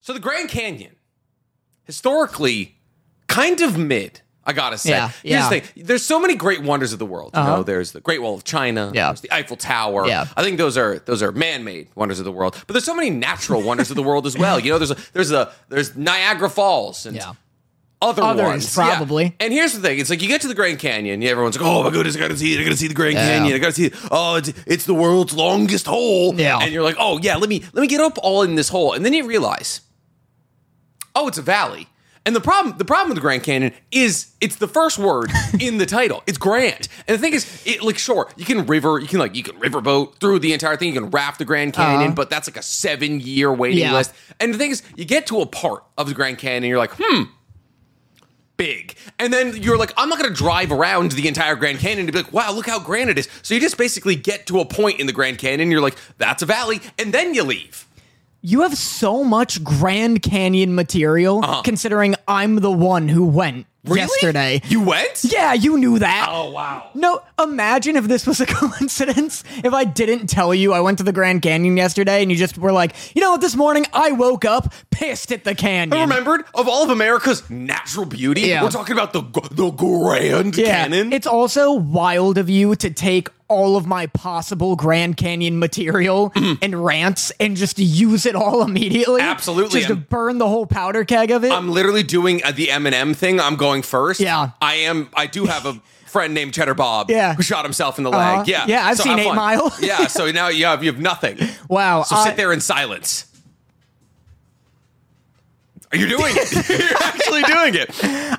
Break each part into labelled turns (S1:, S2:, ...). S1: So the Grand Canyon, historically, kind of mid. I gotta say,
S2: Yeah,
S1: here's the
S2: yeah. Uh-huh.
S1: thing: there's so many great wonders of the world. You know, there's the Great Wall of China.
S2: Yeah.
S1: There's the Eiffel Tower.
S2: Yeah.
S1: I think those are those are man-made wonders of the world. But there's so many natural wonders of the world as well. You know, there's a, there's a there's Niagara Falls and
S2: Yeah.
S1: other
S2: Others,
S1: ones,
S2: probably.
S1: Yeah. And here's the thing: it's like you get to the Grand Canyon, yeah, everyone's like, "Oh my goodness, I gotta see it! I gotta see the Grand
S2: Yeah.
S1: Canyon! I gotta see it! Oh, it's it's the world's longest hole!"
S2: Yeah.
S1: and you're like, "Oh yeah, let me let me get up all in this hole," and then you realize, "Oh, it's a valley." And the problem the problem with the Grand Canyon is it's the first word in the title. It's grand. And the thing is, it like sure, you can river, you can like you can riverboat through the entire thing, you can raft the Grand Canyon, but that's like a 7-year waiting
S2: Uh-huh. Yeah.
S1: list. And the thing is, you get to a part of the Grand Canyon, you're like, "Hmm, big. And then you're like, I'm not going to drive around the entire Grand Canyon to be like, wow, look how grand it is. So you just basically get to a point in the Grand Canyon, you're like, that's a valley, and then you leave.
S2: You have so much Grand Canyon material, considering I'm the one who
S1: Uh-huh.
S2: went
S1: Really?
S2: yesterday.
S1: You went?
S2: yeah, you knew that.
S1: Oh, wow.
S2: No, imagine if this was a coincidence. If I didn't tell you I went to the Grand Canyon yesterday and you just were like, you know what, this morning I woke up pissed at the canyon.
S1: I remembered of all of America's natural beauty,
S2: Um, Yeah.
S1: we're talking about the the Grand
S2: Yeah,
S1: Canyon.
S2: It's also wild of you to take all of my possible Grand Canyon material and rants and just use it all immediately.
S1: Absolutely,
S2: Just
S1: I'm-
S2: burn the whole powder keg of it.
S1: I'm literally doing uh, the Eminem thing. I'm going first.
S2: Yeah.
S1: I am. I do have a friend named Cheddar Bob.
S2: Yeah.
S1: who shot himself in the
S2: Uh-huh.
S1: leg. Yeah,
S2: Yeah, I've
S1: So
S2: seen
S1: have
S2: Eight
S1: fun.
S2: Mile. Uh,
S1: yeah, so now you have you have nothing.
S2: wow.
S1: So
S2: I-
S1: sit there in silence. You're doing it. You're actually doing it.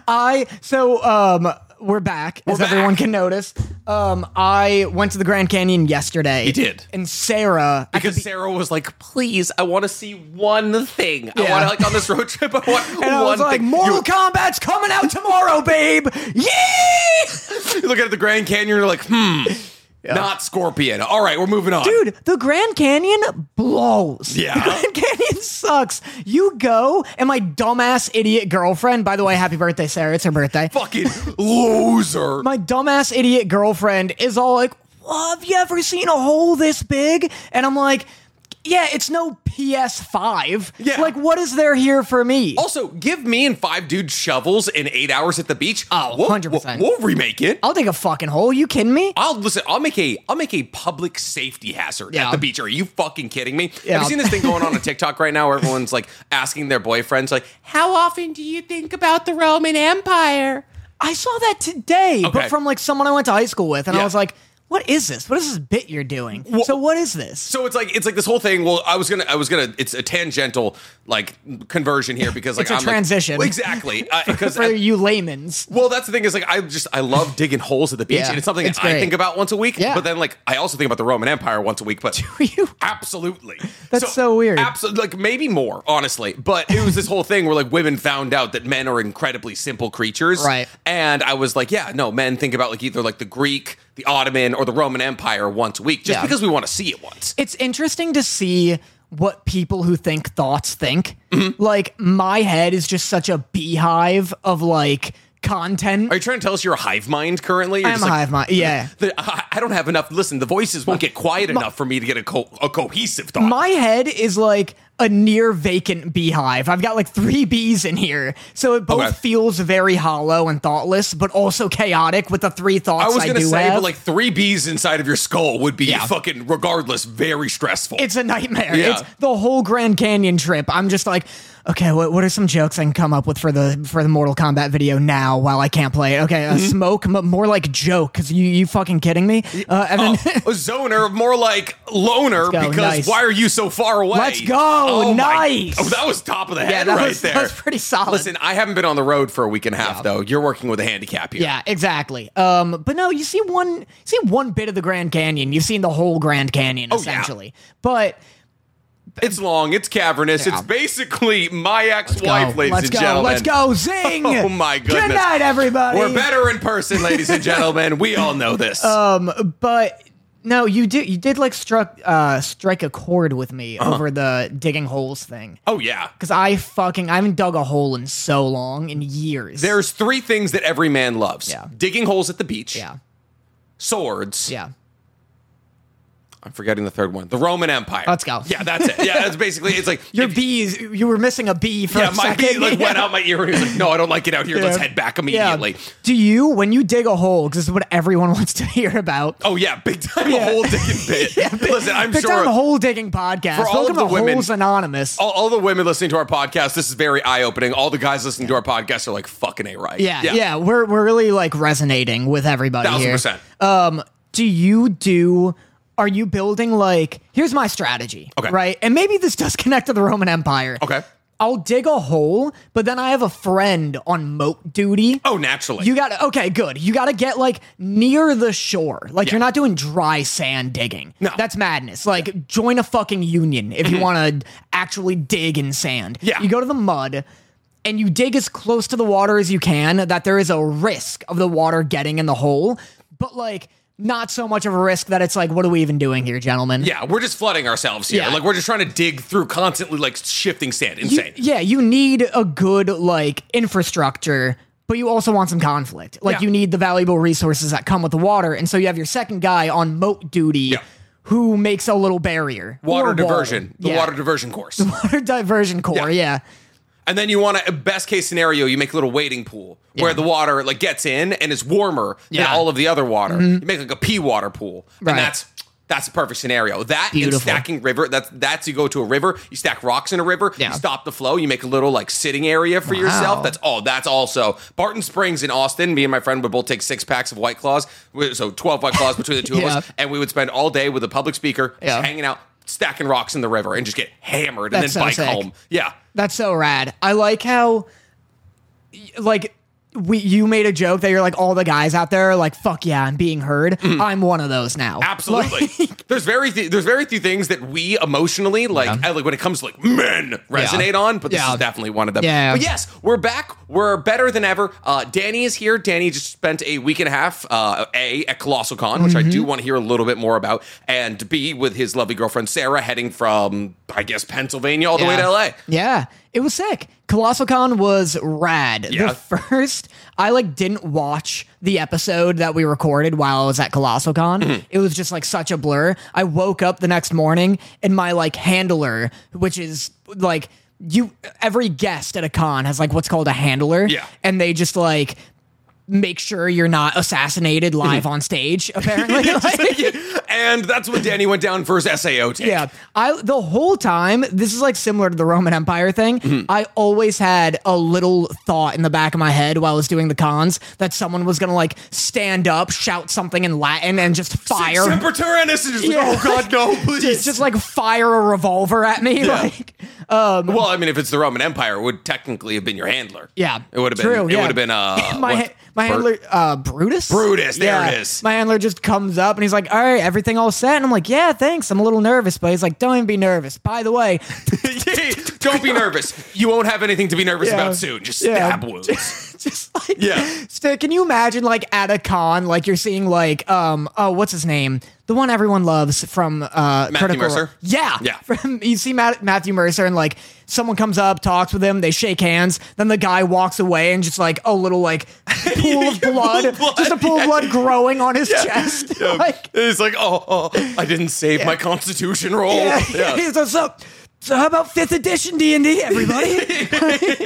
S2: I so um we're back as
S1: back.
S2: everyone can notice. Um I went to the Grand Canyon yesterday. You
S1: did.
S2: And Sarah I
S1: Because
S2: could be-
S1: Sarah was like, please, I want to see one thing. I
S2: Yeah.
S1: want to, like, on this road trip, I want one
S2: and I was like,
S1: thing.
S2: Mortal
S1: You-
S2: Kombat's coming out tomorrow, babe! Yeah!
S1: you look at the Grand Canyon, you're like, hmm, not Scorpion. All right, we're moving on.
S2: Dude, the Grand Canyon blows.
S1: Yeah.
S2: The Grand Canyon sucks. You go, and my dumbass idiot girlfriend, by the way, happy birthday, Sarah. It's her birthday.
S1: Fucking loser.
S2: My dumbass idiot girlfriend is all like, "Well, Have you ever seen a hole this big? And I'm like, Yeah, it's no PS5.
S1: Yeah.
S2: Like, what is there here for me?
S1: Also, give me and five dudes shovels in eight hours at the beach.
S2: Oh,
S1: We'll-
S2: 100%.
S1: We'll, we'll remake it. I'll,
S2: I'll dig a fucking hole. You kidding me?
S1: listen. I'll make a I'll make a public safety hazard at
S2: Yeah.
S1: the beach. Are you fucking kidding me? Have
S2: Yeah.
S1: you seen this thing going on on TikTok right now where everyone's like asking their boyfriends like, "How often do you think about the Roman Empire?"
S2: I saw that today,
S1: Okay.
S2: but from like someone I went to high school with, and
S1: Yeah.
S2: I was like, what is this? What is this bit you're doing? so what is this?
S1: So it's like it's like this whole thing. Well, I was gonna I was gonna. It's a tangential like conversion here because like
S2: It's a
S1: I'm like-
S2: transition.
S1: Well, exactly because
S2: for you laymans.
S1: Well, that's the thing is like I just I love digging holes at the beach,
S2: Yeah,
S1: and it's something
S2: it's
S1: that I
S2: great.
S1: think about once a week.
S2: Yeah.
S1: But then like I also think about the Roman Empire once a week. But
S2: Do you?
S1: absolutely,
S2: That's so weird.
S1: Absolutely, like maybe more honestly. But it was this whole thing where like women found out that men are incredibly simple creatures,
S2: Right.
S1: And I was like, yeah, no, men think about like either like the Greek, the Ottoman, or the Roman Empire once a week, just
S2: Yeah.
S1: because we want to see it once.
S2: It's interesting to see what people who think thoughts think.
S1: Mm-hmm.
S2: Like my head is just such a beehive of like content.
S1: Are you trying to tell us you're a hive mind currently? You're
S2: I'm
S1: just
S2: a
S1: like,
S2: hive mind. Yeah.
S1: The, I I don't have enough. Listen, the voices won't get quiet enough for me to get a, co- a cohesive thought.
S2: My head is like a near vacant beehive. I've got like three bees in here. So it both
S1: Okay.
S2: feels very hollow and thoughtless, but also chaotic with the three
S1: I
S2: thoughts
S1: was
S2: I,
S1: gonna
S2: do
S1: say,
S2: have.
S1: but like three bees inside of your skull would be
S2: Yeah.
S1: fucking regardless, very stressful.
S2: it's a nightmare.
S1: Yeah.
S2: It's the whole Grand Canyon trip. I'm just like, okay, what, what are some jokes I can come up with for the for the Mortal Kombat video now while I can't play it?
S1: Mm-hmm.
S2: Okay, uh, smoke, but more like joke. Cause you you fucking kidding me? Uh, and then
S1: a zoner, more like loner,
S2: go,
S1: because
S2: nice.
S1: why are you so far away?
S2: Let's
S1: my-
S2: go, nice.
S1: oh, that was top of the head
S2: yeah, that
S1: right
S2: was
S1: there.
S2: that was pretty solid.
S1: Listen, I haven't been on the road for a week and a half though. You're working with a handicap here.
S2: Yeah, exactly. Um, but no, you see one you see one bit of the Grand Canyon. You've seen the whole Grand Canyon
S1: Oh, yeah.
S2: essentially. But
S1: It's long, it's cavernous,
S2: Yeah.
S1: it's basically my ex-wife,
S2: go.
S1: ladies
S2: let's
S1: and
S2: go.
S1: gentlemen.
S2: Let's go. Zing.
S1: Oh my goodness.
S2: Good night, everybody. Uh,
S1: We're better in person, ladies and gentlemen. We all know this.
S2: But no, you did you did like struck uh strike a chord with me
S1: Uh-huh.
S2: over the digging holes thing.
S1: oh yeah.
S2: Cause I fucking I haven't dug a hole in so long in years.
S1: There's three things that every man loves:
S2: Yeah.
S1: digging holes at the beach,
S2: yeah.
S1: swords,
S2: Yeah.
S1: I'm forgetting the third one. The Roman Empire.
S2: Let's go.
S1: Yeah, that's it. Yeah, that's basically. It's like
S2: Your bees, you were missing a bee for
S1: yeah,
S2: a
S1: my
S2: second.
S1: bee like went out my ear and he was like, "No, I don't like it out here. Let's
S2: Yeah.
S1: head back
S2: Yeah.
S1: immediately."
S2: Do you, when you dig a hole, because this is what everyone wants to hear about.
S1: Oh yeah, big time
S2: Yeah.
S1: hole digging pit. Listen, I'm
S2: Big
S1: sure
S2: time hole digging podcast.
S1: For all of
S2: Welcome
S1: the
S2: to
S1: women- Oh,
S2: Holes Anonymous.
S1: all, all the women listening to our podcast, this is very eye opening. All the guys listening to our podcast are like, "Fucking a right."
S2: yeah, yeah, We're we're really like resonating with everybody
S1: Thousand
S2: here.
S1: percent.
S2: Um, do you do? Are you building like? Here's my strategy.
S1: Okay.
S2: Right, and maybe this does connect to the Roman Empire.
S1: Okay.
S2: I'll dig a hole, but then I have a friend on moat duty.
S1: Oh, naturally.
S2: You got to okay, good. You got to get like near the shore. Like
S1: Yeah.
S2: you're not doing dry sand digging.
S1: No. Mm-hmm.
S2: that's madness. Like join a fucking union if you want to actually dig in sand.
S1: Yeah.
S2: you go to the mud and you dig as close to the water as you can. That there is a risk of the water getting in the hole, but like not so much of a risk that it's like, what are we even doing here, gentlemen?
S1: yeah, we're just flooding ourselves here.
S2: Yeah.
S1: Like we're just trying to dig through constantly, like shifting sand.
S2: You-
S1: Insane.
S2: yeah, you need a good like infrastructure, but you also want some conflict. Like
S1: Yeah.
S2: you need the valuable resources that come with the water, and so you have your second guy on moat duty who makes a little barrier,
S1: water
S2: or wall.
S1: diversion. The
S2: Yeah.
S1: water diversion course.
S2: water diversion core. Yeah.
S1: And then you want to best case scenario, you make a little waiting pool where the water like gets in and is warmer than
S2: Yeah. Mm-hmm.
S1: all of the other water. You make like a pea water pool,
S2: Right.
S1: and that's that's the perfect scenario. That and
S2: Beautiful.
S1: stacking river. That's that's you go to a river, you stack rocks in a river,
S2: Yeah.
S1: you stop the flow, you make a little like sitting area for yourself. That's all. that's also Barton Springs in Austin. Me and my friend would both take six packs of White Claws, We- so twelve White Claws between the two
S2: Yeah.
S1: of us, and we would spend all day with a public speaker just
S2: Yeah.
S1: hanging out. Stacking rocks in the river and just get hammered and
S2: That's
S1: then
S2: so
S1: bike
S2: sick.
S1: home. Yeah.
S2: That's so rad. I like how, y- like, we you made a joke that you're like all the guys out there are like fuck yeah I'm being heard. I'm one of those now.
S1: Mm. Absolutely. there's very th- there's very few things that we emotionally like I- like when it comes to like men resonate on, but this
S2: Yeah.
S1: is definitely one of them.
S2: Yeah.
S1: But yes, we're back. We're better than ever. Uh, Danny is here. Danny just spent a week and a half uh, a at Colossal Con, which I
S2: Mm-hmm.
S1: do want to hear a little bit more about, and b with his lovely girlfriend Sarah, heading from I guess Pennsylvania all the way to L.A.
S2: Yeah, it was sick. Colossal Con was rad.
S1: Yeah.
S2: The first, I like didn't watch the episode that we recorded while I was at Colossal Con.
S1: Mm-hmm.
S2: It was just like such a blur. I woke up the next morning and my like handler, which is like you, every guest at a con has like what's called a handler.
S1: Yeah.
S2: and they just like. Make sure you're not assassinated live
S1: Mm-hmm.
S2: on stage. Apparently, Like-
S1: and that's when Danny went down for his SAO take.
S2: yeah, I the whole time this is like similar to the Roman Empire thing.
S1: Mm-hmm.
S2: I always had a little thought in the back of my head while I was doing the cons that someone was gonna like stand up, shout something in Latin, and just fire,
S1: Semper Tyrannis, and just like,
S2: Yeah.
S1: oh god, no, please.
S2: just, just, like fire a revolver at me. Like,
S1: Well, I mean, if it's the Roman Empire, it would technically have been your handler.
S2: yeah,
S1: it would have
S2: true,
S1: been. It
S2: yeah.
S1: would have been uh,
S2: my
S1: what-
S2: ha- my
S1: Bert-
S2: handler uh, Brutus.
S1: Brutus, there it is.
S2: My handler just comes up and he's like, "All right, everything all set," and I'm like, "Yeah, thanks. I'm a little nervous," but he's like, "Don't even be nervous." By the way,
S1: Don't be nervous. You won't have anything to be nervous
S2: Yeah.
S1: about soon. Just
S2: Yeah.
S1: stab wounds.
S2: just like
S1: Yeah.
S2: So can you imagine like at a con like you're seeing like um oh what's his name the one everyone loves from uh Matthew
S1: Mercer?
S2: yeah
S1: Yeah.
S2: from you see Matt, Matthew Mercer and like someone comes up talks with him they shake hands then the guy walks away and just like a little like pool of blood,
S1: blood,
S2: just a pool of blood growing on his chest
S1: Yeah.
S2: like
S1: it's like, oh, oh, I didn't save my Constitution roll.
S2: yeah,
S1: Oh, Yeah.
S2: so, so so how about fifth edition D and D everybody.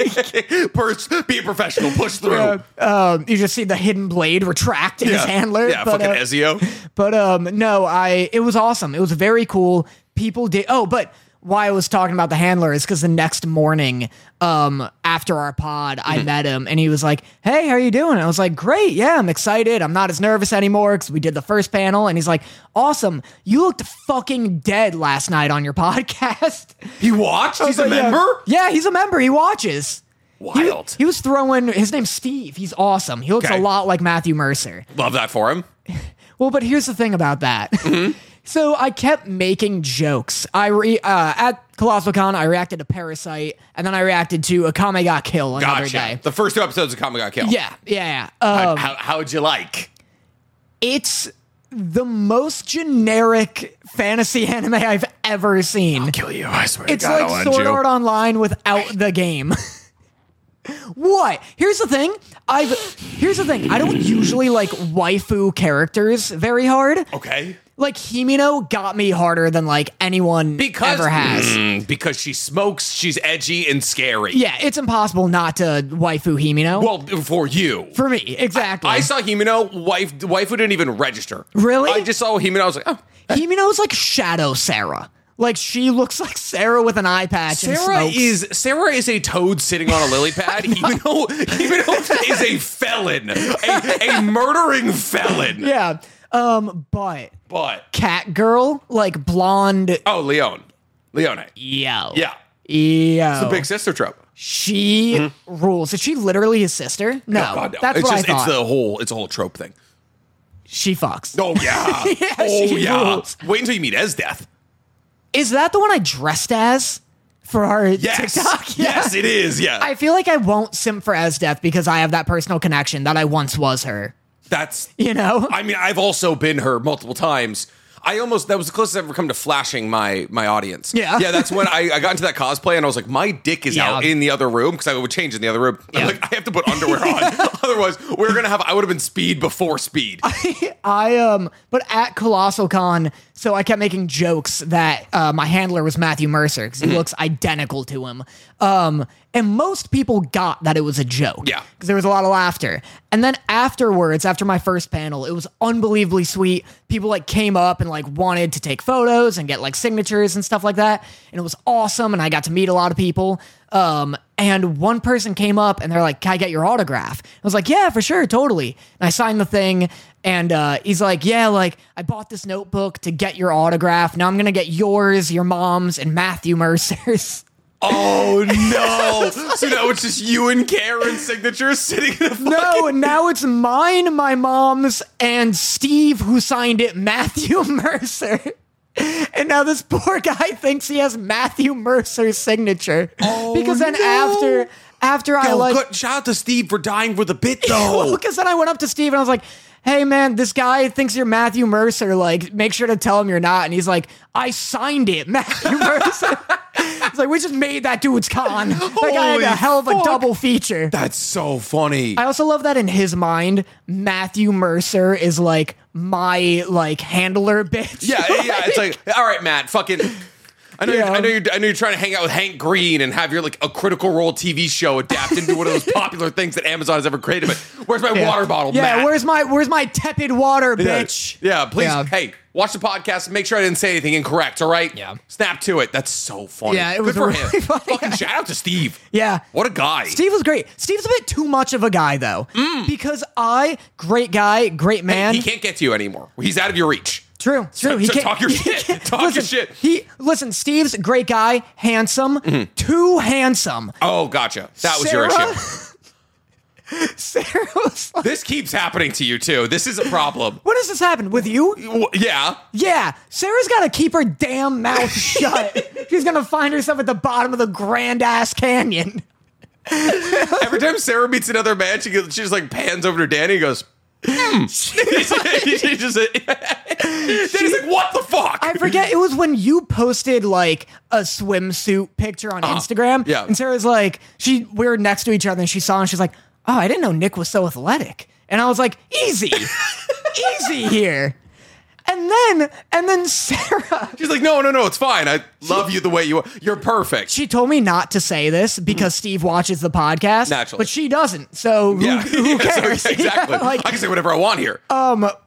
S1: Pers- be a professional. Push through.
S2: Uh, um, you just see the hidden blade retract in his
S1: Yeah.
S2: handler.
S1: Yeah,
S2: but,
S1: fucking
S2: uh,
S1: Ezio.
S2: But um, no, I it was awesome. It was very cool. People did. Oh, but why I was talking about the handler is because the next morning, um, after our pod, I
S1: Mm-hmm.
S2: met him and he was like, "Hey, how are you doing?" I was like, "Great, yeah, I'm excited. I'm not as nervous anymore because we did the first panel." And he's like, "Awesome, you looked fucking dead last night on your podcast."
S1: He watched. He's a
S2: But yeah.
S1: member.
S2: Yeah, he's a member. He watches. He,
S1: Wild.
S2: he was throwing his name's Steve. He's awesome. He looks
S1: Okay.
S2: a lot like Matthew Mercer.
S1: Love that for him.
S2: Well, but here's the thing about that. so I kept making jokes. I re- uh, at Colossal Con, I reacted to Parasite, and then I reacted to Akame Got Kill another
S1: Gotcha.
S2: day.
S1: The first two episodes of Comic Got Kill.
S2: Yeah, yeah, yeah.
S1: How,
S2: Uh,
S1: how, how'd you like?
S2: it's the most generic fantasy anime I've ever seen.
S1: Kill you. I swear.
S2: It's like Sword Art Online without the game. what? Here's the thing. I've here's the thing. I don't usually like waifu characters very hard.
S1: Okay.
S2: like Himino got me harder than like anyone
S1: Because
S2: ever has.
S1: Mm, because she smokes, she's edgy and scary.
S2: Yeah, it's impossible not to waifu Himino.
S1: Well, for you.
S2: for me, exactly.
S1: I saw Himeno. Wife, wife who didn't even register.
S2: Really?
S1: I just saw Himeno. I was like, oh,
S2: Himino's like shadow Sarah. Like she looks like Sarah with an eye patch. and
S1: Sarah
S2: smokes.
S1: is Sarah is a toad sitting on a lily pad. Himeno, Himeno is a felon, a, a murdering felon.
S2: yeah. Um, but
S1: But
S2: cat girl, like blonde. E
S1: oh, Leon, Leone,
S2: Yo.
S1: yeah,
S2: Yo.
S1: big sister trope.
S2: E she rules. Is she literally his sister? No.
S1: God, no.
S2: That's
S1: it's
S2: what
S1: just
S2: I thought.
S1: it's the whole it's a whole trope thing.
S2: she fucks.
S1: Oh yeah,
S2: Yeah,
S1: oh
S2: she
S1: yeah.
S2: rules.
S1: Wait until you meet Esdeath.
S2: Is that the one I dressed as for our
S1: Yes,
S2: TikTok?
S1: yes, it is. Yeah,
S2: I feel like I won't simp for Esdeath because I have that personal connection that I once was her.
S1: that's
S2: You know?
S1: I mean, I've also been her multiple times. I almost that was the closest I've ever come to flashing my my audience.
S2: Yeah.
S1: yeah. That's when I, I got into that cosplay and I was like, my dick is
S2: Yeah.
S1: out in the other room because I would change in the other room. I'm
S2: Yeah.
S1: like, I have to put underwear on, otherwise we're gonna have. I would have been speed before speed.
S2: I um, but at Colossal Con, so I kept making jokes that uh, my handler was Matthew Mercer because he
S1: Mm-hmm.
S2: looks identical to him. Um, and most people got that it was a joke.
S1: Yeah.
S2: because there was a lot of laughter. And then afterwards, after my first panel, it was unbelievably sweet. People like came up and like wanted to take photos and get like signatures and stuff like that, and it was awesome. And I got to meet a lot of people. Um, and one person came up and they're like, "Can I get your autograph?" I was like, "Yeah, for sure, totally." And I signed the thing, and uh, he's like, "Yeah, like I bought this notebook to get your autograph. Now I'm gonna get yours, your mom's, and Matthew Mercer's."
S1: oh no! so now it's just you and Karen's signatures sitting in a. fucking-
S2: No, and now it's mine, my mom's, and Steve, who signed it, Matthew Mercer. And now this poor guy thinks he has Matthew Mercer's signature.
S1: Oh,
S2: because then
S1: no.
S2: after after I
S1: Oh,
S2: like oh,
S1: good. Shout out to Steve for dying for the bit though.
S2: because then I went up to Steve and I was like, hey man, this guy thinks you're Matthew Mercer. Like, make sure to tell him you're not. And he's like, I signed it, Matthew Mercer. It's like we just made that dude's con. That guy had
S1: Holy
S2: a hell of a
S1: fuck.
S2: double feature.
S1: That's so funny.
S2: I also love that in his mind, Matthew Mercer is like my like handler bitch.
S1: Yeah, yeah. It's like, all right, Matt, fucking. I know,
S2: Yeah.
S1: you're, I know you're. I know you're trying to hang out with Hank Green and have your like a Critical Role TV show adapted into one of those popular things that Amazon has ever created. But where's my
S2: Yeah.
S1: water bottle,
S2: Yeah,
S1: Matt?
S2: where's my where's my tepid water,
S1: Yeah.
S2: bitch?
S1: Yeah, please.
S2: Yeah.
S1: Hey, watch the podcast and make sure I didn't say anything incorrect. All right.
S2: Yeah.
S1: Snap to it. That's so funny.
S2: Yeah, it
S1: Good
S2: was
S1: for
S2: really
S1: him.
S2: funny.
S1: Fucking shout out to Steve.
S2: Yeah.
S1: What a guy.
S2: Steve was great. Steve's a bit too much of a guy though. Because I, great guy, great man.
S1: Mm. He can't get to you anymore. He's out of your reach.
S2: True, true.
S1: so talk your shit.
S2: can't-
S1: Talk your
S2: listen,
S1: shit.
S2: He listen. Steve's a great guy, handsome,
S1: Mm-hmm.
S2: too handsome.
S1: Oh, gotcha. That was your
S2: Sarah?
S1: issue.
S2: Sarah was like,
S1: This keeps happening to you too. This is a problem.
S2: "What has this happened with you?
S1: Well, Yeah.
S2: Yeah, Sarah's got to keep her damn mouth shut. She's gonna find herself at the bottom of the Grand Ass Canyon.
S1: Every time Sarah meets another man, she goes, she just like pans over to Danny and goes, hmm. she just, Danny's like, what the fuck?
S2: I forget it was when you posted like a swimsuit picture on Instagram.
S1: Uh-huh. yeah.
S2: and Sarah's like, she we were next to each other and she saw and she's like, oh, I didn't know Nick was so athletic. And I was like, easy, easy here. And then and then Sarah
S1: She's like, no, no, no, it's fine. I love you the way you are. You're perfect.
S2: she told me not to say this because Steve watches the podcast.
S1: Mm. Naturally.
S2: But she doesn't. So
S1: yeah.
S2: who, who
S1: Yeah, so,
S2: cares?
S1: yeah, exactly.
S2: Yeah, like- uh,
S1: I can say whatever I want here.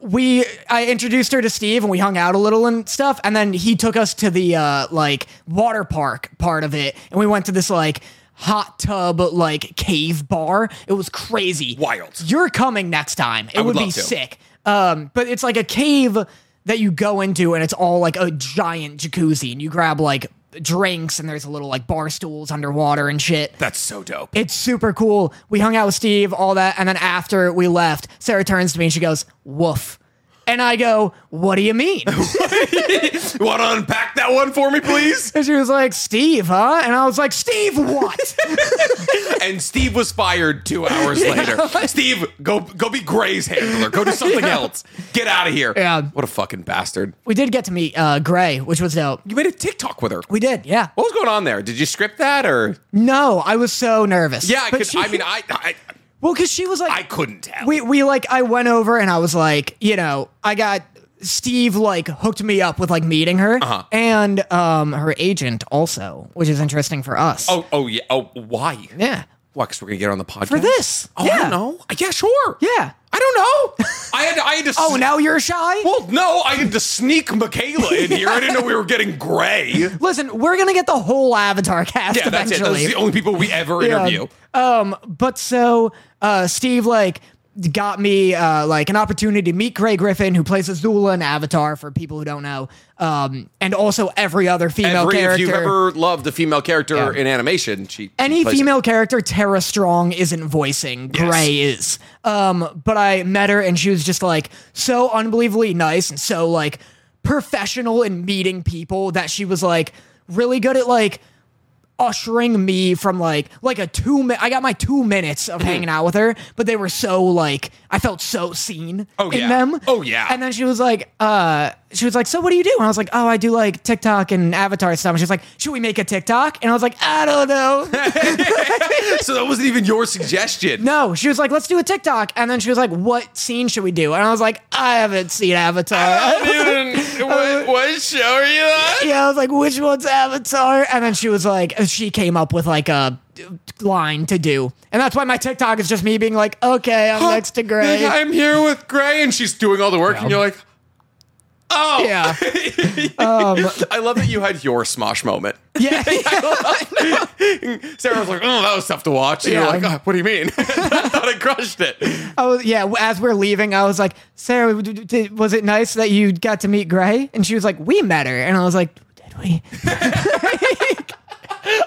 S2: we I introduced her to Steve and we hung out a little and stuff and then he took us to the uh like water park part of it and we went to this like hot tub like cave bar. It was crazy.
S1: Wild.
S2: You're coming next time. It
S1: would
S2: would, be
S1: love to.
S2: sick. Um but it's like a cave that you go into and it's all like a giant jacuzzi and you grab like drinks and there's a little like bar stools underwater and shit.
S1: That's so dope.
S2: It's super cool. We hung out with Steve, all that, and then after we left, Sarah turns to me and she goes, "Woof," and I go, "What do you mean?"
S1: You want to unpack that one for me, please?
S2: and she was like, "Steve, huh?" And I was like, "Steve, what?"
S1: and Steve was fired two hours later. Steve, go go be Gray's handler. Go do something else. Get out of here.
S2: Yeah.
S1: What a fucking bastard.
S2: we did get to meet uh, Gray, which was dope.
S1: You made a TikTok with her.
S2: We did, yeah.
S1: What was going on there? Did you script that or?
S2: No, I was so nervous.
S1: Yeah, I,
S2: But
S1: could,
S2: she-
S1: I mean, I, I
S2: well, because she was like,
S1: I couldn't tell.
S2: we we like I went over and I was like, you know, I got Steve like hooked me up with like meeting her
S1: Uh-huh.
S2: and um her agent also, which is interesting for us.
S1: Oh, oh yeah. Oh, why?
S2: yeah,
S1: Why? Because we're gonna get her on the podcast
S2: for this.
S1: Oh,
S2: yeah.
S1: I don't know. Yeah, sure.
S2: Yeah.
S1: I don't know. I had. I had to.
S2: Oh, now you're shy.
S1: Well, no, I had to sneak Michaela in here. I didn't know we were getting gray.
S2: Listen, we're gonna get the whole Avatar cast
S1: Yeah, that's it.
S2: eventually.
S1: Those are the only people we ever interview.
S2: Um, but so uh, Steve like got me uh, like an opportunity to meet Gray Griffin, who plays Azula in Avatar. For people who don't know, um, and also every other female
S1: Every, if
S2: character.
S1: you've ever loved a female character
S2: Yeah.
S1: in animation, she
S2: any
S1: she plays it.
S2: female character Tara Strong isn't voicing. Gray is. Um, but I met her and she was just like so unbelievably nice and so like professional in meeting people that she was like really good at like ushering me from like like a two minute I got my two minutes
S1: Hmm.
S2: of hanging out with her, but they were so like I felt so seen
S1: Oh,
S2: in
S1: yeah.
S2: them.
S1: Oh, yeah.
S2: And then she was like, uh she was like, So what do you do? And I was like, Oh, I do like TikTok and avatar stuff. And she was like, Should we make a TikTok? And I was like, I don't know.
S1: so that wasn't even your suggestion.
S2: No, she was like, let's do a TikTok. And then she was like, what scene should we do? And I was like, I haven't seen Avatar. Uh,
S1: what, what show are you on?
S2: yeah, I was like, which one's Avatar? And then she was like, she came up with like a line to do. And that's why my TikTok is just me being like, okay, I'm next to Gray.
S1: Like, I'm here with Gray, and she's doing all the work, and you're like, oh.
S2: yeah. Um,
S1: I love that you had your Smosh moment.
S2: Yeah.
S1: Sarah was like, oh, that was tough to watch. And
S2: Yeah.
S1: You're like, oh, what do you mean? I thought I crushed it.
S2: I was, yeah. As we're leaving, I was like, Sarah, w- d- d- was it nice that you got to meet Gray? And she was like, we met her. And I was like, did we?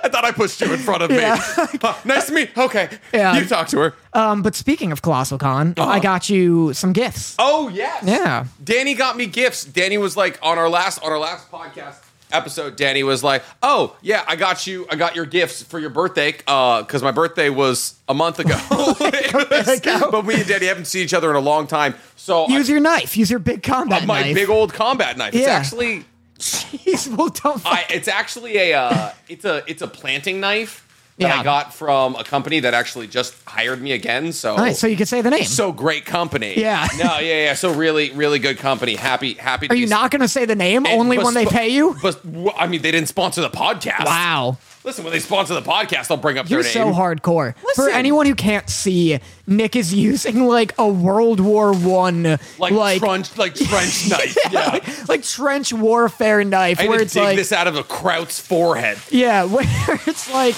S1: I thought I pushed you in front of
S2: Yeah.
S1: me. Huh, nice to meet. Okay.
S2: Yeah.
S1: You talk to her.
S2: Um, but speaking of Colossal Con, I got you some gifts.
S1: Oh yes.
S2: Yeah.
S1: Danny got me gifts. Danny was like on our last on our last podcast episode. Danny was like, "Oh yeah, I got you. I got your gifts for your birthday because my birthday was a month ago. It was- but me and Danny haven't seen each other in a long time. So I-
S2: Use your knife. Use your big combat
S1: Oh, my
S2: knife.
S1: big old combat knife. It's
S2: Yeah.
S1: actually
S2: Jeez, well, don't. Fuck.
S1: I, it's actually a uh, it's a it's a planting knife that I
S2: Yeah.
S1: got from a company that actually just hired me again. So
S2: All right, so you can say the name.
S1: so great company.
S2: Yeah.
S1: No, yeah, yeah. So really, really good company. Happy, happy. to
S2: Are you
S1: be-
S2: not going to say the name
S1: And-
S2: only
S1: but
S2: when they
S1: sp-
S2: pay you?
S1: But w- I mean, they didn't sponsor the podcast.
S2: Wow.
S1: Listen, when they sponsor the podcast, I'll bring up
S2: You're
S1: their name.
S2: so hardcore. For
S1: Listen.
S2: anyone who can't see, Nick is using like a World War One,
S1: Like,
S2: like like,
S1: trench, like trench knife. Yeah.
S2: like trench warfare knife,
S1: I had
S2: where
S1: to
S2: it's
S1: dig
S2: like
S1: this out of a Kraut's forehead.
S2: yeah, where it's like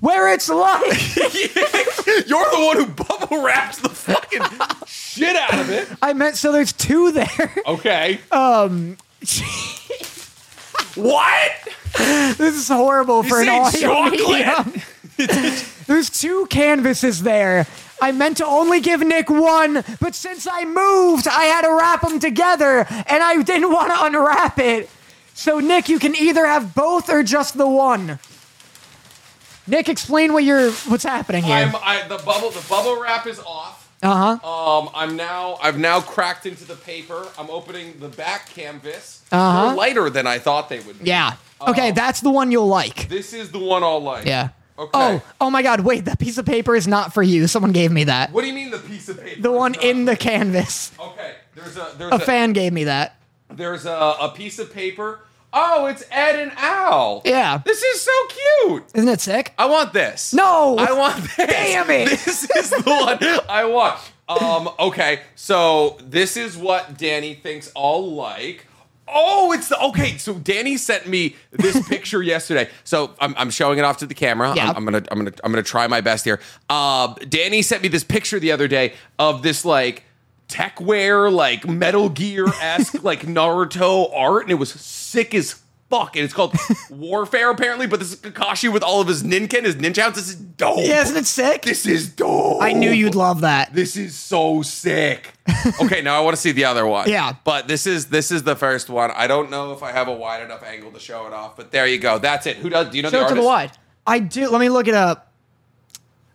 S2: where it's like.
S1: You're the one who bubble wraps the fucking shit out of it.
S2: I meant so. There's two there.
S1: Okay. Um. what?
S2: This is horrible for an
S1: said
S2: audio
S1: chocolate.
S2: medium. There's two canvases there. I meant to only give Nick one, but since I moved, I had to wrap them together, and I didn't want to unwrap it. So, Nick, you can either have both or just the one. Nick, explain what you're what's happening here.
S1: I'm I, the bubble. The bubble wrap is off.
S2: Uh huh.
S1: Um, I'm now I've now cracked into the paper. I'm opening the back canvas.
S2: Uh-huh.
S1: They're lighter than I thought they would be.
S2: Yeah. Okay, that's the one you'll like.
S1: This is the one I'll like.
S2: Yeah.
S1: Oh. Okay.
S2: Oh, oh my God! Wait, that piece of paper is not for you. Someone gave me that.
S1: What do you mean the piece of paper?
S2: The
S1: is
S2: one
S1: not-
S2: in the canvas.
S1: Okay. There's a there's a,
S2: A fan gave me that.
S1: there's a, a piece of paper. Oh, it's Ed and Al.
S2: Yeah.
S1: This is so cute.
S2: Isn't it sick?
S1: I want this.
S2: No!
S1: I want this.
S2: Damn it.
S1: This is the one I want. Um, okay, so this is what Danny thinks I'll like. Oh, it's the okay. So Danny sent me this picture yesterday. So I'm, I'm showing it off to the camera. I'm-
S2: Yeah.
S1: I'm, gonna I'm gonna I'm gonna try my best here. Um, Danny sent me this picture the other day of this like techwear, like Metal Gear esque, like Naruto art, and it was sick as fuck. And it's called Warfare apparently, but this is Kakashi with all of his ninkin, his ninjas. This is dope.
S2: Yeah, isn't it sick?
S1: This is dope.
S2: I knew you'd love that.
S1: This is so sick. okay, now I want to see the other one.
S2: Yeah.
S1: but this is this is the first one. I don't know if I have a wide enough angle to show it off, but there you go. That's it. Who does? Do you know the
S2: Show it
S1: artist?
S2: to the wide. I do. Let me look it up.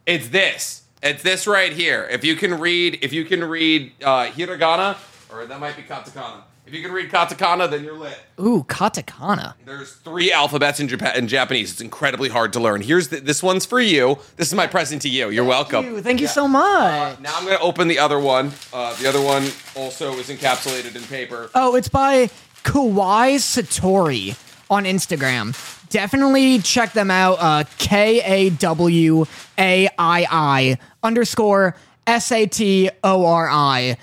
S1: It's this. It's this right here. If you can read, if you can read uh, hiragana, or that might be katakana. If you can read katakana, then you're lit.
S2: Ooh, katakana.
S1: There's three alphabets in, Japan, in Japanese. It's incredibly hard to learn. Here's the, this one's for you. This is my present to you. You're welcome.
S2: Ooh, thank you so much.
S1: Now I'm going to open the other one. Uh, the other one also is encapsulated in paper.
S2: Oh, it's by Kawai Satori on Instagram. Definitely check them out. Uh, K A W A I I underscore S A T O R I.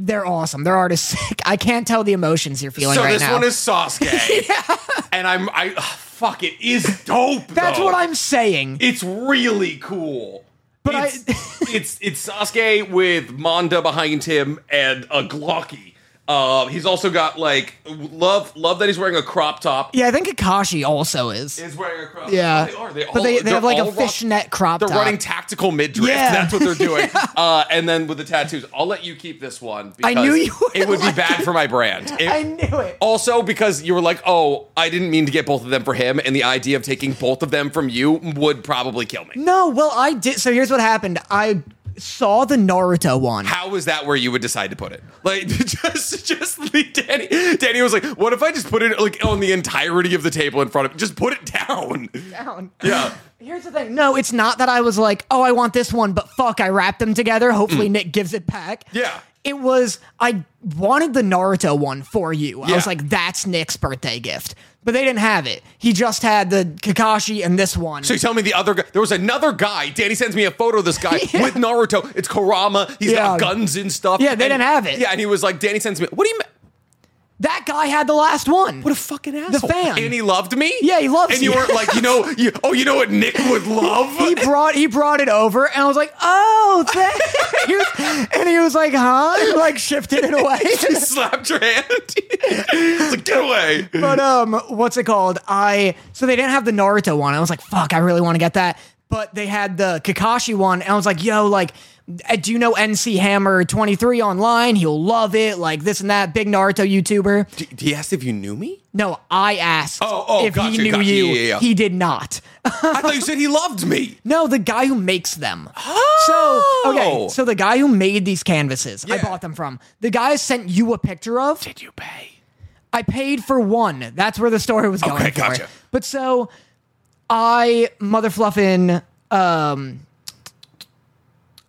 S2: They're awesome. Their art is sick. I can't tell the emotions you're feeling
S1: so
S2: right
S1: this
S2: now.
S1: one is Sasuke. And I'm I ugh, fuck it is dope.
S2: That's
S1: though.
S2: what I'm saying.
S1: It's really cool.
S2: But I-
S1: it's, it's it's Sasuke with Manda behind him and a Glocky. Uh, he's also got like love love that he's wearing a crop top.
S2: Yeah, I think Akashi also is.
S1: Is wearing a crop.
S2: Yeah,
S1: Oh, they are. They all,
S2: but they, they
S1: they're
S2: have like
S1: all
S2: a
S1: rock-
S2: fishnet crop
S1: They're
S2: top.
S1: running tactical mid drift.
S2: Yeah.
S1: That's what they're doing. uh, and then with the tattoos, I'll let you keep this one. Because
S2: I knew you would
S1: It would be
S2: like
S1: bad for my brand. It-
S2: I knew it.
S1: Also, because you were like, oh, I didn't mean to get both of them for him, and the idea of taking both of them from you would probably kill me.
S2: No, well, I did. So here's what happened. I saw the Naruto one.
S1: How is that where you would decide to put it? Like, just, just leave Danny. Danny was like, what if I just put it like on the entirety of the table in front of Just put it down.
S2: down.
S1: Yeah.
S2: Here's the thing. No, it's not that I was like, oh, I want this one, but fuck, I wrapped them together. Hopefully, Nick gives it back.
S1: Mm. Yeah.
S2: It was, I wanted the Naruto one for you. I
S1: Yeah.
S2: was like, that's Nick's birthday gift. But they didn't have it. He just had the Kakashi and this one.
S1: So you tell me the other guy, there was another guy. Danny sends me a photo of this guy with Naruto. It's Kurama. He's got
S2: Yeah.
S1: guns and stuff.
S2: Yeah, they
S1: And-
S2: didn't have it.
S1: Yeah, and he was like, Danny sends me, what do you, ma-
S2: that guy had the last one.
S1: What a fucking asshole.
S2: fan.
S1: And he loved me?
S2: Yeah, he loves
S1: And you
S2: you.
S1: weren't like, you know, you, oh, you know what Nick would love?
S2: he brought he brought it over and I was like, oh, thank he was- and he was like, huh? And, like shifted it away.
S1: He slapped your hand. it's like, get away.
S2: but um, what's it called? I so they didn't have the Naruto one. I was like, fuck, I really want to get that. But they had the Kakashi one, and I was like, yo, like, uh, do you know NC Hammer twenty three online? He'll love it, like this and that. Big Naruto YouTuber.
S1: He asked if you knew me?
S2: No, I asked
S1: Oh, oh,
S2: if
S1: gotcha,
S2: he knew
S1: gotcha.
S2: you.
S1: Yeah, yeah, yeah.
S2: He did not.
S1: I thought you said he loved me.
S2: No, the guy who makes them.
S1: Oh!
S2: So okay, so the guy who made these canvases, I
S1: Yeah.
S2: bought them from. The guy I sent you a picture of.
S1: Did you pay?
S2: I paid for one. That's where the story was going.
S1: Okay,
S2: for.
S1: gotcha.
S2: But so I motherfluffin um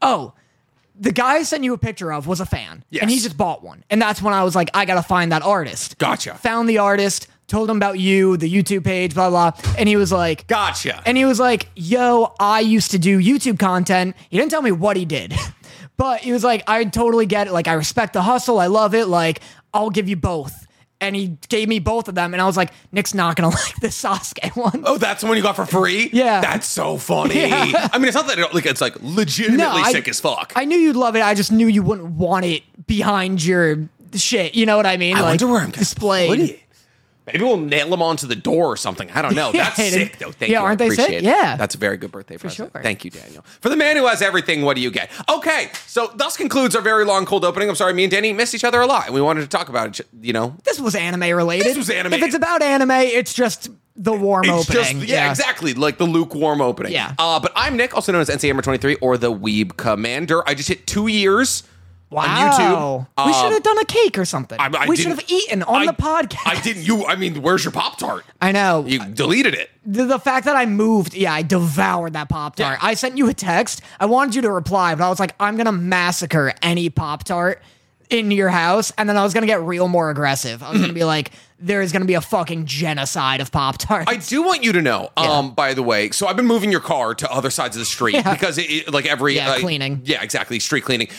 S2: Oh, the guy I sent you a picture of was a fan. And he
S1: Yes.
S2: just bought one. And that's when I was like, I gotta find that artist.
S1: Gotcha.
S2: Found the artist, told him about you, the YouTube page, blah blah. blah. And he was like
S1: Gotcha.
S2: and he was like, "Yo, I used to do YouTube content." He didn't tell me what he did, but he was like, "I totally get it. Like, I respect the hustle. I love it. Like, I'll give you both." And he gave me both of them, and I was like, "Nick's not gonna like the Sasuke one."
S1: Oh, that's the one you got for free?
S2: Yeah.
S1: That's so funny. I mean, it's not that I don't, like, it's like legitimately
S2: I-
S1: sick as fuck.
S2: I knew you'd love it. I just knew you wouldn't want it behind your shit. You know what I mean?
S1: I
S2: like,
S1: wonder where I'm gonna
S2: displayed.
S1: put it. Maybe we'll nail them onto the door or something. I don't know.
S2: Yeah,
S1: That's
S2: it is.
S1: sick though. Thank
S2: Yeah,
S1: you.
S2: aren't
S1: I
S2: they sick?
S1: appreciate it.
S2: Yeah.
S1: That's a very good birthday present.
S2: sure.
S1: Thank you, Daniel. For the man who has everything, what do you get? Okay, so thus concludes our very long cold opening. I'm sorry, me and Danny missed each other a lot, and we wanted to talk about it. You know,
S2: This was anime related.
S1: This was anime.
S2: If it's about anime, it's just the warm
S1: it's
S2: opening.
S1: just yeah, exactly like the lukewarm opening.
S2: Yeah.
S1: Uh, but I'm Nick, also known as NC 23 or the Weeb Commander. I just hit two years.
S2: Wow.
S1: On YouTube,
S2: we
S1: Um,
S2: should have done a cake or something.
S1: I- I
S2: we should
S1: didn't-
S2: have eaten on
S1: I-
S2: the podcast.
S1: I didn't. You. I mean, where's your Pop Tart?
S2: I know.
S1: You deleted it.
S2: the, the fact that I moved, yeah, I devoured that Pop Tart.
S1: Yeah.
S2: I sent you a text. I wanted you to reply, but I was like, I'm going to massacre any Pop Tart in your house. And then I was going to get real more aggressive. I was going to be like, there is going to be a fucking genocide of Pop Tart.
S1: I do want you to know, um, by the way. So I've been moving your car to other sides of the street because, it, it- like every
S2: Yeah, cleaning.
S1: yeah, exactly, street cleaning.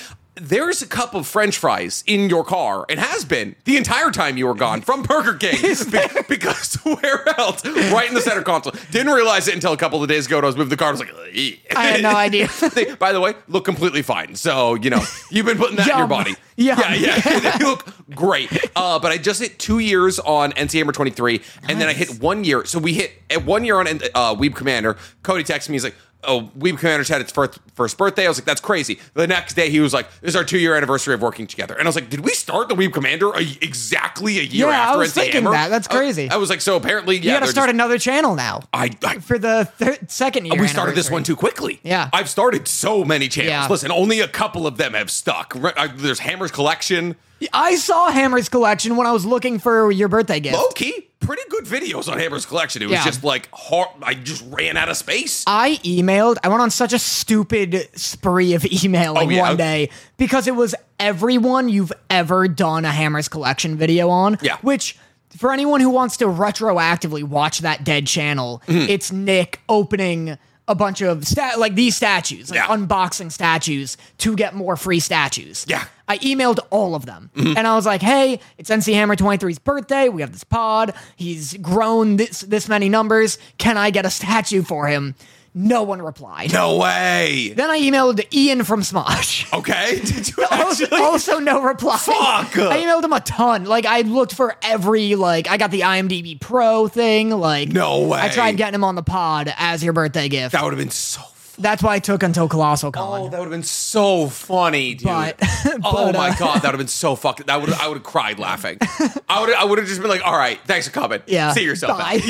S1: There's a cup of French fries in your car, and has been the entire time you were gone from Burger King. Be- because where else? Right in the center console. Didn't realize it until a couple of days ago. When I was moving the car. I was like, "Eh."
S2: I had no idea.
S1: They- by the way, look completely fine. So you know you've been putting that in your
S2: Yum.
S1: body.
S2: Yum.
S1: Yeah, yeah. they look great. Uh, but I just hit two years on NC Hammer 23, and then I hit one year. So we hit at one year on uh, Weeb Commander. Cody texts me. He's like, oh, Weeb Commanders had its first, first birthday. I was like, that's crazy. The next day, he was like, this is our two year anniversary of working together. And I was like, did we start the Weeb Commander a, exactly a year
S2: Yeah, I
S1: after
S2: was
S1: it's a
S2: thinking
S1: hammer?
S2: that. That's
S1: I-
S2: crazy.
S1: I, was like, so apparently, yeah,
S2: you got to
S1: they're
S2: start
S1: just-
S2: another channel now
S1: I, I
S2: for the thir- second year.
S1: we started this
S2: anniversary.
S1: one too quickly.
S2: Yeah.
S1: I've started so many channels.
S2: Yeah.
S1: Listen, only a couple of them have stuck. Re- I- There's Hammer's Collection.
S2: I saw Hammer's collection when I was looking for your birthday gift.
S1: Low key, pretty good videos on Hammer's Collection. It was
S2: Yeah.
S1: just like hard. I just ran out of space.
S2: I emailed. I went on such a stupid spree of emailing
S1: Oh, yeah.
S2: one day because it was everyone you've ever done a Hammers collection video on.
S1: Yeah.
S2: Which, for anyone who wants to retroactively watch that dead channel,
S1: Mm-hmm.
S2: it's Nick opening a bunch of sta- like these statues, like
S1: Yeah.
S2: unboxing statues to get more free statues.
S1: Yeah.
S2: I emailed all of them
S1: Mm-hmm.
S2: and I was like, hey, it's NC Hammer 23's birthday. We have this pod. He's grown this, this many numbers. Can I get a statue for him? No one replied.
S1: no way.
S2: Then I emailed Ian from Smosh.
S1: okay. Did you
S2: Also,
S1: actually?
S2: also no reply.
S1: Fuck.
S2: I emailed him a ton. Like I looked for every like I got the IMDb Pro thing. Like
S1: No way.
S2: I tried getting him on the pod as your birthday gift.
S1: that would have been so. Fun.
S2: That's why I took until Colossal Con.
S1: Oh, that would have been so funny, dude.
S2: But-
S1: oh
S2: but,
S1: my
S2: uh,
S1: god, that would have been so fucking. That would I would have cried laughing. I would I would have just been like, all right, thanks for coming.
S2: Yeah.
S1: see yourself.
S2: Bye.
S1: out."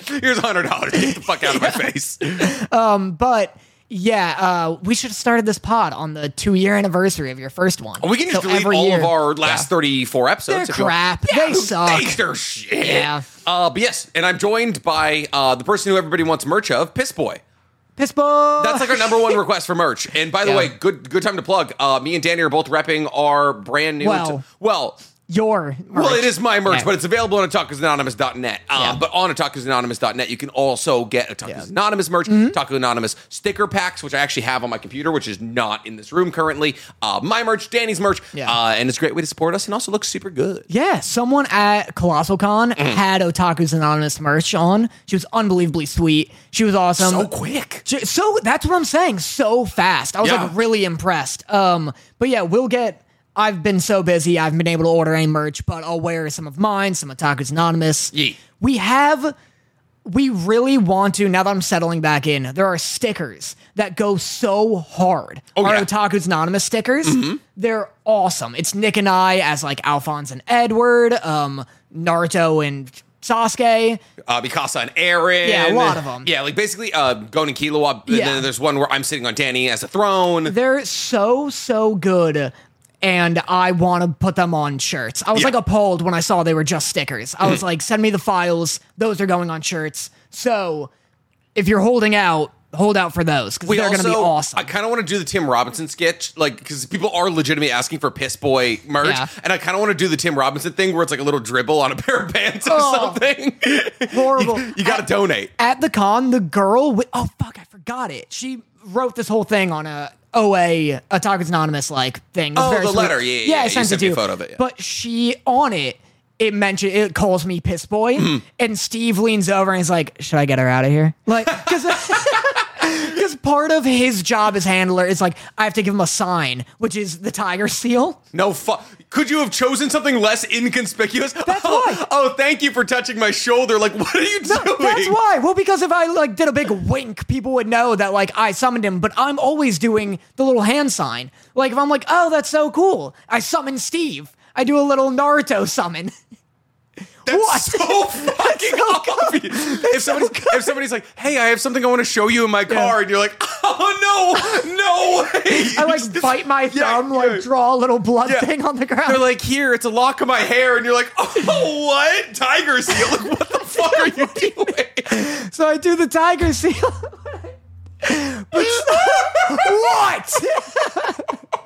S1: Here's a hundred dollars. Get the fuck out of my face.
S2: But yeah, uh, we should have started this pod on the two year anniversary of your first one.
S1: We can just
S2: So
S1: delete
S2: every
S1: all of
S2: year-
S1: our last 34 episodes.
S2: They're
S1: if you want.
S2: crap.
S1: Yeah,
S2: They
S1: who
S2: suck.
S1: thinks They're shit.
S2: Yeah.
S1: Uh, but yes, and I'm joined by uh, the person who everybody wants merch of, Piss Boy.
S2: Piss boy.
S1: That's like our number one request for merch. And by the
S2: Yeah.
S1: way, good good time to plug. Uh, me and Danny are both repping our brand new.
S2: Well.
S1: well,
S2: your.
S1: well, it is my merch,
S2: Yeah.
S1: but it's available on otakusanonymous.net. Um,
S2: Yeah.
S1: But on otakusanonymous.net, you can also get Otaku's
S2: Yeah. Mm-hmm.
S1: Anonymous merch, Otaku Anonymous sticker packs, which I actually have on my computer, which is not in this room currently. Uh, my merch, Danny's merch,
S2: Yeah.
S1: uh, and it's a great way to support us and also looks super good.
S2: Yeah, someone at Colossal Con
S1: Mm.
S2: had Otaku's Anonymous merch on. She was unbelievably sweet. She was awesome.
S1: so quick.
S2: J- so that's what I'm saying. So fast. I was
S1: Yeah.
S2: like really impressed. Um, but yeah, we'll get. I've been so busy. I haven't been able to order any merch, but I'll wear some of mine, some Otaku's Anonymous.
S1: Yeet.
S2: We have. We really want to. Now that I'm settling back in, there are stickers that go so hard.
S1: Oh,
S2: Our
S1: yeah. Mm-hmm.
S2: Otaku's Anonymous stickers. They're awesome. It's Nick and I as like Alphonse and Edward, um, Naruto and Sasuke.
S1: Uh, Mikasa and Aaron.
S2: Yeah, a lot of 'em.
S1: Yeah, like basically uh, Gon and Killua. And
S2: Yeah.
S1: then there's one where I'm sitting on Danny as a throne.
S2: They're so so good, and I want to put them on shirts. I was
S1: Yeah. Hmm.
S2: like appalled when I saw they were just stickers. I was like, send me the files; those are going on shirts. So if you're holding out, hold out for those because
S1: We
S2: they're going to be
S1: also-
S2: awesome.
S1: I kind of want to do the Tim Robinson sketch, like because people are legitimately asking for piss boy merch,
S2: Yeah.
S1: and I kind of want to do the Tim Robinson thing where it's like a little dribble on a pair of pants or
S2: Oh.
S1: something.
S2: Horrible.
S1: you got to donate.
S2: At the con, the girl with oh fuck, I forgot it. She wrote this whole thing on a OA Otaku's Anonymous like thing. It was
S1: Oh,
S2: very
S1: the
S2: sweet.
S1: letter. Yeah, yeah, yeah.
S2: I
S1: You
S2: sent
S1: sent
S2: it to
S1: me a
S2: you.
S1: photo of it, yeah.
S2: But she on it, it mentioned it calls me piss boy,
S1: Hmm.
S2: and Steve leans over and is like, "Should I get her out of here?" Like because. Because part of his job as handler is like, I have to give him a sign, which is the tiger seal.
S1: No fuck. Could you have chosen something less inconspicuous? That's oh,
S2: why.
S1: Oh, thank you for touching my shoulder. Like, what are you doing?
S2: That's why. Well, because if I like did a big wink, people would know that like I summoned him. But I'm always doing the little hand sign. Like if I'm like, oh, that's so cool. I summon Steve. I do a little Naruto summon.
S1: That's
S2: What?
S1: so fucking
S2: so good.
S1: obvious. If somebody's, if somebody's like, "Hey, I have something I want to show you in my car," and you're like, "Oh no, no way!"
S2: I like bite my thumb, like draw a little blood
S1: Yeah.
S2: thing on the ground.
S1: They're like, "Here, it's a lock of my hair," and you're like, "Oh, what? Tiger seal? Like, what the fuck are you doing?"
S2: so I do the tiger seal. But- what?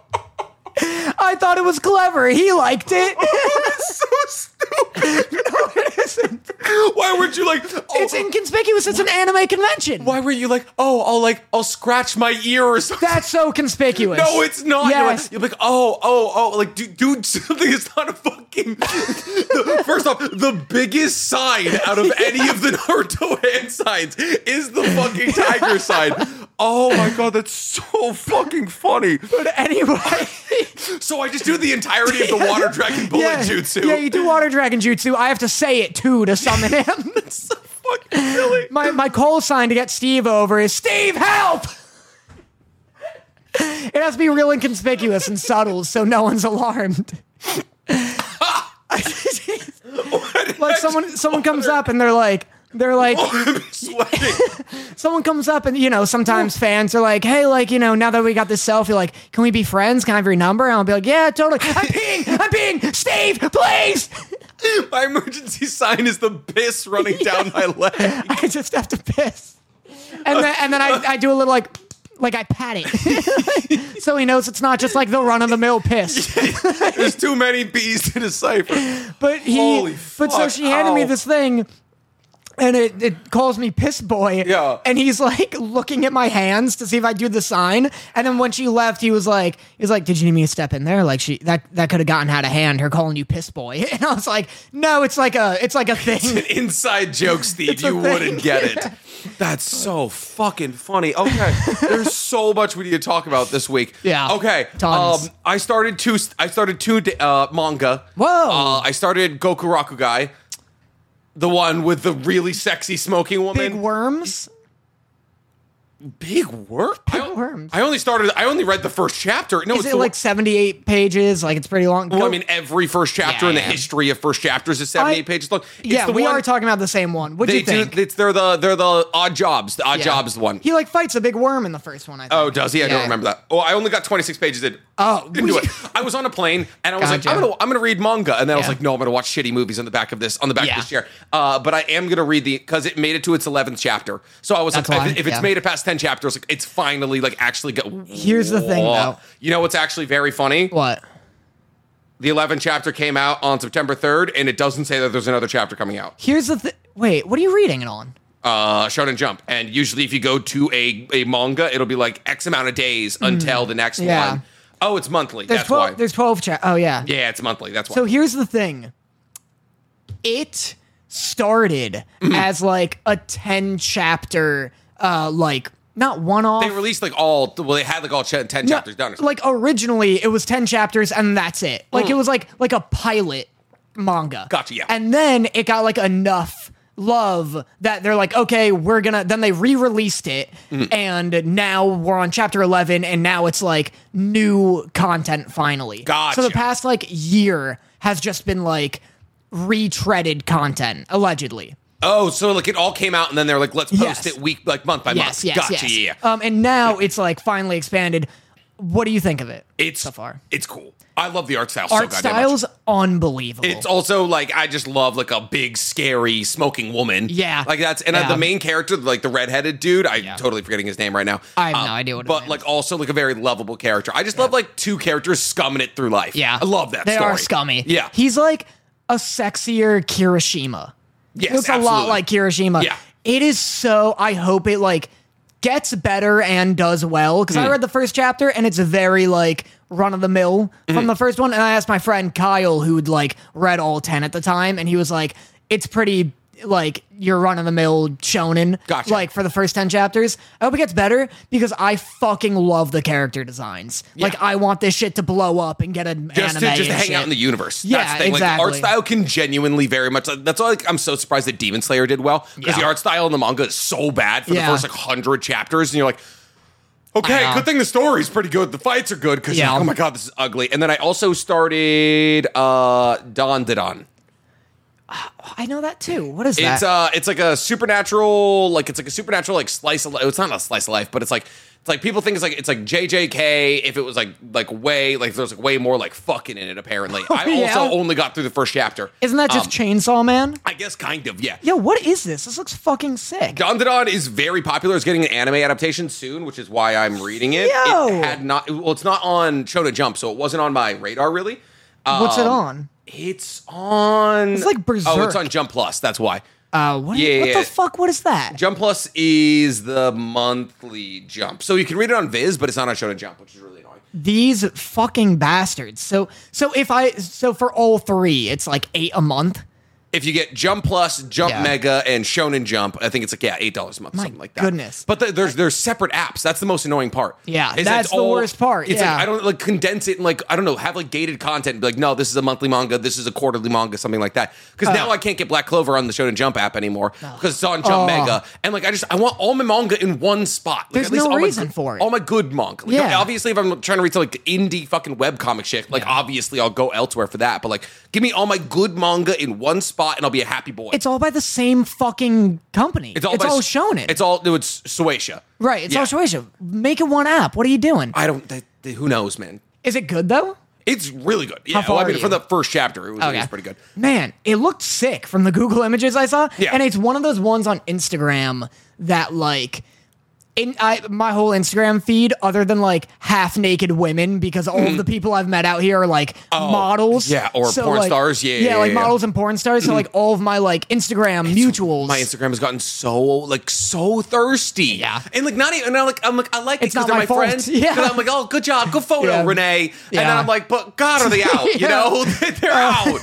S2: I thought it was clever. He liked it.
S1: so stupid. Why weren't you like? Oh,
S2: It's inconspicuous. It's an anime convention.
S1: why were you like? Oh, I'll like, I'll scratch my ear or something.
S2: That's so conspicuous.
S1: No, it's not. You're,
S2: Yes.
S1: like, you're like, oh, oh, oh, like, dude, dude something is not a fucking. the, first off, the biggest sign out of any of the Naruto hand signs is the fucking tiger sign. Oh my god, that's so fucking funny.
S2: But anyway,
S1: So I just do the entirety of the water dragon bullet
S2: yeah,
S1: jutsu.
S2: yeah, you do water dragon jutsu. I have to say it too to summon him.
S1: It's so fucking silly.
S2: My my call sign to get Steve over is Steve help. it has to be real and conspicuous and subtle, so no one's alarmed. like someone someone comes up and they're like they're like
S1: I'm sweating.
S2: someone comes up and you know sometimes fans are like hey like you know now that we got this selfie like can we be friends can i have your number and i'll be like yeah totally i'm peeing i'm peeing steve please
S1: my emergency sign is the piss running down my leg.
S2: i just have to piss and then and then i, I do a little like like i pat it so he knows it's not just like the run-of-the-mill piss
S1: There's too many bees to decipher.
S2: but he
S1: Holy
S2: but so
S1: fuck,
S2: she handed me
S1: ow.
S2: this thing and it, it calls me piss boy
S1: Yeah.
S2: and he's like looking at my hands to see if i do the sign and then when she left he was like he was like did you need me to step in there like she that that could have gotten out of hand her calling you piss boy and i was like no it's like a it's like a thing
S1: Inside joke, Steve.
S2: a
S1: You
S2: thing.
S1: wouldn't get it. That's so fucking funny. Okay, there's so much we need to talk about this week.
S2: Yeah.
S1: Okay.
S2: Tons.
S1: Um, I started two. I started two uh, manga.
S2: Whoa.
S1: Uh, I started Goku Rakugai, the one with the really sexy smoking woman.
S2: big worms
S1: Big work. Big I,
S2: worms.
S1: I only started. I only read the first chapter. No,
S2: is
S1: it's the-
S2: it like 78 pages like it's pretty long
S1: Well,
S2: Go-
S1: I mean, every first chapter
S2: Yeah,
S1: in the
S2: yeah.
S1: history of first chapters is seventy-eight
S2: I-
S1: pages long. It's
S2: yeah
S1: the
S2: we
S1: one-
S2: are talking about the same one what do
S1: They
S2: you think
S1: do. It's they're the they're the odd jobs. The odd
S2: Yeah.
S1: jobs one.
S2: he like fights a big worm in the first one i think
S1: Oh, does he? I
S2: Yeah.
S1: don't remember that. Oh, I only got 26 pages in.
S2: Oh,
S1: didn't do it. I was on a plane and I was like,
S2: Gotcha.
S1: I'm gonna, I'm gonna read manga, and then I was
S2: Yeah.
S1: like, no, I'm gonna watch shitty movies on the back of this, on the back
S2: Yeah.
S1: of this chair. Uh, but I am gonna read the because it made it to its 11th chapter. So I was
S2: That's
S1: like,
S2: why,
S1: if, if it's
S2: yeah.
S1: made it past 10 chapters, like it's finally like actually. Go-
S2: Here's the thing, though.
S1: You know what's actually very funny?
S2: what
S1: The 11th chapter came out on September 3rd, and it doesn't say that there's another chapter coming out.
S2: Here's the th- wait. What are you reading it on?
S1: uh, Shonen Jump. And usually, if you go to a, a manga, it'll be like X amount of days until the next
S2: Hmm. yeah.
S1: one. Oh, it's monthly.
S2: There's
S1: That's
S2: twelve.
S1: why.
S2: There's twelve. Cha- oh yeah.
S1: yeah, it's monthly. That's why.
S2: So here's the thing. It started
S1: Mm-hmm.
S2: as like a ten chapter, uh, like not one off.
S1: they released like all. Well, they had like all ch- ten chapters done. Or something. Mm.
S2: Like originally, it was ten chapters, and that's it. Like it was like like a pilot manga.
S1: Gotcha, yeah.
S2: And then it got like enough love that they're like, okay, we're gonna. Then they re-released it,
S1: Mm-hmm.
S2: and now we're on chapter eleven, and now it's like new content finally.
S1: Gotcha.
S2: So the past like year has just been like retreaded content allegedly.
S1: oh, so like it all came out, and then they're like, let's post
S2: Yes.
S1: it week like month by
S2: Yes,
S1: month.
S2: yes,
S1: gotcha.
S2: yes.
S1: Yeah, yeah.
S2: Um, and now it's like finally expanded. What do you think of it?
S1: It's
S2: so far.
S1: It's cool. I love the art style. so
S2: art
S1: goddamn much.
S2: style's unbelievable.
S1: It's also like I just love like a big scary smoking woman.
S2: Yeah.
S1: like that's and uh,
S2: Yeah.
S1: the main character, like the redheaded dude. I'm totally forgetting his name right now. Uh,
S2: I have no idea what his
S1: But
S2: name
S1: like also like a very lovable character. I just love like two characters scumming it through life.
S2: yeah,
S1: I love that.
S2: They
S1: story.
S2: are scummy.
S1: Yeah,
S2: he's like a sexier Kirishima.
S1: Yes,
S2: looks a lot
S1: absolutely.
S2: like Kirishima.
S1: Yeah.
S2: it is so. I hope it like gets better and does well because
S1: Mm.
S2: I read the first chapter and it's very like run of the mill
S1: Mm.
S2: from the first one. And I asked my friend Kyle who would like read all ten at the time, and he was like, "It's pretty." Like your run of the mill shonen,
S1: Gotcha.
S2: like for the first 10 chapters. I hope it gets better because I fucking love the character designs. Like, I want this shit to blow up and get an
S1: just to
S2: anime
S1: just to
S2: and
S1: hang
S2: shit.
S1: out in the universe.
S2: Yeah,
S1: That's the thing. Like, the art
S2: exactly.
S1: style can genuinely very much. That's why like, I'm so surprised that Demon Slayer did well because
S2: Yeah.
S1: the art style in the manga is so bad for
S2: Yeah.
S1: the first like hundred chapters, and you're like. Okay,
S2: know.
S1: good thing the story's pretty good. The fights are good because
S2: Yeah.
S1: oh my god, this is ugly. And then I also started uh Don Didon.
S2: I know that too. What is
S1: It's
S2: that?
S1: uh it's like a supernatural like it's like a supernatural like slice of life. It's not a slice of life, but it's like it's like people think it's like it's like JJK if it was like like way like there's like way more like fucking in it apparently. I
S2: Oh, yeah?
S1: also only got through the first chapter.
S2: Isn't that just
S1: Um,
S2: Chainsaw Man?
S1: I guess kind of, yeah.
S2: Yo, what is this? This looks fucking sick.
S1: Dandadan is very popular. It's getting an anime adaptation soon, which is why I'm reading it.
S2: Yo!
S1: It had not well, it's not on Shonen Jump, so it wasn't on my radar really.
S2: What's it
S1: Um,
S2: on?
S1: It's on. It's
S2: like
S1: Oh, it's
S2: Berserk.
S1: on Jump Plus. That's why.
S2: Uh, what,
S1: yeah,
S2: what
S1: yeah.
S2: the fuck? What is that?
S1: Jump Plus is the monthly jump, so you can read it on Viz, but it's not on Shonen Jump, which is really annoying.
S2: These fucking bastards. So, so if I, so for all three, it's like eight a month.
S1: If you get Jump Plus, Jump
S2: Yeah.
S1: Mega, and Shonen Jump, I think it's like yeah, eight dollars a month,
S2: My
S1: something like that.
S2: goodness.
S1: But the, there's there's separate apps. That's the most annoying part.
S2: Yeah,
S1: Is that
S2: that's
S1: it's
S2: the worst part,
S1: It's
S2: yeah.
S1: like I don't like condense it and like I don't know have like gated content. And be like no, this is a monthly manga. This is a quarterly manga, something like that. Because now I can't get Black Clover on the Shonen Jump app anymore because it's on Jump
S2: Oh.
S1: Mega. And like I just I want all my manga in one spot. Like,
S2: There's
S1: at least
S2: no
S1: all my
S2: reason
S1: good-
S2: for it.
S1: All my good manga. Like,
S2: Yeah.
S1: Obviously, if I'm trying to read some like indie fucking webcomic shit, like obviously I'll go elsewhere for that. But like, give me all my good manga in one spot, and I'll be a happy boy.
S2: It's all by the same fucking company. It's all,
S1: by-
S2: shown it.
S1: It's all no, it's Suecia.
S2: right. It's
S1: Yeah.
S2: all Shueisha. Make it one app. What are you doing?
S1: I don't. That, that- who knows, man?
S2: Is it good though?
S1: It's really good. Yeah.
S2: far
S1: well, I
S2: are
S1: mean,
S2: you? Oh,
S1: for the first chapter, it was, it
S2: Okay.
S1: was pretty good.
S2: Man, it looked sick from the Google images I saw.
S1: Yeah.
S2: And it's one of those ones on Instagram that like in I, my whole Instagram feed, other than like half naked women, because all of the people I've met out here are like models.
S1: Hmm. Oh, yeah, or porn
S2: like-
S1: stars. Yeah,
S2: Yeah,
S1: yeah,
S2: like
S1: yeah. Hmm.
S2: models and porn stars. So like all of my like Instagram mutuals.
S1: My Instagram has gotten so like so thirsty.
S2: Yeah.
S1: and like not even. And I'm like, I'm like, I like it
S2: It's
S1: because they're
S2: not my
S1: my,
S2: fault.
S1: friends.
S2: Yeah.
S1: 'Cause I'm like, oh, good job, good photo,
S2: Yeah.
S1: Renee. And then
S2: Yeah.
S1: I'm like, but God, are they out? You
S2: Yeah. Oh.
S1: know, they're out.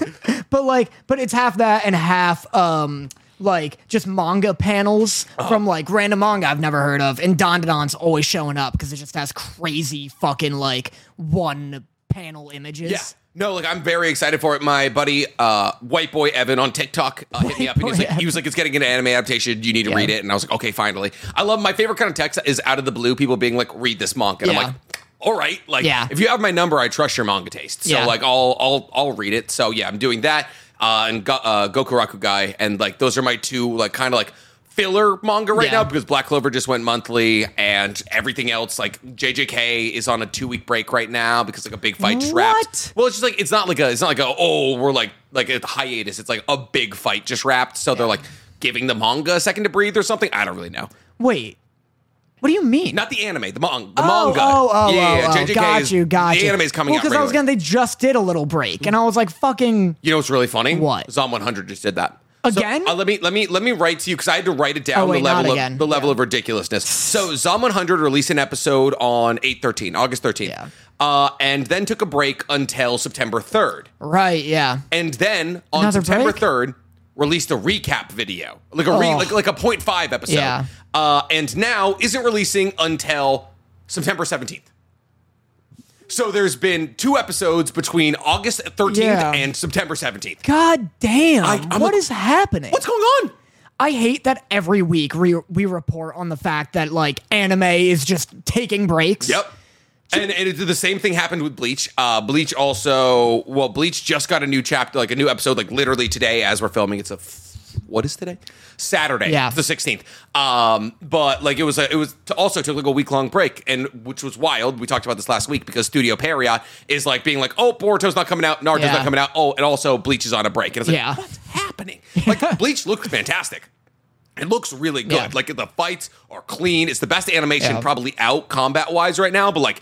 S2: but like but it's half that and half um like just manga panels
S1: Uh-huh.
S2: from like random manga I've never heard of, and Dondon's always showing up because it just has crazy fucking like one panel images.
S1: Yeah. No, like I'm very excited for it. My buddy, uh, white boy Evan on TikTok, uh, hit me up and he was
S2: boy
S1: like, he was like, it's getting an anime adaptation. You need to
S2: Yeah.
S1: read it. And I was like, okay, finally. I love my favorite kind of text is out of the blue. People being like, read this manga. And
S2: Yeah.
S1: I'm like, all right, like
S2: Yeah.
S1: if you have my number, I trust your manga taste. So
S2: Yeah.
S1: like, I'll I'll I'll read it. So yeah, I'm doing that. Uh, and Go- uh, Goku Raku guy, and like those are my two like kind of like filler manga right now
S2: Yeah.
S1: because Black Clover just went monthly and everything else like JJK is on a two week break right now because like a big fight
S2: What?
S1: trapped. Well, it's just like it's not like a it's not like a oh we're like like a hiatus. It's like a big fight just wrapped. So they're like giving the manga a second to breathe or something. I don't really know.
S2: Wait, what do you mean?
S1: Not the anime, the manga. The
S2: Oh,
S1: manga.
S2: Oh, oh,
S1: yeah,
S2: oh, oh,
S1: JJK
S2: got
S1: is,
S2: you, got
S1: The
S2: you.
S1: anime is coming
S2: well,
S1: out
S2: because I was
S1: regularly.
S2: gonna, they just did a little break, and I was like, fucking,
S1: You know what's really funny?
S2: What?
S1: Zom 100 just did that.
S2: Again?
S1: So, uh, let me let me let me write to you because I had to write it down
S2: Oh, wait,
S1: the
S2: not
S1: level
S2: again.
S1: of the level
S2: Yeah.
S1: of ridiculousness. So Zom 100 released an episode on 813, August 13th.
S2: Yeah.
S1: Uh, and then took a break until September 3rd.
S2: right, yeah.
S1: And then on
S2: Another
S1: September
S2: break?
S1: 3rd, released a recap video. Like a re,
S2: Oh.
S1: like like a 0.5 episode.
S2: Yeah.
S1: Uh, and now isn't releasing until September 17th. So there's been two episodes between August 13th
S2: Yeah.
S1: and September 17th.
S2: God damn, What is
S1: I'm like-
S2: happening?
S1: What's going on?
S2: I hate that every week we we report on the fact that like anime is just taking breaks.
S1: Yep. And, and it, the same thing happened with Bleach. Uh, Bleach also, well, Bleach just got a new chapter, like a new episode, like literally today as we're filming. It's a f- what is today? Saturday,
S2: Yeah.
S1: It's the sixteenth. Um, but like it was, a, it was to also took like a week long break, and which was wild. We talked about this last week because Studio Period is like being like, oh, Boruto's not coming out, Naruto's
S2: Yeah.
S1: not coming out. Oh, and also Bleach is on a break, and it's like,
S2: Yeah.
S1: what's happening? Like Bleach looked fantastic. It looks really good.
S2: Yeah.
S1: Like the fights are clean. It's the best animation
S2: Yeah.
S1: probably out combat wise right now, but like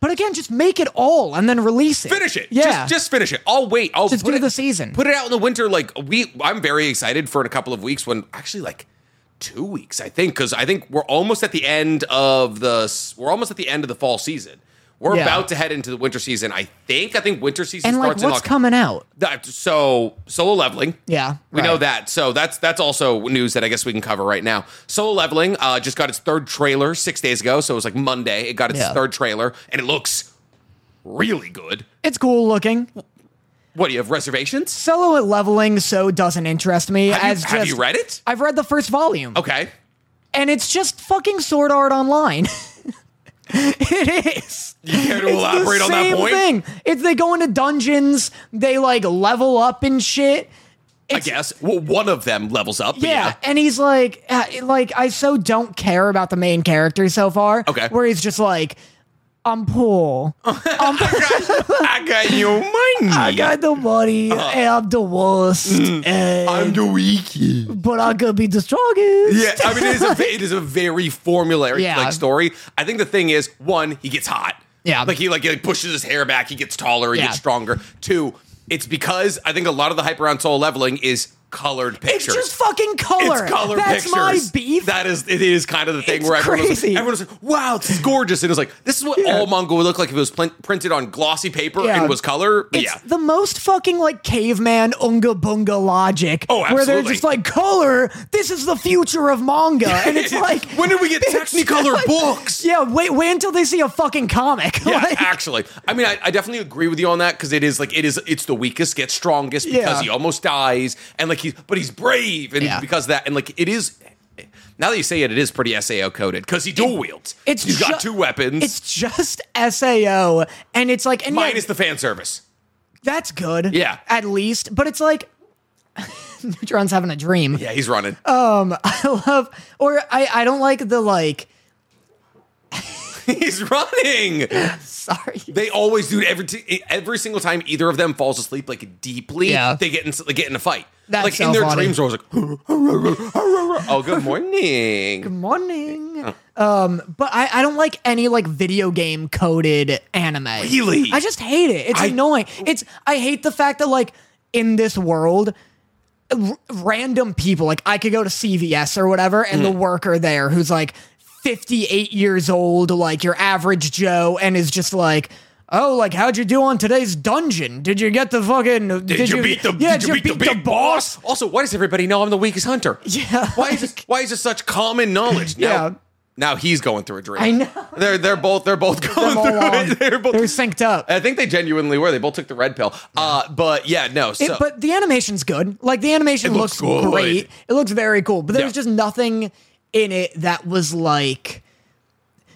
S2: But again, just make it all and then release it.
S1: finish it.
S2: Yeah.
S1: Just, just finish it. I'll wait. I'll
S2: Just
S1: put
S2: do
S1: it,
S2: the season.
S1: Put it out in the winter. Like we, I'm very excited for in a couple of weeks. When actually, like two weeks, I think, because I think we're almost at the end of the. s- We're almost at the end of the fall season. We're
S2: Yeah.
S1: about to head into the winter season. I think. I think winter season
S2: and like,
S1: starts
S2: what's
S1: in August.
S2: coming out?
S1: That- so solo leveling.
S2: Yeah,
S1: we
S2: right.
S1: know that. So that's that's also news that I guess we can cover right now. Solo leveling uh, just got its third trailer six days ago. So it was like Monday. It got its
S2: Yeah.
S1: third trailer, and it looks really good.
S2: It's cool looking.
S1: What do you have reservations?
S2: Solo at leveling so doesn't interest me.
S1: Have, you,
S2: as
S1: have
S2: just,
S1: you read it?
S2: I've read the first volume,
S1: Okay.
S2: and it's just fucking Sword Art Online. it is.
S1: You care to elaborate
S2: the
S1: on
S2: same
S1: that point?
S2: thing. It's they go into dungeons, they like level up and shit.
S1: I guess. Well, one of them levels up. but
S2: Yeah, and he's like, uh, like I so don't care about the main character so far.
S1: Okay. Uh-huh.
S2: where he's just like, I'm poor,
S1: I got your money.
S2: Oh I got the money, and I'm the worst, and-
S1: Uh-huh. Mm-hmm. I'm the weakest.
S2: but I could be the strongest.
S1: Yeah, I mean it is a ve- it is a very formulaic
S2: Yeah.
S1: like story. I think the thing is one, he gets hot.
S2: Yeah.
S1: like he like, he, like, pushes his hair back, he gets taller, he
S2: Yeah.
S1: gets stronger. Two, it's because I think a lot of the hype around soul leveling is colored pictures.
S2: It's just fucking color.
S1: It's color
S2: That's
S1: pictures.
S2: my beef.
S1: That is, it is kind of the thing
S2: It's
S1: where everyone was, like,
S2: crazy.
S1: everyone was like, "Wow, this is gorgeous," and it was like, "This is what all Mongol would look like if it was plin- printed on glossy paper
S2: Yeah.
S1: and was color." But
S2: it's
S1: yeah,
S2: the most fucking like caveman unga bunga logic.
S1: Oh,
S2: Where they're
S1: absolutely.
S2: just like, color, this is the future of manga. And it's like,
S1: when did we get
S2: it's
S1: Technicolor
S2: like-
S1: books?
S2: Yeah, wait, wait until they see a fucking comic.
S1: Yeah,
S2: Like,
S1: actually, I mean, I, I definitely agree with you on that because it is like it is. It's the weakest gets strongest because
S2: Yeah.
S1: he almost dies, and like he's but he's brave, and
S2: Yeah.
S1: because of that, and like it is. Now that you say it, it is pretty Sao coded because he dual wields.
S2: it's
S1: he's got
S2: ju-
S1: two weapons
S2: It's just Sao, and it's like, and yeah,
S1: minus the fan service.
S2: that's good.
S1: Yeah.
S2: at least. But it's like, Neutron's having a dream.
S1: Yeah, he's running.
S2: Uh, I love, or I, I don't like the like.
S1: he's running.
S2: Sorry.
S1: They always do it every t- e, every single time either of them falls asleep like deeply.
S2: Yeah.
S1: they get in they get in a fight.
S2: That's
S1: like
S2: so
S1: in their
S2: funny.
S1: dreams, are always like, "Oh, good morning."
S2: morning. Um, but I, I don't like any like video game coded anime.
S1: Really?
S2: I just hate it. It's
S1: I-
S2: annoying. It's I hate the fact that like in this world r- random people like I could go to CVS or whatever and the worker there who's like 58 years old like your average Joe and is just like Oh, like how'd you do on today's dungeon? Did you get the fucking? Did, Yeah, did, you, beat, the, boss?
S1: Also, why does everybody know I'm the weakest hunter?
S2: Yeah.
S1: Why is this, why is this such common knowledge? Now,
S2: Yeah.
S1: Now he's going through a dream.
S2: I know.
S1: They're they're both they're both going
S2: all
S1: through
S2: on.
S1: it. They're both.
S2: They're synced up.
S1: I think they genuinely were. They both took the red pill. Uh, but yeah, no.
S2: It-
S1: So
S2: but the animation's good. Like the animation
S1: It looks
S2: looks,
S1: good.
S2: great. It looks very cool. But there
S1: Yeah.
S2: was just nothing in it that was like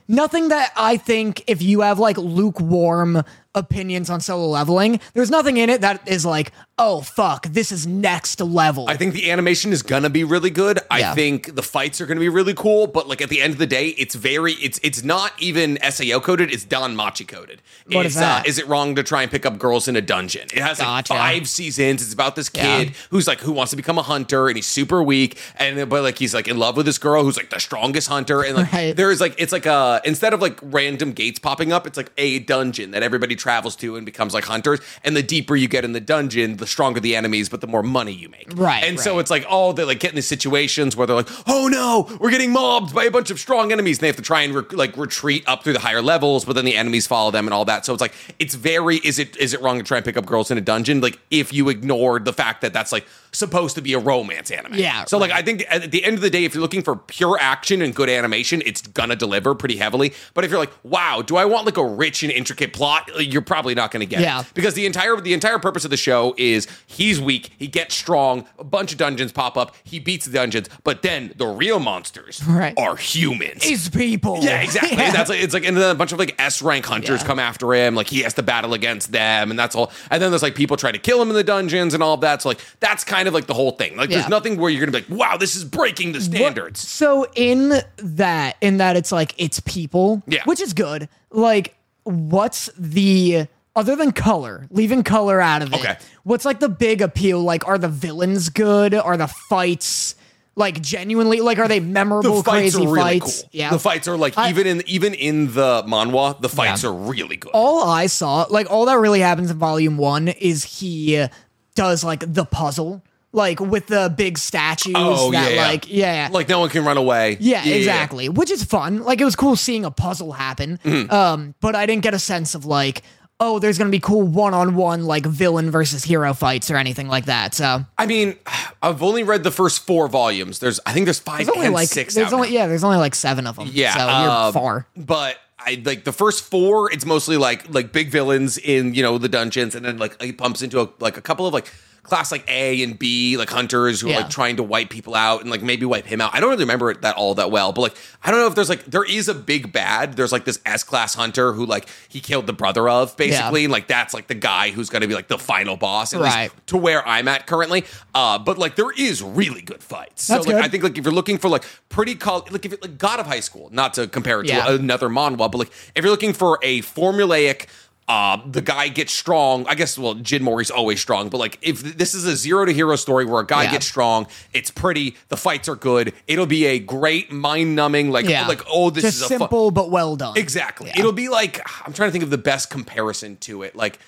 S2: nothing that I think if you have like lukewarm opinions on solo leveling, there's nothing in it that is like, oh fuck, this is next level.
S1: I think the animation is gonna be really good. I
S2: Yeah.
S1: think the fights are gonna be really cool, but like at the end of the day, it's very it's it's not even Sao coded, it's Don Machi coded.
S2: What
S1: it's
S2: is that?
S1: Uh, is it wrong to try and pick up girls in a dungeon? It has
S2: Gotcha.
S1: like five seasons. It's about this
S2: Yeah.
S1: kid who's like who wants to become a hunter and he's super weak and then- but like he's like in love with this girl who's like the strongest hunter and like
S2: Right.
S1: there is like it's like a instead of like random gates popping up, it's like a dungeon that everybody travels to and becomes like hunters. And the deeper you get in the dungeon, the stronger the enemies, but the more money you make.
S2: Right,
S1: And so
S2: right.
S1: it's like, oh, they like get in these situations where they're like, oh no, we're getting mobbed by a bunch of strong enemies. And they have to try and re- like retreat up through the higher levels, but then the enemies follow them and all that. So it's like, it's very, is it is it wrong to try and pick up girls in a dungeon? Like, if you ignored the fact that that's like supposed to be a romance anime.
S2: Yeah,
S1: So like, I think at at the end of the day, if you're looking for pure action and good animation, it's gonna deliver pretty heavily. But if you're like, wow, do I want like a rich and intricate plot? Like, You're probably not gonna get it
S2: Yeah.
S1: because the entire the entire purpose of the show is he's weak, he gets strong, a bunch of dungeons pop up, he beats the dungeons, but then the real monsters
S2: Right.
S1: are humans.
S2: is people.
S1: yeah, exactly.
S2: Yeah.
S1: And that's like, it's like, and then a bunch of like S rank hunters
S2: Yeah.
S1: come after him. Like he has to battle against them, and that's all. And then there's like people trying to kill him in the dungeons and all of that. So like that's kind of like the whole thing. Like
S2: Yeah.
S1: there's nothing where you're gonna be like, wow, this is breaking the
S2: What-
S1: standards.
S2: so in that, in that it's like it's people,
S1: Yeah.
S2: which is good. Like, what's the other than color, leaving color out of it?
S1: Okay.
S2: What's like the big appeal? Like, are the villains good? Are the fights like genuinely like are they memorable? crazy fights.
S1: cool.
S2: Yeah.
S1: The fights are like
S2: I-
S1: even in even in the manhwa, the fights are really good.
S2: all I saw, like all that really happens in volume one is he does like the puzzle, like with the big statues
S1: Oh,
S2: that like yeah.
S1: like no one can run away.
S2: Yeah, exactly. Which is fun. Like it was cool seeing a puzzle happen.
S1: Mm-hmm.
S2: Um, but I didn't get a sense of like, oh, there's gonna be cool one on one like villain versus hero fights or anything like that. So
S1: I mean, I've only read the first four volumes. There's, I think there's five
S2: there's only
S1: and
S2: like
S1: six.
S2: there's
S1: out
S2: only
S1: now.
S2: yeah, there's only like seven of them.
S1: yeah,
S2: so
S1: uh,
S2: you're far.
S1: But I like the first four. It's mostly like like big villains in you know the dungeons, and then like it pumps into a, like a couple of like class like A and B like hunters who
S2: Yeah.
S1: are like trying to wipe people out and like maybe wipe him out. I don't really remember it that all that well, but like I don't know if there's like there is a big bad. There's like this S class hunter who like he killed the brother of basically, and like that's like the guy who's going to be like the final boss, at
S2: Right.
S1: least to where I'm at currently. Uh, but like there is really good fights.
S2: That's
S1: so like
S2: good.
S1: I think like if you're looking for like pretty color, like if you're like God of High School, not to compare it
S2: Yeah.
S1: to another manhwa, but like if you're looking for a formulaic. Uh, the guy gets strong. I guess, well, Jin Mori's always strong, but like, if th- this is a zero to hero story where a guy
S2: Yeah.
S1: gets strong, it's pretty, the fights are good, it'll be a great, mind numbing, like,
S2: Yeah.
S1: like, oh, this
S2: Just
S1: is a fun-
S2: simple but well done.
S1: Exactly. It'll be like I'm trying to think of the best comparison to it. Like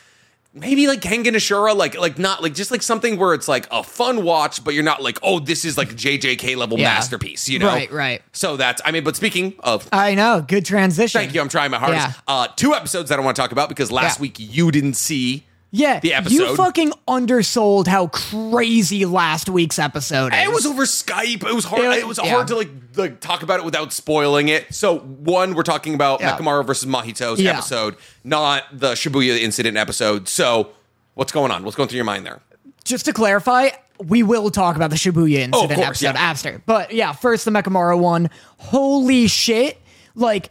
S1: maybe like Kengan Ashura, like like not like just like something where it's like a fun watch, but you're not like, oh, this is like a JJK level
S3: Yeah.
S1: masterpiece, you know?
S3: Right, right.
S1: So that's I mean, but speaking of
S2: I know. Good transition.
S1: thank you, I'm trying my hardest.
S3: Yeah.
S1: Uh two episodes that I want to talk about because last
S3: Yeah.
S1: week you didn't see
S2: Yeah,
S1: the episode.
S2: you fucking undersold how crazy last week's episode is.
S1: It was over Skype. It was hard.
S2: It-
S1: It, was
S3: yeah.
S1: hard to like like talk about it without spoiling it. So one, we're talking about
S2: Yeah.
S1: Nakamura versus Mahito's
S2: Yeah.
S1: episode, not the Shibuya incident episode. So what's going on? What's going through your mind there?
S2: just to clarify, we will talk about the Shibuya incident
S1: Oh, of course,
S2: episode
S1: yeah.
S2: after. But yeah, first the Mechamaru one. Holy shit. Like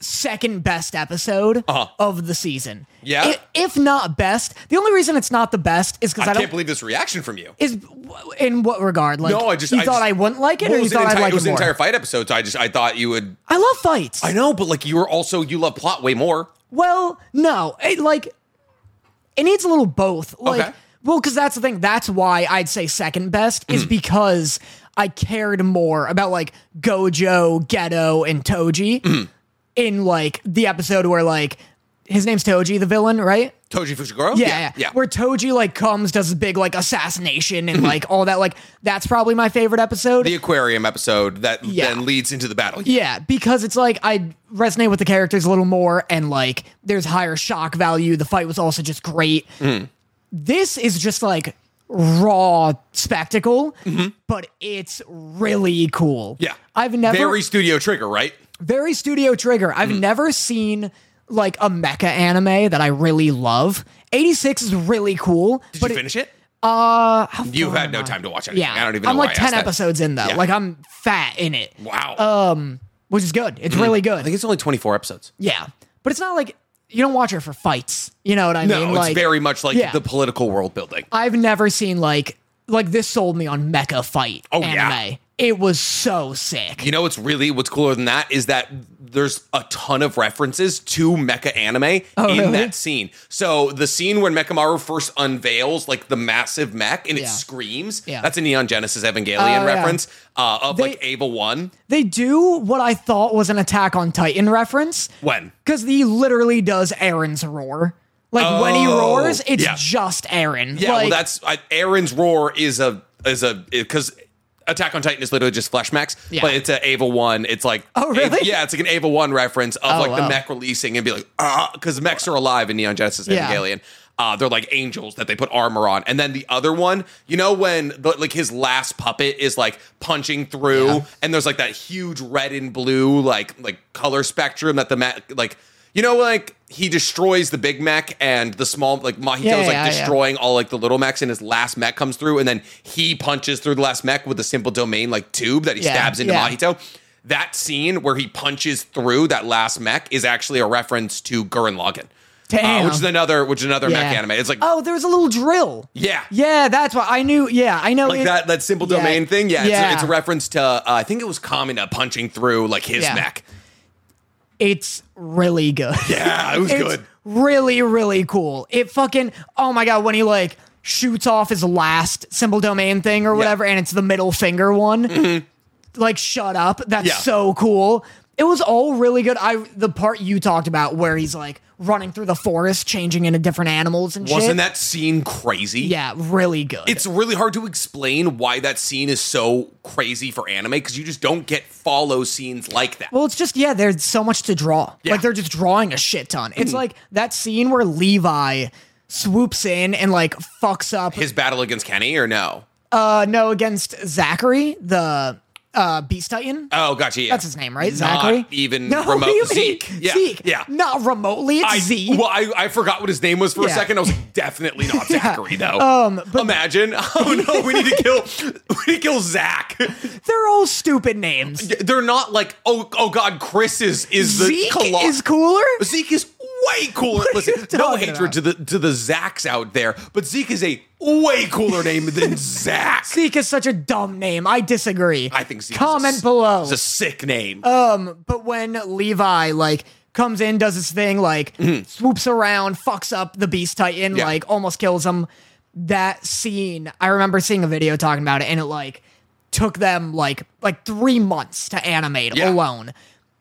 S2: second best episode of the season.
S1: Uh-huh. Yeah.
S2: I- If, not best. The only reason it's not the best is because I,
S1: I,
S2: don't
S1: can't believe this reaction from you.
S2: is in what regard? Like
S1: No, I just
S2: you
S1: I
S2: thought
S1: just-
S2: I wouldn't like it
S1: Well,
S2: or you
S1: was an
S2: thought
S1: entire-
S2: I'd like
S1: it was
S2: it
S1: an
S2: more?
S1: entire fight episode. So I just I thought you would.
S2: I love fights.
S1: I know, but like you were also you love plot way more.
S2: Well, no, it, like it needs a little both. Like,
S1: Okay.
S2: well, because that's the thing. That's why I'd say second best is
S1: Mm.
S2: because I cared more about like Gojo, Ghetto, and Toji
S1: Mm-hmm.
S2: in like the episode where like his name's Toji, the villain, right?
S1: Toji Fushiguro.
S2: Yeah, yeah,
S1: yeah. Mm-hmm.
S2: Where Toji like comes, does a big like assassination and like all that. Like that's probably my favorite episode.
S1: the aquarium episode that
S2: Yeah.
S1: then leads into the battle.
S2: Yeah, because it's like I resonate with the characters a little more, and like there's higher shock value. The fight was also just great.
S1: Mm-hmm.
S2: This is just like raw spectacle, but it's really cool.
S1: Mm-hmm. yeah.
S2: I've
S1: very
S2: never
S1: Mm-hmm.
S2: very,
S1: studio trigger, right?
S2: studio trigger. I've never seen like a mecha anime that I really love. 86 is really cool,
S1: Did
S2: but
S1: you
S2: it-
S1: finish it?
S2: uh, how
S1: You
S2: far
S1: had
S2: am
S1: no
S2: I?
S1: time to watch anything.
S2: Yeah,
S1: I don't even. know
S2: I'm
S1: why
S2: like
S1: I asked
S2: ten
S1: that.
S2: episodes Uh, in though.
S1: Yeah.
S2: Like I'm fat in it,
S1: Wow.
S2: which is good. It's really good.
S1: Mm-hmm. I think it's only 24 episodes.
S2: Yeah. But it's not like you don't watch her for fights. You know what I
S1: No,
S2: mean?
S1: it's
S2: Like
S1: very much like
S2: yeah.
S1: the political world building.
S2: I've never seen like like this sold me on mecha fight
S1: Oh,
S2: anime.
S1: yeah.
S2: It was so sick.
S1: You know what's really what's cooler than that is that there's a ton of references to mecha anime in
S2: Oh, really?
S1: that scene. So the scene when Mechamaru first unveils like the massive mech and it
S2: Yeah.
S1: screams.
S2: Yeah.
S1: That's a Neon Genesis Evangelion
S2: Oh, yeah.
S1: reference uh, of like
S2: They-
S1: Ava One.
S2: They do what I thought was an Attack on Titan reference.
S1: When?
S2: Because he literally does Aaron's roar. Like when he
S1: Oh,
S2: roars, it's
S1: yeah.
S2: just Aaron.
S1: Yeah,
S2: like,
S1: well, that's I, Aaron's roar is a is a because Attack on Titan is literally just flesh mechs,
S2: Yeah.
S1: but it's a Ava one. It's like
S2: Oh, really? Oh,
S1: Ava- yeah, it's like an Ava one reference of like
S2: wow.
S1: the mech releasing and be like ah because mechs are alive in Neon Genesis
S2: Yeah.
S1: Evangelion. Uh, they're like angels that they put armor on, and then the other one, you know, when the, like his last puppet is like punching through,
S2: Yeah.
S1: and there's like that huge red and blue like like color spectrum that the mech like you know like he destroys the big mech and the small like Mahito's
S2: Yeah,
S1: like
S2: yeah, yeah.
S1: destroying destroying all like the little mechs and his last mech comes through and then he punches through the last mech with a simple domain like tube that he
S2: Yeah,
S1: stabs into
S2: yeah.
S1: Mahito. That scene where he punches through that last mech is actually a reference to Gurren Lagann. uh,
S2: Damn.
S1: which is another which is another
S2: yeah.
S1: mech anime. It's like
S2: Oh, there was a little drill.
S1: Yeah.
S2: Yeah, that's why I knew yeah, I know
S1: like
S2: it-
S1: that that simple
S2: yeah,
S1: domain thing. Yeah, It's,
S2: yeah.
S1: a, it's a reference to uh, I think it was Kamina punching through like his
S2: Yeah.
S1: mech.
S2: It's really good.
S1: Yeah, it was
S2: it's
S1: good.
S2: really really cool it fucking oh my god when he like shoots off his last symbol domain thing or whatever and it's the middle finger one like shut up that's
S1: Mm-hmm. Yeah.
S2: so cool it was all really good i the part you talked about where he's like running through the forest changing into different animals and shit
S1: Wasn't that scene crazy?
S2: yeah really good
S1: it's really hard to explain why that scene is so crazy for anime because you just don't get follow scenes like that.
S2: Well, it's just yeah, there's so much to draw.
S1: Yeah. Mm.
S2: Like they're just drawing a shit ton. It's like that scene where Levi swoops in and like fucks up
S1: his battle against Kenny or no?
S2: uh no against Zachary, the uh Beast Titan.
S1: Oh, gotcha. Yeah,
S2: That's his name, right?
S1: Not
S2: Zachary.
S1: even
S2: no,
S1: remote-
S2: what do you mean?
S1: Zeke. Yeah,
S2: Zeke.
S1: yeah.
S2: Not remotely. It's
S1: I,
S2: Zeke.
S1: Well, I, I forgot what his name was for a
S2: Yeah.
S1: second. I was like, definitely not Zachary though. Um, imagine. Oh no, we need to kill. we need to kill Zach.
S2: They're all stupid names.
S1: They're not like oh oh god. Chris is is the
S2: Zeke
S1: colo-
S2: is cooler.
S1: Zeke is way cooler.
S2: What are
S1: Listen,
S2: you
S1: no
S2: talking
S1: hatred
S2: about?
S1: to the to the Zacks out there, but Zeke is a way cooler name than Zach.
S2: Zeke is such a dumb name. I disagree.
S1: I think Zeke is a
S2: Comment
S1: s-
S2: below.
S1: It's a sick name.
S2: But when Levi like comes in, does his thing, like swoops around, fucks up the Beast Titan,
S1: Mm-hmm. Yeah.
S2: like almost kills him. That scene, I remember seeing a video talking about it, and it like took them like like three months to animate
S1: Yeah.
S2: alone.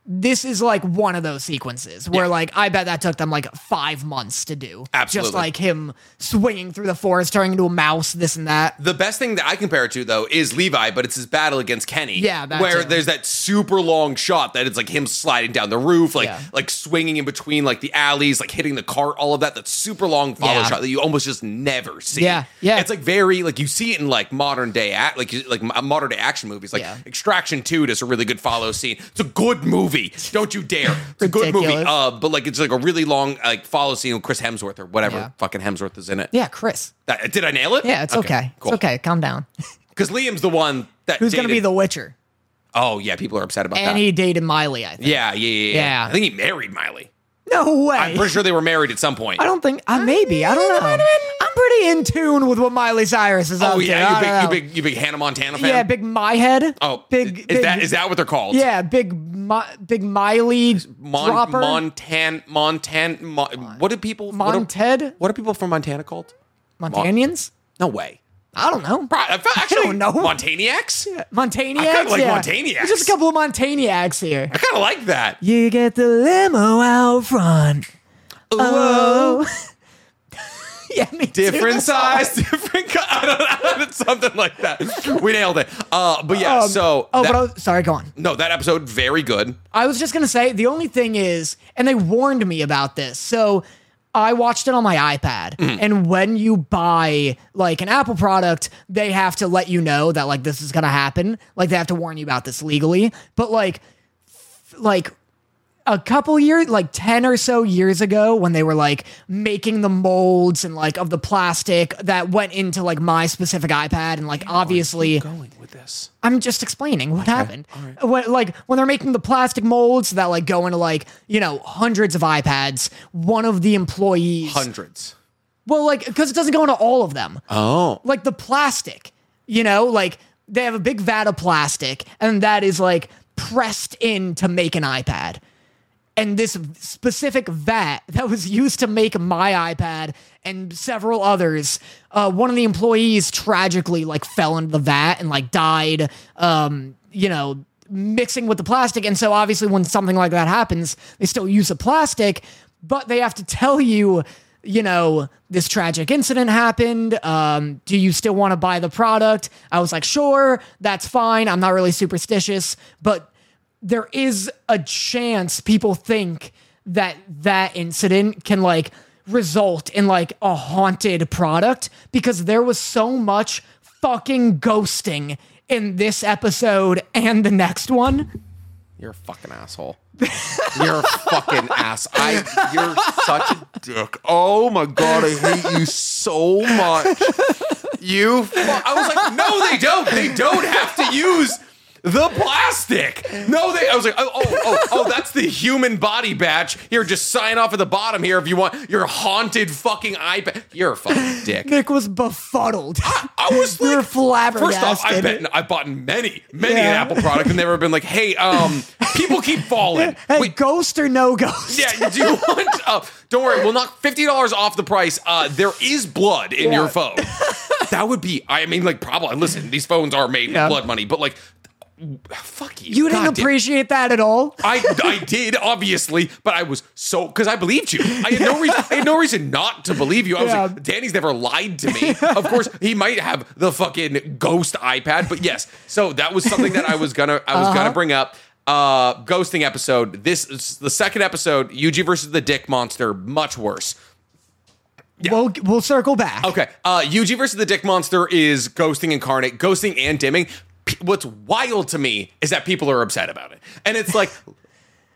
S2: this is like one of those sequences where
S1: Yeah.
S2: like I bet that took them like five months to do.
S1: Absolutely.
S2: Just like him swinging through the forest, turning into a mouse, this and that.
S1: The best thing that I compare it to, though, is Levi, but it's his battle against Kenny.
S2: Yeah, that
S1: where
S2: too.
S1: there's that super long shot that it's like him sliding down the roof, like
S2: Yeah.
S1: like swinging in between like the alleys, like hitting the cart, all of that. That super long follow
S2: Yeah.
S1: shot that you almost just never see.
S2: Yeah, yeah.
S1: It's like very like you see it in like modern day act, like you- like mo- modern day action movies. Like
S2: Yeah.
S1: Extraction Two does a really good follow scene. It's a good movie. Don't you dare. It's a good movie.
S2: Ridiculous.
S1: Uh, but like it's like a really long like follow scene with Chris Hemsworth or whatever
S2: Yeah.
S1: fucking Hemsworth is in it.
S2: Yeah, Chris.
S1: That- did I nail it?
S2: Yeah, it's okay.
S1: Cool.
S2: It's okay. Calm down.
S1: Because Liam's the one that
S2: Who's gonna be
S1: dated-
S2: the Witcher?
S1: Oh yeah, people are upset about
S2: And
S1: that.
S2: he dated Miley, I think.
S1: yeah, yeah, yeah, yeah.
S2: Yeah.
S1: I think he married Miley.
S2: No way.
S1: I'm pretty sure they were married at some point.
S2: I don't think. Uh, maybe I don't know. I'm pretty in tune with what Miley Cyrus is up
S1: oh
S2: to. I
S1: yeah,
S2: don't
S1: you
S2: know.
S1: big, you big, you big Hannah Montana fan.
S2: yeah, big my head.
S1: Oh,
S2: big.
S1: is
S2: big,
S1: that is that what they're called?
S2: Yeah, big, Mi- big Miley
S1: Mon,
S2: dropper.
S1: Montan, Montan, Mon, what do people? what are-
S2: Monted?
S1: What are people from Montana called?
S2: Montanians.
S1: No way.
S2: I don't know.
S1: Pro- I fe- Actually,
S2: don't know.
S1: Montaniacs.
S2: Montaniacs.
S1: I kinda like
S2: yeah.
S1: Montaniacs.
S2: There's just a couple of Montaniacs here.
S1: I kind of like that.
S2: You get the limo out front. Oh. yeah, me too.
S1: different
S2: That's all I-
S1: size, different color. I don't know. It's something like that. We nailed it. Uh, but yeah,
S2: Um,
S1: so
S2: oh,
S1: that-
S2: but I was, sorry, go on.
S1: no, that episode very good.
S2: I was just gonna say the only thing is, and they warned me about this, so I watched it on my iPad. And when you buy like an Apple product, they have to let you know that like this is gonna happen. Like they have to warn you about this legally. But like, f- like a couple years, like 10 or so years ago, when they were like making the molds and like of the plastic that went into like my specific iPad, and like obviously,
S1: Going with this.
S2: I'm just explaining what happened. When, like when they're making the plastic molds that like go into like you know hundreds of iPads, one of the employees,
S1: Hundreds.
S2: well, like because it doesn't go into all of them,
S1: Oh.
S2: like the plastic, you know, like they have a big vat of plastic and that is like pressed in to make an iPad. And this specific vat that was used to make my iPad and several others, uh, one of the employees tragically like fell into the vat and like died, um, you know, mixing with the plastic. And so obviously, when something like that happens, they still use the plastic, but they have to tell you you know, this tragic incident happened. Um, do you still want to buy the product? I was like, sure, that's fine. I'm not really superstitious, but there is a chance people think that that incident can like result in like a haunted product because there was so much fucking ghosting in this episode and the next one.
S1: You're a fucking asshole. You're a fucking ass. I you're such a dick. Oh my god, I hate you so much. You fu- I was like, no, they don't. They don't have to use the plastic. No, they I was like, oh, oh, oh, oh, that's the human body batch. Here, just sign off at the bottom here if you want your haunted fucking iPad. You're a fucking dick.
S2: Nick was befuddled.
S1: I was
S2: We
S1: like,
S2: were flabbergasted.
S1: First off, I bet I bought many, many an
S2: Yeah.
S1: Apple product, and they've ever been like, "Hey, um, people keep falling.
S2: Hey,
S1: Wait,
S2: ghost or no ghost?
S1: yeah, do you want? Uh, don't worry, we'll knock fifty dollars off the price. Uh, there is blood in
S2: Yeah.
S1: your phone. that would be. I mean, like, probably. Listen, these phones are made
S2: Yeah.
S1: with blood money, but like, fuck you.
S2: You didn't
S1: God damn-
S2: appreciate that at all.
S1: I, I did obviously, but I was so because I believed you. I had no reason. I had no reason not to believe you. I was
S2: Yeah.
S1: like, Danny's never lied to me. Of course, he might have the fucking ghost iPad, but yes. So that was something that I was gonna I was gonna bring up. Uh, ghosting episode. This is the second episode. Yuji versus the Dick Monster. Much worse.
S2: We'll we'll circle back.
S1: Okay. Uh, Yuji versus the Dick Monster is ghosting incarnate, ghosting and dimming. P- what's wild to me is that people are upset about it, and it's like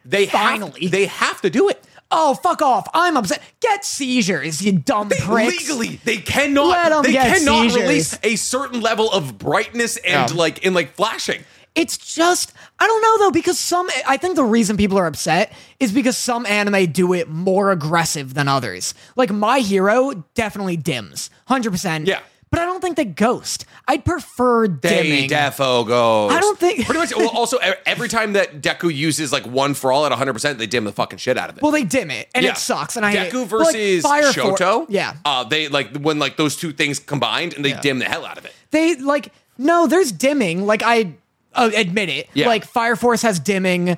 S1: they
S2: Finally.
S1: have, they have to do it
S2: Oh fuck off! I'm upset. Get seizures, you dumb pricks.
S1: legally. They cannot.
S2: Let 'em
S1: they
S2: get
S1: cannot
S2: seizures.
S1: release a certain level of brightness and
S2: Yeah.
S1: like in like flashing.
S2: It's just I don't know though because some I think the reason people are upset is because some anime do it more aggressive than others. Like My Hero definitely dims, hundred percent.
S1: Yeah.
S2: but I don't think they ghost. I'd prefer dimming.
S1: defo goes.
S2: I don't think-
S1: Pretty much. Well, also e- every time that Deku uses like one for all at 100, percent they dim the fucking shit out of it.
S2: well, they dim it, and
S1: Yeah.
S2: it sucks. And I hate it.
S1: Deku
S2: But, like,
S1: versus
S2: Fire For-
S1: Shoto.
S2: yeah,
S1: Uh, they like when like those two things combined and they dim the hell out of it.
S2: they like no there's dimming like i uh, admit it
S1: Yeah.
S2: like fire force has dimming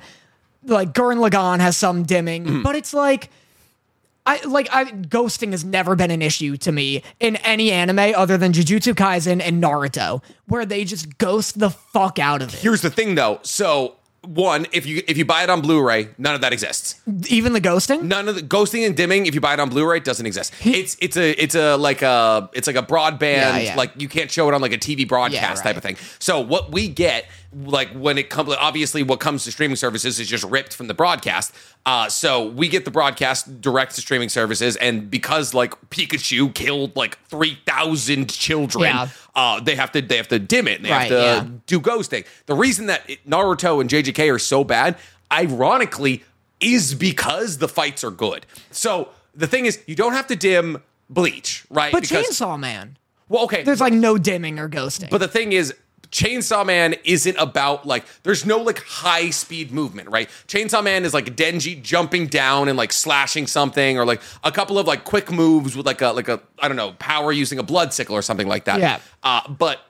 S2: like Gurren Lagann has some dimming,
S1: Mm.
S2: but it's like I like I ghosting has never been an issue to me in any anime other than Jujutsu Kaisen and Naruto, where they just ghost the fuck out of it.
S1: Here's the thing, though. So one, if you if you buy it on Blu-ray, none of that exists.
S2: Even the ghosting?
S1: None of the ghosting and dimming. If you buy it on Blu-ray, doesn't exist. It's it's a it's a like a it's like a broadband
S2: Yeah, yeah.
S1: like you can't show it on like a TV broadcast type
S2: right.
S1: of thing. So what we get like when it comes obviously what comes to streaming services is just ripped from the broadcast. Uh, so we get the broadcast direct to streaming services, and because like Pikachu killed like three thousand children,
S2: Yeah.
S1: uh, they have to they have to dim it. And they
S2: Right,
S1: have to
S2: yeah.
S1: do ghosting. The reason that it- Naruto and JJK are so bad, ironically, is because the fights are good. So the thing is, you don't have to dim Bleach, right?
S2: But
S1: because,
S2: Chainsaw Man.
S1: well, okay.
S2: There's like no dimming or ghosting.
S1: But the thing is, Chainsaw Man isn't about like there's no like high speed movement, right? Chainsaw Man is like Denji jumping down and like slashing something, or like a couple of like quick moves with like a like a I don't know power using a blood sickle or something like that.
S2: Yeah.
S1: Uh, but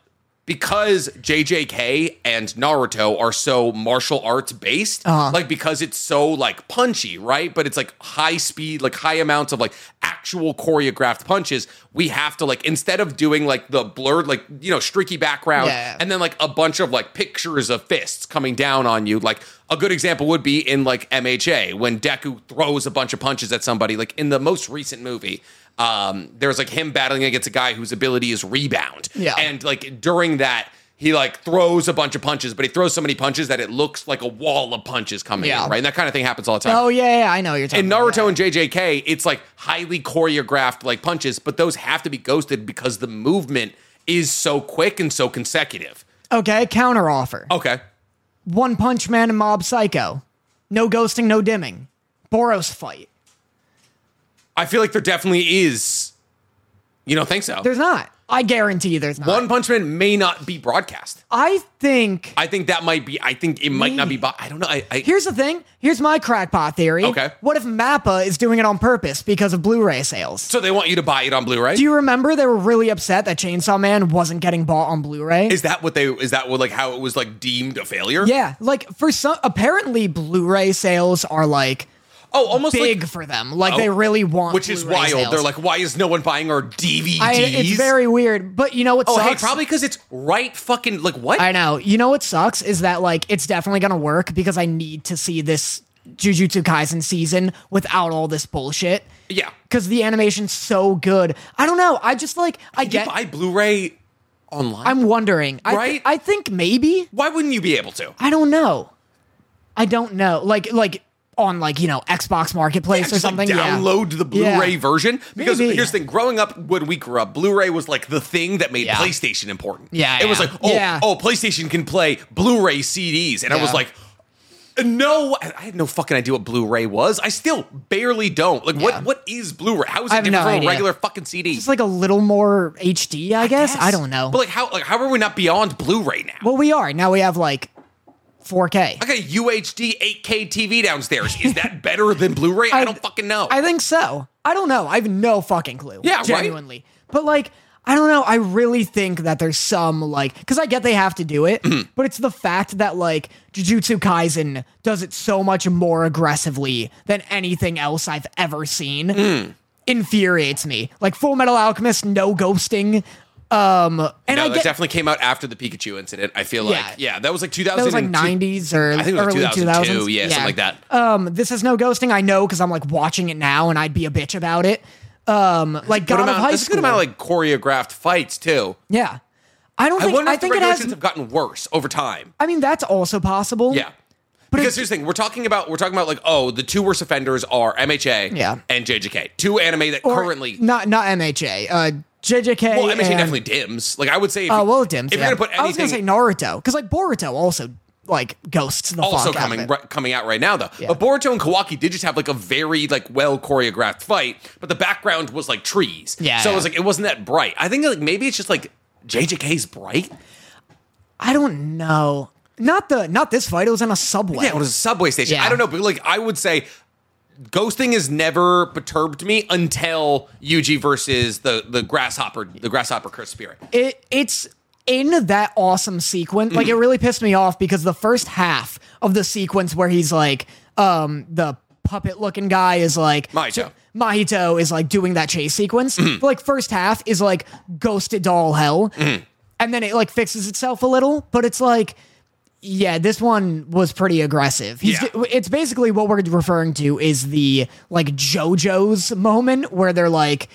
S1: because JJK and Naruto are so martial arts based, like because it's so like punchy, right? But it's like high speed, like high amounts of like actual choreographed punches. We have to like instead of doing like the blurred, like you know, streaky background,
S2: Yeah.
S1: and then like a bunch of like pictures of fists coming down on you. Like a good example would be in like MHA when Deku throws a bunch of punches at somebody. Like in the most recent movie, um, there's like him battling against a guy whose ability is rebound.
S2: Yeah.
S1: And like during that, he like throws a bunch of punches, but he throws so many punches that it looks like a wall of punches coming
S2: Yeah.
S1: in, right? And that kind of thing happens all the time.
S2: oh yeah, yeah, I know what you're talking
S1: In
S2: about.
S1: Naruto and JJK, it's like highly choreographed like punches, but those have to be ghosted because the movement is so quick and so consecutive.
S2: Okay, counter offer.
S1: Okay.
S2: One Punch Man and Mob Psycho. No ghosting, no dimming. Boros fight.
S1: I feel like there definitely is. You don't think so?
S2: There's not. I guarantee there's not.
S1: One Punch Man may not be broadcast.
S2: I think.
S1: I think that might be. I think it might not be. Bo- I don't know. I, I
S2: Here's the thing. Here's my crackpot theory.
S1: Okay.
S2: What if Mappa is doing it on purpose because of Blu-ray sales?
S1: so they want you to buy it on Blu-ray.
S2: Do you remember they were really upset that Chainsaw Man wasn't getting bought on Blu-ray?
S1: is that what they? Is that what like how it was like deemed a failure?
S2: yeah, like for some, apparently Blu-ray sales are like
S1: Oh, almost
S2: big
S1: like, oh,
S2: for them. Like they really want,
S1: which is
S2: Blu-ray
S1: wild.
S2: sales.
S1: They're like, why is no one buying our DVDs?
S2: I, it's very weird. But you know what
S1: Oh, hey,
S2: sucks?
S1: probably because it's right fucking like what?
S2: I know. You know what sucks is that like it's definitely gonna work because I need to see this Jujutsu Kaisen season without all this bullshit.
S1: yeah.
S2: Because the animation's so good. I don't know. I just like I
S1: Do you
S2: get.
S1: buy Blu-ray online?
S2: I'm wondering. I,
S1: Right?
S2: I think maybe.
S1: why wouldn't you be able to?
S2: I don't know. I don't know. Like like on like you know Xbox Marketplace or
S1: just,
S2: something.
S1: Like
S2: yeah.
S1: download the Blu-ray
S2: Yeah.
S1: version because
S2: Maybe.
S1: here's the thing: growing up when we grew up, Blu-ray was like the thing that made
S2: Yeah.
S1: PlayStation important.
S2: Yeah,
S1: it was
S2: yeah.
S1: like oh,
S2: Yeah.
S1: oh, PlayStation can play Blu-ray CDs, and I was
S2: Yeah.
S1: like. No, I had no fucking idea what Blu-ray was. I still barely don't. Like,
S2: Yeah.
S1: what what is Blu-ray? How is
S2: I
S1: it
S2: have
S1: different
S2: no
S1: from a
S2: idea.
S1: regular fucking CD?
S2: It's like a little more HD, I guess. I don't know.
S1: But like, how like how are we not beyond Blu-ray now?
S2: well, we are now. We have like 4K.
S1: I got a UHD 8K TV downstairs. Is that better than Blu-ray? I,
S2: I-
S1: don't fucking know.
S2: I think so. I don't know. I have no fucking clue.
S1: Yeah, right?
S2: genuinely. But like, I don't know. I really think that there's some like, because I get they have to do it,
S1: Mm-hmm.
S2: but it's the fact that like Jujutsu Kaisen does it so much more aggressively than anything else I've ever seen.
S1: Mm.
S2: Infuriates me. Like Full Metal Alchemist, no ghosting. Um, and
S1: no,
S2: I
S1: that
S2: get
S1: definitely came out after the Pikachu incident. I feel
S2: Yeah.
S1: like yeah, that was like 2000.
S2: that was like 90s or
S1: I think it was
S2: early
S1: like 2002,
S2: 2000s.
S1: yeah, something like that.
S2: Um, this is no ghosting. I know because I'm like watching it now, and I'd be a bitch about it. Um, like
S1: Good
S2: God of
S1: amount,
S2: High
S1: there's a
S2: School.
S1: good amount of like choreographed fights too.
S2: yeah, I don't
S1: I
S2: think.
S1: wonder
S2: I,
S1: if
S2: think
S1: the
S2: it
S1: regulations
S2: has.
S1: have gotten worse over time.
S2: I mean, that's also possible.
S1: Yeah.
S2: But
S1: because
S2: it-
S1: here's the thing: we're talking about we're talking about like oh the two worst offenders are MHA
S2: Yeah.
S1: and JJK, two anime that
S2: Or-
S1: currently
S2: not not MHA. Uh, JJK.
S1: well MHA
S2: and-
S1: definitely dims. Like I would say, if
S2: Oh
S1: you-
S2: well, it dims.
S1: If
S2: yeah.
S1: you're gonna put
S2: I was gonna say
S1: anything,
S2: Naruto because like Boruto also like ghosts the
S1: also
S2: fuck out of
S1: coming
S2: it.
S1: ri- coming out right now though.
S2: Yeah.
S1: But Boruto and Kawaki did just have like a very like well choreographed fight, but the background was like trees.
S2: Yeah,
S1: so it
S2: yeah.
S1: was like it wasn't that bright. I think like maybe it's just like JJK's bright.
S2: I don't know. Not the not this fight. It was on a subway.
S1: Yeah, it was a subway station.
S2: Yeah.
S1: I don't know, but like I would say ghosting has never perturbed me until Yuji versus the the grasshopper the grasshopper cursed spirit.
S2: it it's in that awesome sequence. Like it really pissed me off because the first half of the sequence where he's like um, the puppet looking guy is like
S1: Mahito. Mm-hmm.
S2: Mahito is like doing that chase sequence. But, like first half is like ghosted doll hell, and then it like fixes itself a little. But it's like, yeah, this one was pretty aggressive. He's,
S1: Yeah.
S2: It's basically what we're referring to is the like JoJo's moment where they're like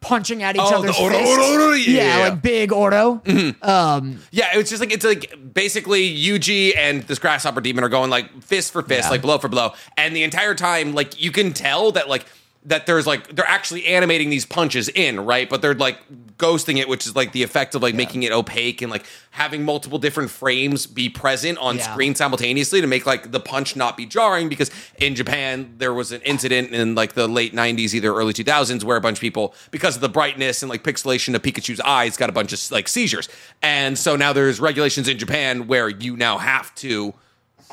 S2: punching at each
S1: Oh, the
S2: other's
S1: oro-
S2: fists.
S1: oro- oro- yeah,
S2: yeah,
S1: yeah, yeah. Mm-hmm.
S2: like big Oro.
S1: Yeah, it's just like it's like basically Yuji and this grasshopper demon are going like fist for fist,
S2: Yeah.
S1: like blow for blow, and the entire time like you can tell that like that there's like they're actually animating these punches in right, but they're like ghosting it, which is like the effect of like making it opaque and like having multiple different frames be present on
S2: Yeah.
S1: screen simultaneously to make like the punch not be jarring because in Japan there was an incident in like the late 90s either early 2000s where a bunch of people because of the brightness and like pixelation of Pikachu's eyes got a bunch of like seizures and so now there's regulations in Japan where you now have to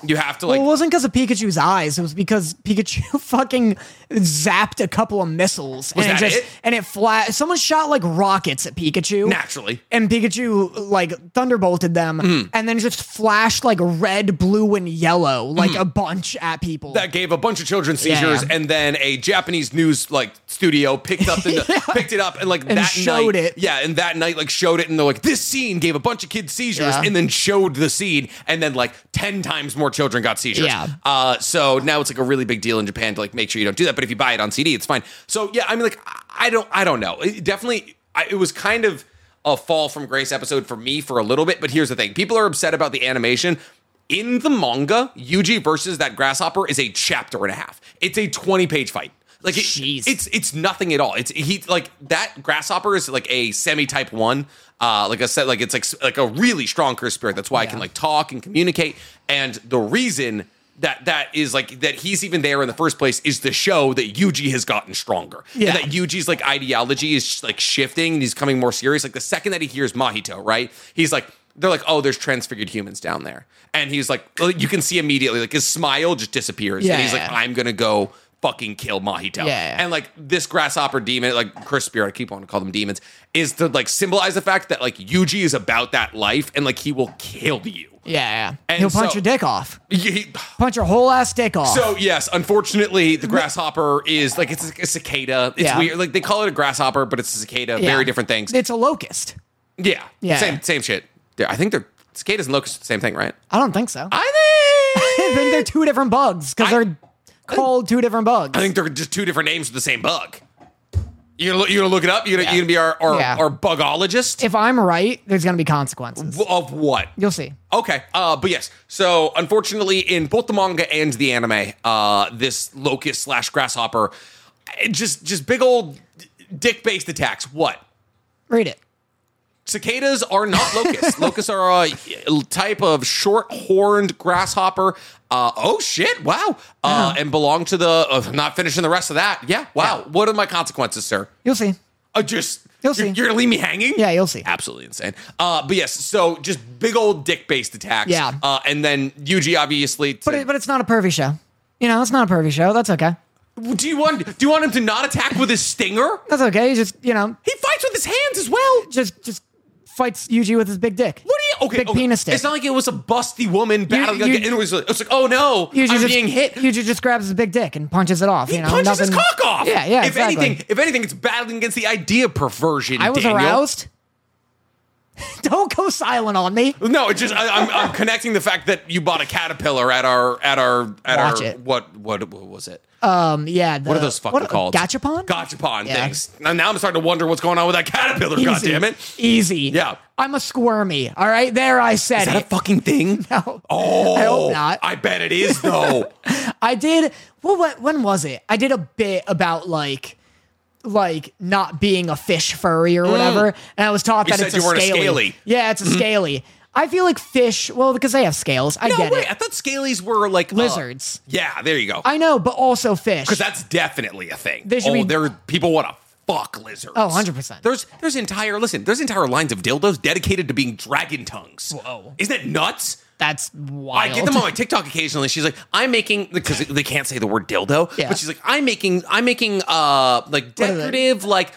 S1: you have to like
S2: Well, it wasn't because of Pikachu's eyes. It was because Pikachu fucking zapped a couple of missiles, and
S1: that
S2: it just
S1: it?
S2: and it flat. Someone shot like rockets at Pikachu
S1: naturally
S2: and Pikachu like thunderbolted them,
S1: Hmm.
S2: and then just flashed like red, blue, and yellow like a bunch at people.
S1: Hmm. that gave a bunch of children seizures,
S2: Yeah.
S1: and then a Japanese news like studio picked up the, picked it up and like
S2: And
S1: that
S2: showed
S1: night,
S2: it.
S1: Yeah, and that night like showed it, and they're like, this scene gave a bunch of kids seizures,
S2: Yeah.
S1: and then showed the scene, and then like ten times more children got seizures.
S2: Yeah.
S1: Uh, so now it's like a really big deal in Japan to like make sure you don't do that. But if you buy it on CD, it's fine. So yeah, I mean like I- I don't I don't know. It definitely, I, it was kind of a fall from grace episode for me for a little bit. But here's the thing: people are upset about the animation. In the manga, Yuji versus that grasshopper is a chapter and a half. It's a 20 page fight. Like it-
S2: Jeez.
S1: it's it's nothing at all. It's he like that grasshopper is like a semi type one. Uh, like I said, like it's like s- like a really strong curse spirit. That's why I can like talk and communicate. And the reason that that is like that he's even there in the first place is to show that Yuji has gotten stronger.
S2: Yeah.
S1: And that Yuji's like ideology is like shifting and he's coming more serious. Like the second that he hears Mahito, right? He's like, they're like, oh, there's transfigured humans down there. And he's like, well, you can see immediately, like his smile just disappears.
S2: Yeah,
S1: and he's like,
S2: yeah.
S1: I'm gonna go fucking kill Mahito.
S2: Yeah.
S1: And like this grasshopper demon, like curse spirit, I keep on to call them demons, is to like symbolize the fact that like Yuji is about that life and like he will kill you.
S2: yeah, yeah.
S1: And
S2: he'll punch
S1: so-
S2: your dick off,
S1: He-
S2: punch your whole ass dick off.
S1: so yes, unfortunately, the grasshopper is like it's a cicada. It's
S2: Yeah.
S1: weird. Like they call it a grasshopper, but it's a cicada.
S2: Yeah.
S1: Very different things.
S2: It's a locust.
S1: Yeah.
S2: Yeah.
S1: Same same shit. Yeah, I think they're cicadas and locusts are the same thing, right?
S2: I don't think so. I,
S1: I think
S2: think they're two different bugs because
S1: I-
S2: they're called two different bugs.
S1: I think they're just two different names for the same bug. You're gonna, lo- you're gonna look it up. You're gonna,
S2: Yeah.
S1: you're gonna be our our,
S2: Yeah.
S1: our bugologist
S2: if I'm right, there's gonna be consequences.
S1: W- of what?
S2: You'll see.
S1: Okay, uh, but yes. So unfortunately, in both the manga and the anime, uh, this locust slash grasshopper, eh, just just big old dick based attacks. What?
S2: Read it.
S1: cicadas are not locusts. locusts are a type of short-horned grasshopper. Uh, oh shit! Wow, uh, and belong to the. Uh, I'm not finishing the rest of that. Yeah. Wow.
S2: Yeah.
S1: What are my consequences, sir?
S2: You'll see.
S1: Uh, just you're,
S2: You'll see.
S1: you're gonna leave me hanging?
S2: Yeah, you'll see.
S1: Absolutely insane. Uh, but yes, so just big old dick-based attacks.
S2: Yeah.
S1: Uh, and then Yuji obviously. To,
S2: But it, but it's not a pervy show. You know, it's not a pervy show. That's okay.
S1: do you want do you want him to not attack with his stinger?
S2: That's okay. He just you know
S1: He fights with his hands as well.
S2: just just fights Yuji with his big dick.
S1: What do you? Okay,
S2: Big
S1: okay.
S2: penis dick.
S1: It's not like it was a busty woman battle.
S2: you-
S1: it was. Like, it's like, oh no,
S2: Yuji
S1: I'm
S2: just,
S1: being hit.
S2: Yuji just grabs his big dick and punches it off.
S1: he
S2: you know,
S1: punches his
S2: nothing-
S1: cock off.
S2: Yeah, yeah.
S1: If
S2: exactly.
S1: anything, if anything, it's battling against the idea of perversion.
S2: I was
S1: Daniel.
S2: aroused. Don't go silent on me.
S1: No, it just I, I'm, I'm connecting the fact that you bought a caterpillar at our at our at
S2: Watch
S1: our
S2: it.
S1: what what what was it?
S2: Um, yeah. The,
S1: What are those fucking
S2: what-
S1: called?
S2: Gachapon.
S1: Gachapon
S2: Yeah.
S1: things. Now, now I'm starting to wonder what's going on with that caterpillar. God damn it! Is
S2: Easy.
S1: Yeah.
S2: I'm a squirmy. All right. There I said
S1: that a
S2: it.
S1: fucking thing?
S2: No.
S1: Oh,
S2: I hope not.
S1: I bet it is though.
S2: I did. Well, what? When was it? I did a bit about like, like not being a fish furry or whatever, and I was taught that
S1: said
S2: it's
S1: Mm. you
S2: a
S1: weren't a
S2: scaly.
S1: scaly. Mm-hmm.
S2: Yeah, it's a scaly. I feel like fish. Well, because they have scales. I
S1: no
S2: get
S1: way.
S2: it.
S1: I thought scalies were like uh,
S2: Lizards.
S1: yeah, there you go.
S2: I know, but also fish.
S1: Because that's definitely a thing.
S2: They should
S1: oh,
S2: be-
S1: there people want to fuck lizards.
S2: Oh, 100%.
S1: There's there's entire listen. There's entire lines of dildos dedicated to being dragon tongues.
S2: Whoa.
S1: isn't that nuts?
S2: That's
S1: I
S2: wild.
S1: get them on my TikTok occasionally. She's like, I'm making because they can't say the word dildo,
S2: Yeah.
S1: but she's like, I'm making I'm making uh like
S2: are they?
S1: decorative like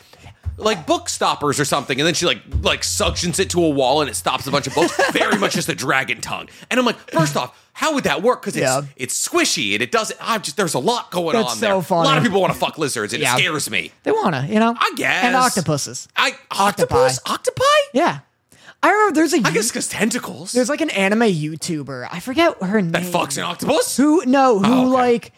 S1: like book stoppers or something, and then she like like suctions it to a wall and it stops a bunch of books. Very much just a dragon tongue. And I'm like, first off, how would that work? Because it's
S2: Yeah.
S1: it's squishy and it doesn't. I'm just there's a lot going
S2: That's
S1: on there.
S2: so
S1: A lot
S2: funny.
S1: of people want to fuck lizards, and
S2: Yeah.
S1: it scares me.
S2: They wanna, you know.
S1: I guess
S2: And octopuses.
S1: I octopus octopi.
S2: Yeah. I remember there's a
S1: I guess because tentacles.
S2: there's like an anime YouTuber. I forget her name.
S1: that fucks an octopus.
S2: Who no, who
S1: Oh, okay.
S2: like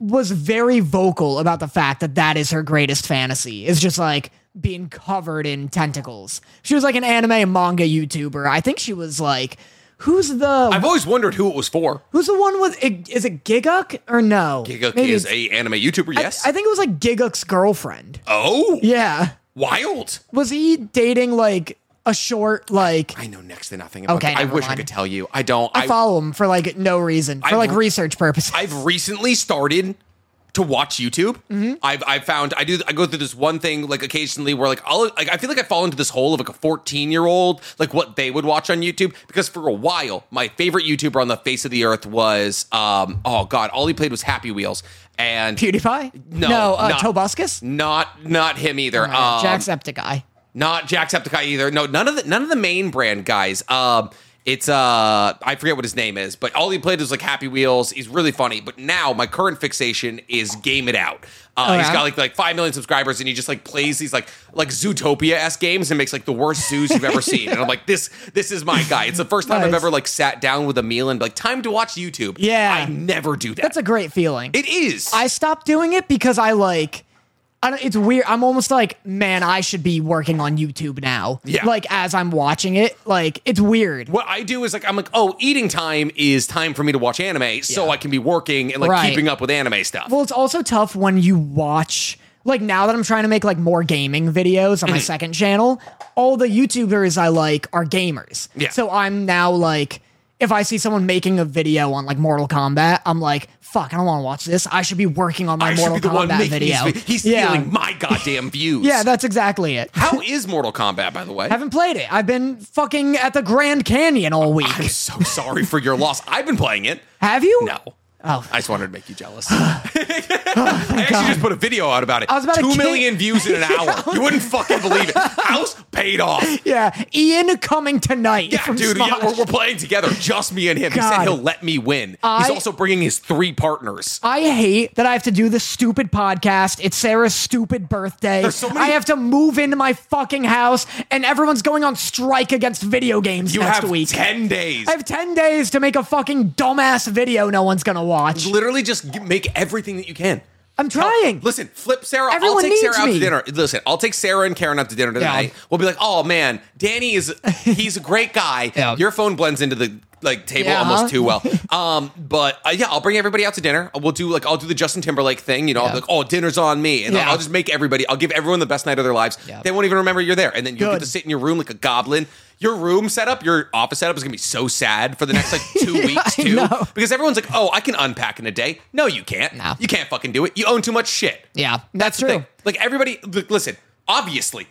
S2: was very vocal about the fact that that is her greatest fantasy. Is just like being covered in tentacles. She was like an anime and manga YouTuber. I think she was like who's the
S1: I've always wondered who it was for.
S2: who's the one with is it Giguk or no?
S1: Giguk
S2: Maybe
S1: is
S2: it's-
S1: a anime YouTuber. Yes.
S2: I think it was like Giguk's girlfriend.
S1: oh,
S2: Yeah.
S1: wild.
S2: Was he dating like a short like
S1: I know next to nothing about.
S2: Okay,
S1: that. I
S2: never
S1: wish I
S2: mind.
S1: could tell you. I don't.
S2: I follow him for like no reason for
S1: I've-
S2: like research purposes.
S1: I've recently started to watch YouTube.
S2: Mm-hmm.
S1: I've I've found I do I go through this one thing like occasionally where like I'll like I feel like I fall into this hole of like a 14 year old like what they would watch on YouTube because for a while my favorite YouTuber on the face of the earth was um oh god all he played was Happy Wheels and
S2: PewDiePie?
S1: No,
S2: no, uh,
S1: not-
S2: Tobuscus.
S1: not not him
S2: Oh
S1: either. um,
S2: Jacksepticeye.
S1: Not Jacksepticeye either. No, none of the none of the main brand guys. Um, it's uh, I forget what his name is, but all he played was like Happy Wheels. He's really funny. But now my current fixation is Game It Out. Uh,
S2: Oh,
S1: He's
S2: yeah?
S1: got like like five million subscribers, and he just like plays these like like Zootopia esque games and makes like the worst zoos you've ever seen. And I'm like, this this is my guy. It's the first time I've
S2: Nice.
S1: ever like sat down with a meal and be like time to watch YouTube.
S2: Yeah.
S1: I never do that.
S2: That's a great feeling.
S1: it is.
S2: I stopped doing it because I like. I don't, it's weird. I'm almost like, man, I should be working on YouTube now.
S1: Yeah.
S2: Like as I'm watching it, like it's weird.
S1: what I do is like I'm like, oh, eating time is time for me to watch anime, so
S2: Yeah.
S1: I can be working and like
S2: Right.
S1: keeping up with anime stuff.
S2: Well, it's also tough when you watch. Like now that I'm trying to make like more gaming videos on
S1: Mm-hmm.
S2: my second channel, all the YouTubers I like are gamers.
S1: Yeah.
S2: So I'm now like, if I see someone making a video on like Mortal Kombat, I'm like, fuck, I don't want to watch this. I should be working on my
S1: I should
S2: Mortal
S1: be the one
S2: Kombat
S1: making
S2: video.
S1: these. vid- He's
S2: yeah.
S1: stealing my goddamn views.
S2: Yeah, that's exactly it.
S1: How is Mortal Kombat, by the way?
S2: Haven't played it. I've been fucking at the Grand Canyon all week.
S1: I'm so sorry for your loss. I've been playing it.
S2: Have you?
S1: No.
S2: Oh.
S1: I just wanted to make you jealous. I actually just put a video out about it.
S2: was about to
S1: Two
S2: kick-
S1: million views in an hour. you wouldn't fucking believe it. House paid off.
S2: Yeah, Ian coming tonight.
S1: Yeah,
S2: from
S1: dude. Yeah,
S2: Smosh.
S1: we're, we're playing together. Just me and him. He said
S2: God.
S1: he'll let me win. He's
S2: I-
S1: also bringing his three partners.
S2: I hate that I have to do this stupid podcast. It's Sarah's stupid birthday.
S1: There's so many-
S2: I have to move into my fucking house, and everyone's going on strike against video games
S1: You
S2: next
S1: have
S2: week.
S1: ten days.
S2: I have 10 days to make a fucking dumbass video no one's gonna watch.
S1: literally just g- make everything that you can.
S2: I'm trying.
S1: Listen, flip Sarah. I'll
S2: Everyone
S1: take Sarah
S2: needs
S1: out to
S2: me.
S1: dinner. Listen, I'll take Sarah and Karen out to dinner tonight. We'll be like, oh man, Danny is he's a great guy.
S2: Yeah.
S1: Your phone blends into the like table
S2: Yeah, huh?
S1: almost too well. Um, but uh, yeah, I'll bring everybody out to dinner. We'll do like I'll do the Justin Timberlake thing. You know, I'll be
S2: Yeah.
S1: like, oh, dinner's on me, and I'll-
S2: Yeah.
S1: I'll just make everybody. I'll give everyone the best night of their lives.
S2: Yeah.
S1: They won't even remember you're there, and then you will get
S2: Good.
S1: to sit in your room like a goblin. Your room setup, your office setup is gonna be so sad for the next like two weeks
S2: I
S1: too,
S2: know.
S1: because everyone's like, "Oh, I can unpack in a day." No, you can't.
S2: No.
S1: You can't fucking do it. You own too much shit.
S2: Yeah, that's
S1: the
S2: true.
S1: thing. Like everybody, look, listen. Obviously,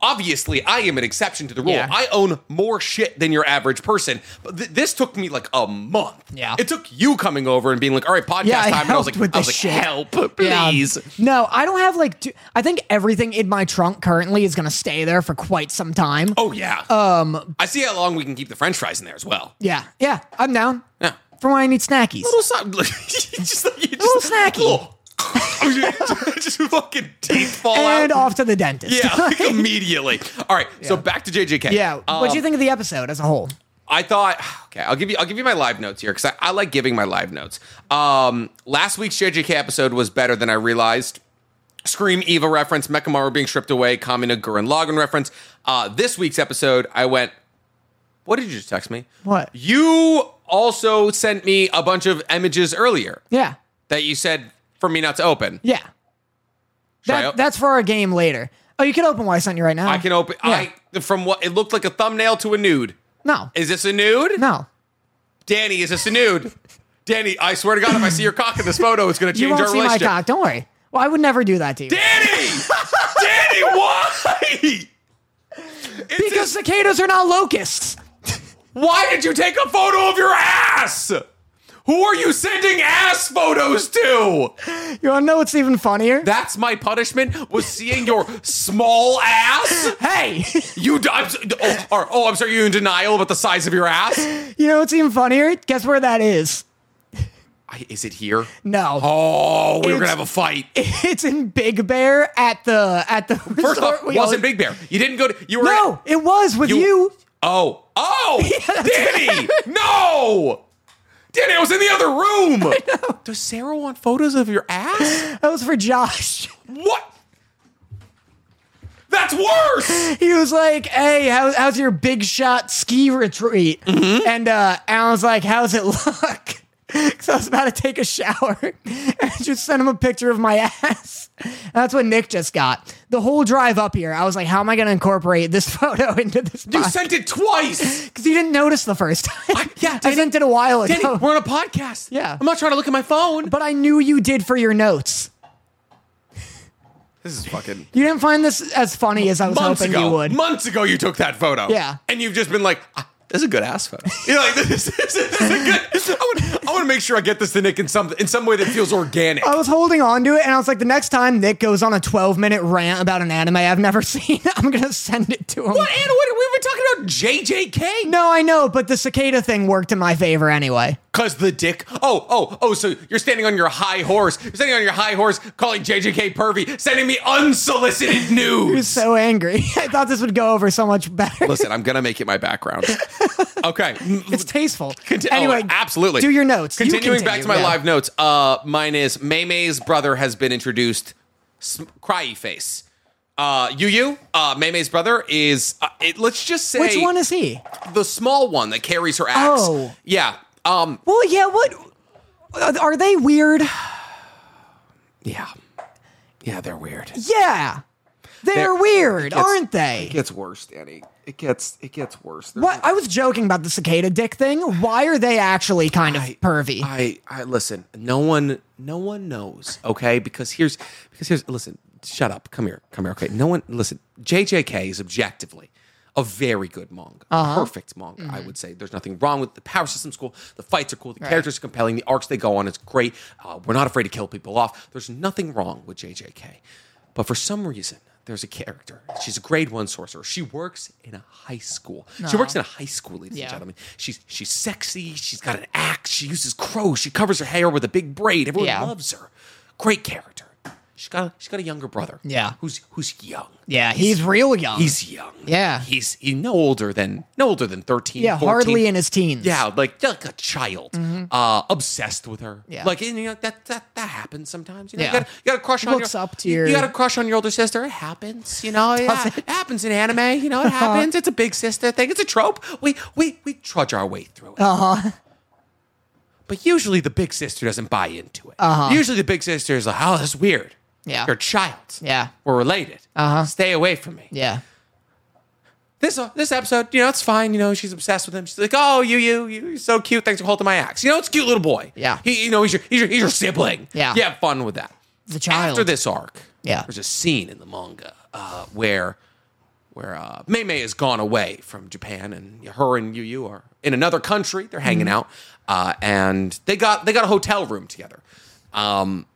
S1: obviously, I am an exception to the rule.
S2: Yeah.
S1: I own more shit than your average person. But th- this took me like a month.
S2: Yeah.
S1: it took you coming over and being like, "All right, podcast
S2: Yeah, I
S1: time," and I was
S2: helped
S1: like,
S2: with
S1: "I was like,
S2: this shit.
S1: help,
S2: Yeah.
S1: please."
S2: No, I don't have like. Two, I think everything in my trunk currently is gonna stay there for quite some time.
S1: Oh yeah. Um, I see how long we can keep the French fries in there as well.
S2: Yeah, yeah, I'm down.
S1: Yeah.
S2: For when I need snackies.
S1: Little so- just, like- you just,
S2: Little snacky.
S1: Little- just fucking teeth fall out
S2: and off to the dentist.
S1: Yeah, like immediately. All right, so back to JJK.
S2: Yeah. what do you
S1: Um,
S2: think of the episode as a whole?
S1: I thought. Okay, I'll give you. I'll give you my live notes here because I, I like giving my live notes. Um, last week's JJK episode was better than I realized. Scream Eva reference, Mechamaru being stripped away, Kamina Gurren Lagann reference. Uh, this week's episode, I went. What did you just text me?
S2: What?
S1: You also sent me a bunch of images earlier
S2: Yeah.
S1: that you said for me not to open.
S2: Yeah.
S1: I
S2: That,
S1: op-
S2: that's for our game later. Oh, you can open what I sent you right now.
S1: I can open.
S2: Yeah.
S1: I from what it looked like a thumbnail to a nude.
S2: No.
S1: Is this a nude?
S2: no.
S1: Danny, is this a nude? Danny, I swear to God, if I see your cock in this photo, it's going to
S2: You
S1: change our
S2: won't see my
S1: relationship.
S2: cock. Don't worry. Well, I would never do that to you.
S1: Danny! Danny, why? It's
S2: because
S1: just-
S2: cicadas are not locusts.
S1: why did you take a photo of your ass? Who are you sending ass photos to?
S2: You want to know what's even funnier?
S1: That's my punishment was seeing your small ass.
S2: hey,
S1: You, d- I'm, s- oh, or- oh, I'm sorry. You in denial about the size of your ass?
S2: you know what's even funnier? Guess where that is?
S1: I, is it here?
S2: No.
S1: Oh, we were gonna
S2: It's-
S1: have a fight.
S2: It's in Big Bear at the at the
S1: First
S2: resort
S1: off,
S2: we
S1: wasn't
S2: always-
S1: Big Bear. You didn't go to. You were
S2: No, it was with
S1: You-
S2: you.
S1: Oh, oh,
S2: that's
S1: Danny! No, Danny, I was in the other room. Does Sarah want photos of your ass?
S2: That was for Josh.
S1: what? That's worse.
S2: He was like, "Hey, how, how's your big shot ski retreat?"
S1: Mm-hmm.
S2: And uh, Alan's like, "How's it look?" Because I was about to take a shower, and I just sent him a picture of my ass. That's what Nick just got. The whole drive up here, I was like, "How am I going to incorporate this photo into this?"
S1: You sent it twice.
S2: Because he didn't notice the first time.
S1: I- yeah,
S2: I
S1: Danny-
S2: sent it a while ago.
S1: Danny, we're on a podcast.
S2: Yeah.
S1: I'm not trying to look at my phone.
S2: but I knew you did for your notes.
S1: This is fucking.
S2: You didn't find this as funny as I was
S1: months
S2: hoping
S1: ago,
S2: you would.
S1: months ago, you took that photo.
S2: Yeah.
S1: and you've just been like, ah, "This is a good ass photo." You're like, "This, this, this is a good." I want, I want to make sure I get this to Nick in some in some way that feels organic.
S2: I was holding on to it, and I was like, the next time Nick goes on a 12 minute rant about an anime I've never seen, I'm gonna send it to him.
S1: What and what we've been talking about JJK?
S2: No, I know, but the cicada thing worked in my favor anyway.
S1: Cause the dick. Oh, oh, oh. So you're standing on your high horse. You're standing on your high horse, calling JJK pervy, sending me unsolicited
S2: I was
S1: news.
S2: so angry. I thought this would go over so much better.
S1: Listen, I'm gonna make it my background. Okay.
S2: It's tasteful.
S1: Conti- oh,
S2: anyway,
S1: absolutely.
S2: Do your notes. You
S1: Continuing back
S2: continue,
S1: to my
S2: yeah.
S1: live notes, uh, mine is May May's brother has been introduced. Sm- cryy face. Uh, Yu Yu, uh, May May's brother is. Uh, it, let's just say
S2: Which one is he?
S1: the small one that carries her axe.
S2: Oh.
S1: yeah. Um,
S2: Well, yeah. What are- are they weird?
S1: yeah, yeah. They're weird.
S2: Yeah, they're,
S1: They're-
S2: weird,
S1: it's-
S2: aren't they?
S1: gets worse, Danny. It gets it gets worse. There's
S2: What I was joking about the cicada dick thing. Why are they actually kind of pervy?
S1: I, I listen. No one, no one knows. Okay, because here's, because here's. Listen, shut up. Come here, come here. Okay, no one. Listen, JJK is objectively a very good manga,
S2: Uh-huh.
S1: perfect manga. I
S2: Mm-hmm.
S1: would say there's nothing wrong with the power system's cool. The fights are cool. The characters are compelling. The arcs they go on is great. Uh, we're not afraid to kill people off. There's nothing wrong with JJK, but for some reason. There's a character. She's a grade one sorcerer. She works in a high school. She works in a high school, ladies and
S2: Uh-huh. Yeah.
S1: gentlemen. She's she's sexy. She's got an axe. She uses crows. She covers her hair with a big braid. Everyone
S2: Yeah.
S1: loves her. Great character. She's got she's got a younger brother.
S2: Yeah.
S1: who's who's young.
S2: yeah, he's real young.
S1: He's young.
S2: Yeah.
S1: he's he's no older than no older than thirteen.
S2: yeah,
S1: 14.
S2: hardly in his teens. Mm-hmm.
S1: Yeah, like like a child, uh, obsessed with her.
S2: Yeah.
S1: like and, you know that that that happens sometimes. You know,
S2: Yeah.
S1: you got you got a crush on
S2: Looks
S1: your,
S2: up to
S1: you,
S2: your-
S1: you got a crush on your older sister. It happens. You know, yeah,
S2: it? Uh-huh.
S1: it happens in anime. You know, it happens. It's a big sister thing. It's a trope. We we we trudge our way through it. Uh huh.
S2: Uh-huh.
S1: But usually the big sister doesn't buy into it. Uh-huh. Usually the big sister is like, "Oh, that's weird.
S2: Yeah.
S1: you're a child.
S2: Yeah. Uh-huh.
S1: we're related. Uh huh. Stay away from me
S2: yeah.
S1: this uh, this episode, you know, it's fine. You know, she's obsessed with him. She's like, oh, you, you, you, you're so cute. Thanks for holding my axe. You know, it's a cute little boy.
S2: Yeah.
S1: He, you know, he's your, he's your, he's your sibling.
S2: Yeah.
S1: You have fun with that.
S2: The child.
S1: After this arc,
S2: Yeah.
S1: there's a scene in the manga uh, where where uh, Mei Mei has gone away from Japan, and her and Yu Yu are in another country. They're hanging out,
S2: Mm-hmm.
S1: uh, and they got they got a hotel room together. Um,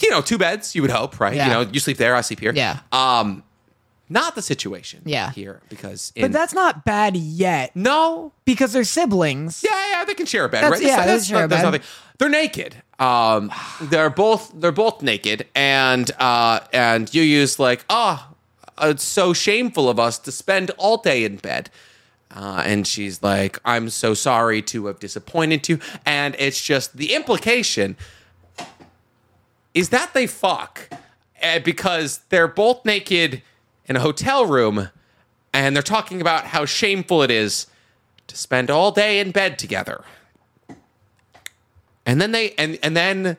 S1: you know, two beds. You would hope, right?
S2: Yeah.
S1: You know, you sleep there, I sleep here.
S2: Yeah.
S1: Um, not the situation.
S2: Yeah.
S1: Here, because
S2: But
S1: in,
S2: that's not bad yet
S1: no.
S2: because they're siblings.
S1: Yeah, yeah, they can share a bed,
S2: That's-
S1: right?
S2: yeah, they
S1: that's,
S2: can share a
S1: that's
S2: bed.
S1: nothing. They're naked. Um, they're both they're both naked, and uh, and you use like, ah, it's so shameful of us to spend all day in bed. Uh, and she's like, I'm so sorry to have disappointed you. And it's just the implication is that they fuck uh, because they're both naked in a hotel room and they're talking about how shameful it is to spend all day in bed together. And then they and and then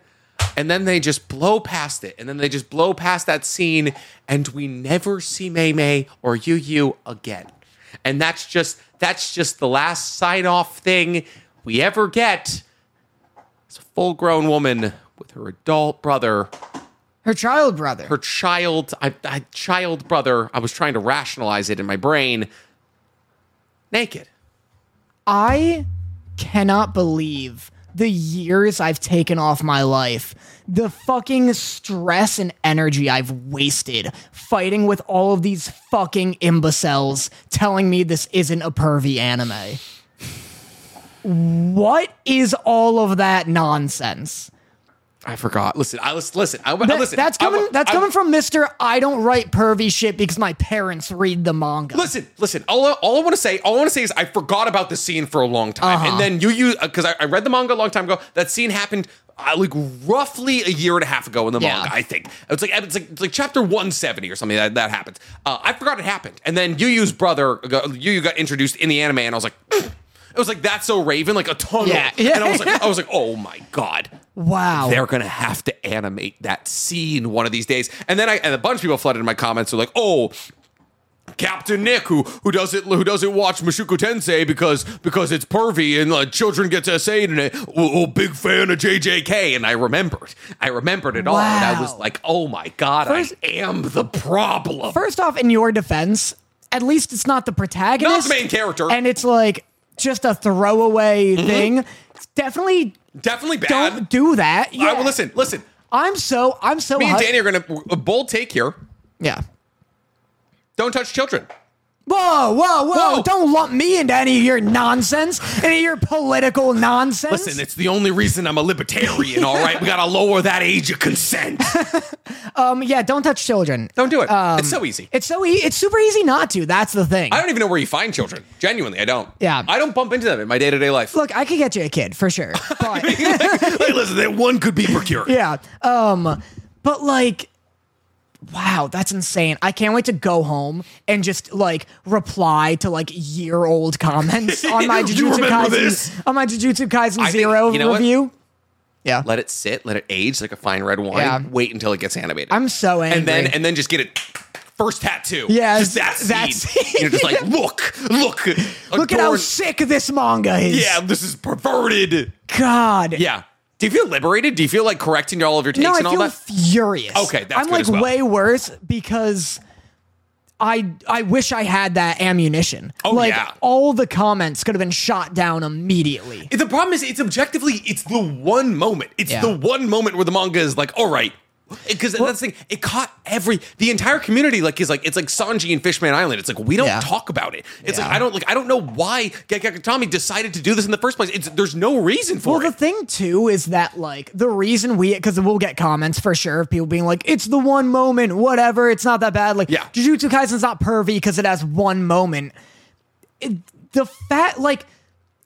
S1: and then they just blow past it. And then they just blow past that scene and we never see Mei Mei or Yu Yu again. And that's just that's just the last sign off thing we ever get. It's a full grown woman with her adult brother
S2: Her child brother.
S1: her child I, I child brother i was trying to rationalize it in my brain naked
S2: I cannot believe the years I've taken off my life, the fucking stress and energy I've wasted fighting with all of these fucking imbeciles telling me this isn't a pervy anime. What is all of that nonsense?
S1: I forgot. Uh, Listen, I listen. Listen, I,
S2: That-
S1: listen.
S2: that's
S1: I-
S2: coming. that's
S1: I-
S2: coming from Mister. I don't write pervy shit because my parents read the manga.
S1: Listen, listen. All I, all I want to say, all I want to say is I forgot about this scene for a long time,
S2: Uh-huh.
S1: and then you you because I, I read the manga a long time ago. That scene happened uh, like roughly a year and a half ago in the
S2: Yeah.
S1: manga, I think. It's like it's like, it's like chapter one seventy or something that that happened. Uh, I forgot it happened, and then Yu Yu's brother Yu Yu got introduced in the anime, and I was like. It was like that's so Raven, like a tunnel,
S2: Yeah. Yeah.
S1: and I was like, I was like, oh my god,
S2: wow.
S1: they're gonna have to animate that scene one of these days. And then I and a bunch of people flooded in my comments were like, oh. Captain Nick, who who doesn't who doesn't watch Mashuko Tensei because because it's pervy and uh, children get to say it in it. Oh, oh, big fan of JJK, and I remembered, I remembered it all, and I was
S2: Wow.
S1: like, oh my god,
S2: First-
S1: I am the problem.
S2: First off, in your defense, at least it's not the protagonist,
S1: Not the main character.
S2: and it's like just a throwaway thing. It's definitely
S1: Definitely bad.
S2: don't do that. Yeah.
S1: I, well, listen, listen.
S2: I'm so I'm so
S1: Me and
S2: hyped-
S1: Danny are gonna a bold take here.
S2: Yeah.
S1: Don't touch children.
S2: Whoa, whoa, whoa,
S1: Whoa.
S2: Don't lump me into any of your nonsense, any of your political nonsense.
S1: Listen, it's the only reason I'm a libertarian, all right? We gotta lower that age of consent.
S2: um, yeah, don't touch children.
S1: Don't do it.
S2: Um,
S1: it's so easy.
S2: It's so e- it's super easy not to. That's the thing.
S1: I don't even know where you find children. Genuinely, I don't.
S2: Yeah.
S1: I don't bump into them in my day to day life.
S2: Look, I could get you a kid for sure. But
S1: like, listen, that one could be procured.
S2: yeah. Um, but like, wow, that's insane. I can't wait to go home and just like reply to like year old comments on my
S1: You
S2: Jujutsu
S1: remember
S2: Kaisen
S1: this?
S2: on my Jujutsu Kaisen
S1: think-
S2: Zero
S1: you know what?
S2: review. Yeah,
S1: Let it sit, let it age like a fine red wine.
S2: Yeah.
S1: Wait until it gets animated.
S2: I'm so angry.
S1: and then and then just get it first tattoo.
S2: Yeah,
S1: Just that
S2: it's-
S1: scene.
S2: that scene.
S1: You're just like, look, look.
S2: look at how sick this manga is.
S1: Yeah, this is perverted.
S2: God.
S1: Yeah. Do you feel liberated? Do you feel like correcting all of your takes
S2: No, I
S1: and all
S2: feel
S1: that?
S2: furious.
S1: Okay, that's
S2: I'm
S1: good
S2: like
S1: as well.
S2: way worse because I I wish I had that ammunition.
S1: Oh,
S2: like
S1: yeah.
S2: all the comments could have been shot down immediately.
S1: The problem is, it's objectively, it's the one moment. It's
S2: Yeah.
S1: the one moment where the manga is like, all right. Because that's the thing, it caught every the entire community. Like is like it's like Sanji and Fishman Island. It's like we don't
S2: Yeah.
S1: talk about it. It's like
S2: Yeah.
S1: I don't like I don't know why Gekakutami decided to do this in the first place. It's there's no reason for
S2: Well, the
S1: it.
S2: thing too is that like the reason we because we'll get comments for sure of people being like, "It's the one moment, whatever. It's not that bad." Like,
S1: Yeah.
S2: Jujutsu Kaisen's not pervy because it has one moment. It- the fat like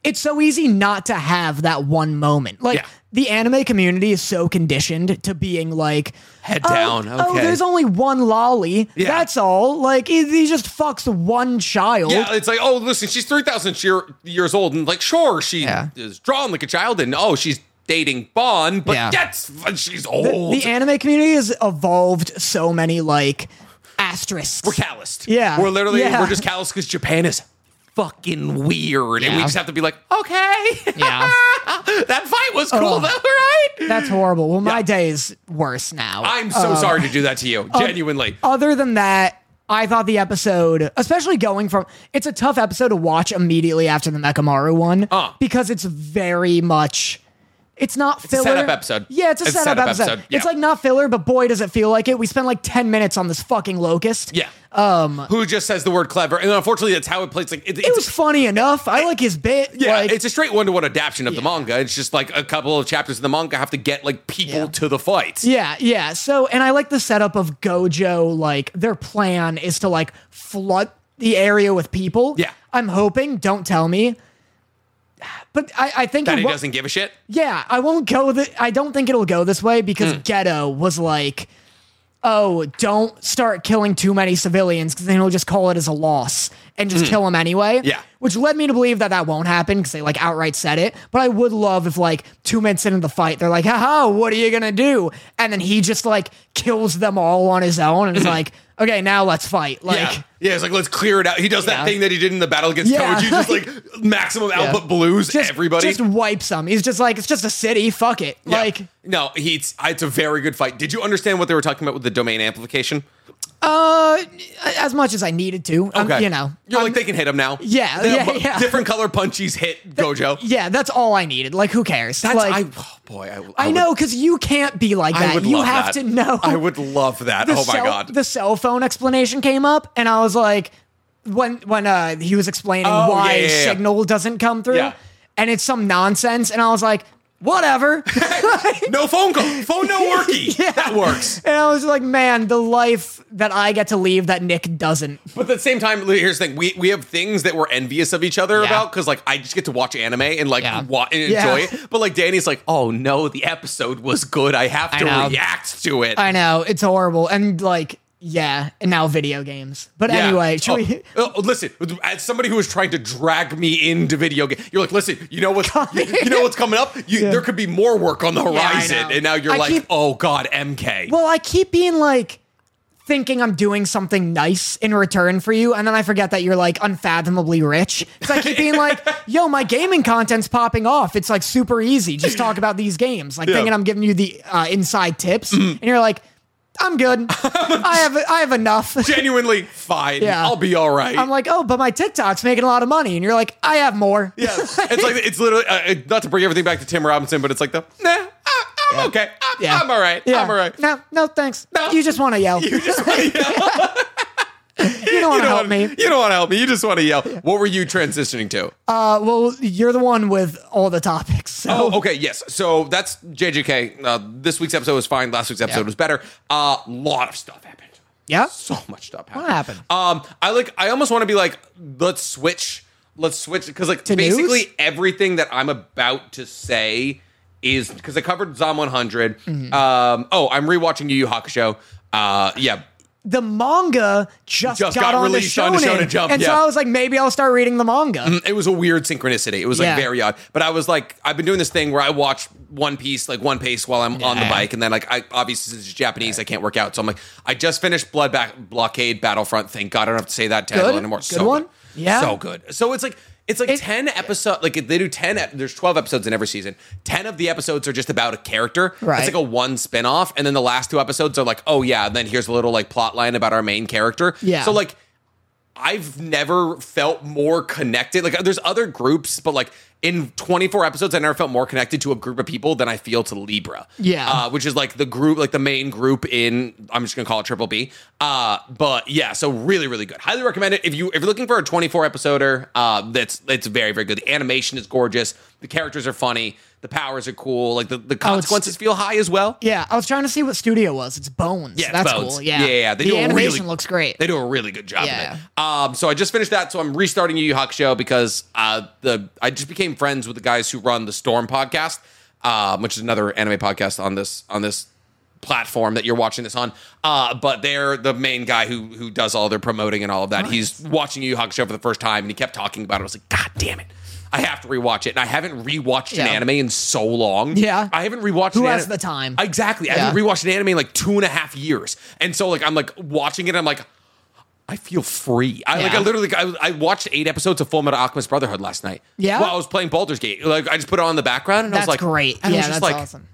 S2: it's so easy not to have that one moment. Like
S1: Yeah.
S2: the anime community is so conditioned to being like.
S1: Head
S2: "Oh,
S1: down.
S2: Oh,
S1: okay.
S2: there's only one lolly.
S1: Yeah.
S2: That's all. Like he, he just fucks one child.
S1: yeah, it's like, oh, listen, she's 3,000 year, years old, and like, sure, she
S2: Yeah.
S1: is drawn like a child, and oh, she's dating Bond, but
S2: Yeah.
S1: that's, she's old.
S2: The anime community has evolved so many like asterisks.
S1: we're calloused.
S2: Yeah.
S1: We're literally
S2: Yeah.
S1: we're just calloused because Japan is fucking weird. And
S2: Yeah.
S1: we just have to be like, okay.
S2: Yeah.
S1: that fight was cool
S2: Ugh.
S1: though, right?
S2: That's horrible. Well, my day is worse now.
S1: I'm so sorry to do that to you. Genuinely.
S2: Other than that, I thought the episode, especially going from, it's a tough episode to watch immediately after the Mekamaru one
S1: Uh.
S2: because it's very much. It's not
S1: a
S2: filler.
S1: setup episode.
S2: Yeah, it's a
S1: It's a
S2: setup,
S1: setup
S2: episode.
S1: episode, yeah.
S2: It's like not filler, but boy, does it feel like it. We spent like 10 minutes on this fucking locust.
S1: yeah. Um who just says the word clever. And unfortunately that's how it plays like it,
S2: It was funny enough. I like his bit.
S1: yeah,
S2: like,
S1: it's a straight one to one adaptation of the manga. It's just like a couple of chapters in the manga have to get like people
S2: Yeah.
S1: to the fight.
S2: Yeah, yeah. So, and I like the setup of Gojo. Like their plan is to like flood the area with people.
S1: Yeah.
S2: I'm hoping. Don't tell me. But I, I think
S1: That
S2: it
S1: he
S2: wa-
S1: doesn't give a shit.
S2: yeah, I won't go. Th- I don't think it'll go this way because
S1: Mm.
S2: Ghetto was like, "Oh, don't start killing too many civilians because then he'll just call it as a loss and just kill them anyway."
S1: Mm. Yeah.
S2: which led me to believe that that won't happen because they like outright said it. But I would love if like two minutes into the fight, they're like, "Haha, what are you gonna do?" And then he just like kills them all on his own and is like, "Okay, now let's fight." Like.
S1: Mm. yeah. yeah, it's like let's clear it out. He does
S2: Yeah.
S1: that thing that he did in the battle against
S2: Yeah.
S1: Toji, just like maximum output blues
S2: Just,
S1: everybody.
S2: just wipes them. He's just like it's just a city. Fuck it.
S1: Yeah. uh,
S2: Like
S1: no, he's it's a very good fight. Did you understand what they were talking about with the domain amplification?
S2: Uh, as much as I needed to. Um,
S1: Okay.
S2: you know.
S1: You're
S2: Um,
S1: like, they can hit him now.
S2: Yeah,
S1: They-
S2: yeah, yeah.
S1: Different color punchies hit Gojo.
S2: yeah, that's all I needed. Like, who cares?
S1: That's,
S2: like,
S1: I, oh boy, I,
S2: I
S1: would-
S2: know because you can't be like
S1: I
S2: that.
S1: would
S2: You
S1: love
S2: have
S1: that.
S2: to know.
S1: I would love that.
S2: the
S1: Oh my
S2: cell,
S1: god.
S2: The cell phone explanation came up, and I was like, when when uh, he was explaining
S1: Oh,
S2: why
S1: yeah, yeah, yeah.
S2: signal doesn't come through,
S1: Yeah.
S2: and it's some nonsense, and I was like, whatever.
S1: no phone call. Phone no worky. That works.
S2: and I was like, man, the life that I get to leave that Nick doesn't.
S1: But at the same time, here's the thing: we we have things that we're envious of each other
S2: Yeah.
S1: about because, like, I just get to watch anime and like
S2: Yeah.
S1: wa- and
S2: Yeah.
S1: enjoy it. But like, Danny's like, "Oh no, the episode was good. I have to
S2: know.
S1: react to it."
S2: I know it's horrible, and like, yeah, and now video games. But
S1: Yeah.
S2: anyway, should
S1: Oh,
S2: we?
S1: oh, listen, as somebody who is trying to drag me into video game, you're like, listen, you know what's you, you know what's coming up. You, There could be more work on the
S2: I
S1: horizon,
S2: know.
S1: and now you're
S2: I
S1: like,
S2: keep-
S1: oh god, MK.
S2: Well, I keep being like thinking I'm doing something nice in return for you, and then I forget that you're like unfathomably rich. Because I keep being like, yo, my gaming content's popping off. It's like super easy. Just talk about these games. Like
S1: Yeah. Mm-hmm.
S2: thinking I'm giving you the uh, inside tips, and you're like, I'm good. I have I have enough.
S1: Genuinely fine.
S2: Yeah.
S1: I'll be all right.
S2: I'm like, oh, but my TikTok's making a lot of money, and you're like, I have more.
S1: Yeah, it's like it's literally uh, uh, not to bring everything back to Tim Robinson, but it's like the nah, I, I'm okay, I'm,
S2: Yeah.
S1: I'm all right,
S2: Yeah.
S1: I'm all right.
S2: No, no, thanks.
S1: No.
S2: You just want to yell.
S1: You
S2: You,
S1: just want to yell.
S2: don't
S1: You
S2: want to
S1: don't
S2: help
S1: want
S2: me.
S1: You don't want to help me. You just want to yell. What were you transitioning to?
S2: Uh, well, you're the one with all the topics. So.
S1: oh, okay, yes. So that's JJK. Uh, this week's episode was fine. Last week's episode
S2: Yeah.
S1: was better. A lot of stuff happened.
S2: Yeah.
S1: So much stuff happened.
S2: What happened?
S1: Um, I like. I almost want to be like, let's switch. Let's switch because like basically
S2: news?
S1: everything that I'm about to say is because I covered Zom 100.
S2: Mm-hmm.
S1: Um, oh, I'm rewatching Yu Yu Hakusho. Uh, yeah.
S2: the manga just,
S1: Just
S2: got,
S1: got
S2: on, the
S1: released on the
S2: shonen,
S1: Shonen Jump,
S2: and so
S1: yeah. Mm.
S2: I was like, maybe I'll start reading the manga.
S1: It was a weird synchronicity. It was like
S2: Yeah.
S1: very odd. But I was like, I've been doing this thing where I watch One Piece like one pace while I'm on the
S2: Yeah.
S1: bike, and then like I obviously since it's Japanese, I can't work out. So I'm like, I just finished Blood Back Blockade Battlefront. Thank God I don't have to say that title
S2: Good.
S1: anymore.
S2: Good
S1: so
S2: one.
S1: good.
S2: Yeah.
S1: so good. So it's like. It's like
S2: It-
S1: ten episode. Like they do ten. ep- There's twelve episodes in every season. Ten of the episodes are just about a character.
S2: Right.
S1: It's like a one spinoff, and then the last two episodes are like, oh yeah, and then here's a little like plot line about our main character.
S2: Yeah.
S1: So like I've never felt more connected. Like there's other groups, but like in 24 episodes, I never felt more connected to a group of people than I feel to Libra.
S2: Yeah.
S1: Uh, which is like the group, like the main group in, I'm just going to call it Triple B. Uh, but yeah, so really, really good. Highly recommend it. If you, if you're looking for a 24 episoder, uh, that's, it's very, very good. The animation is gorgeous. The characters are funny. The powers are cool. Like the, the consequences feel high as well.
S2: Yeah, I was trying to see what studio it was. It's Bones.
S1: Yeah, it's
S2: that's
S1: Bones.
S2: cool. Yeah,
S1: yeah, yeah. They
S2: the
S1: do a
S2: animation
S1: really,
S2: looks great.
S1: They do a really good job
S2: Yeah.
S1: of it. Um, so I just finished that. So I'm restarting Yu Yu Hakusho because uh, the I just became friends with the guys who run the Storm podcast, um, which is another anime podcast on this on this platform that you're watching this on. Uh, but they're the main guy who who does all their promoting and all of that. He's watching Yu Yu Hakusho for the first time, and he kept talking about it. I was like, God damn it. I have to rewatch it, and I haven't rewatched an
S2: Yeah.
S1: anime in so long.
S2: Yeah.
S1: I haven't rewatched.
S2: Who
S1: an
S2: has
S1: ani-
S2: the time?
S1: Exactly. I
S2: Yeah.
S1: haven't rewatched an anime in like two and a half years. And so like I'm like watching it, I'm like, I feel free. I like
S2: Yeah.
S1: I literally I, I watched eight episodes of Full Metal Alchemist Brotherhood last night.
S2: Yeah?
S1: While I was playing Baldur's Gate. Like I just put it on in the background and I
S2: that's
S1: was like
S2: great.
S1: and I
S2: yeah,
S1: was just
S2: that's
S1: like,
S2: awesome.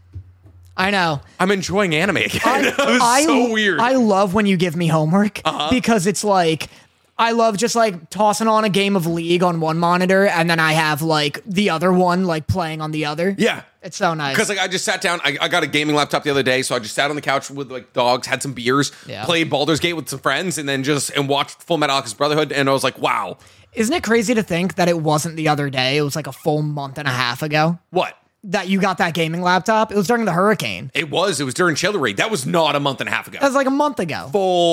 S2: I know.
S1: I'm enjoying anime again. it was
S2: I-
S1: so weird. Uh-huh.
S2: I love when you give me homework because it's like I love just like tossing on a game of League on one monitor and then I have like the other one like playing on the other.
S1: yeah.
S2: it's so nice.
S1: Because like I just sat down, I, I got a gaming laptop the other day, so I just sat on the couch with like dogs, had some beers,
S2: Yeah.
S1: played Baldur's Gate with some friends, and then just and watched Full Metal Alchemist Brotherhood, and I was like, wow,
S2: Isn't it crazy to think that it wasn't the other day? It was like a full month and a half ago
S1: what?
S2: that you got that gaming laptop. It was during the hurricane.
S1: It was. It was during Chillery. That was not a month and a half ago.
S2: That was like a month ago.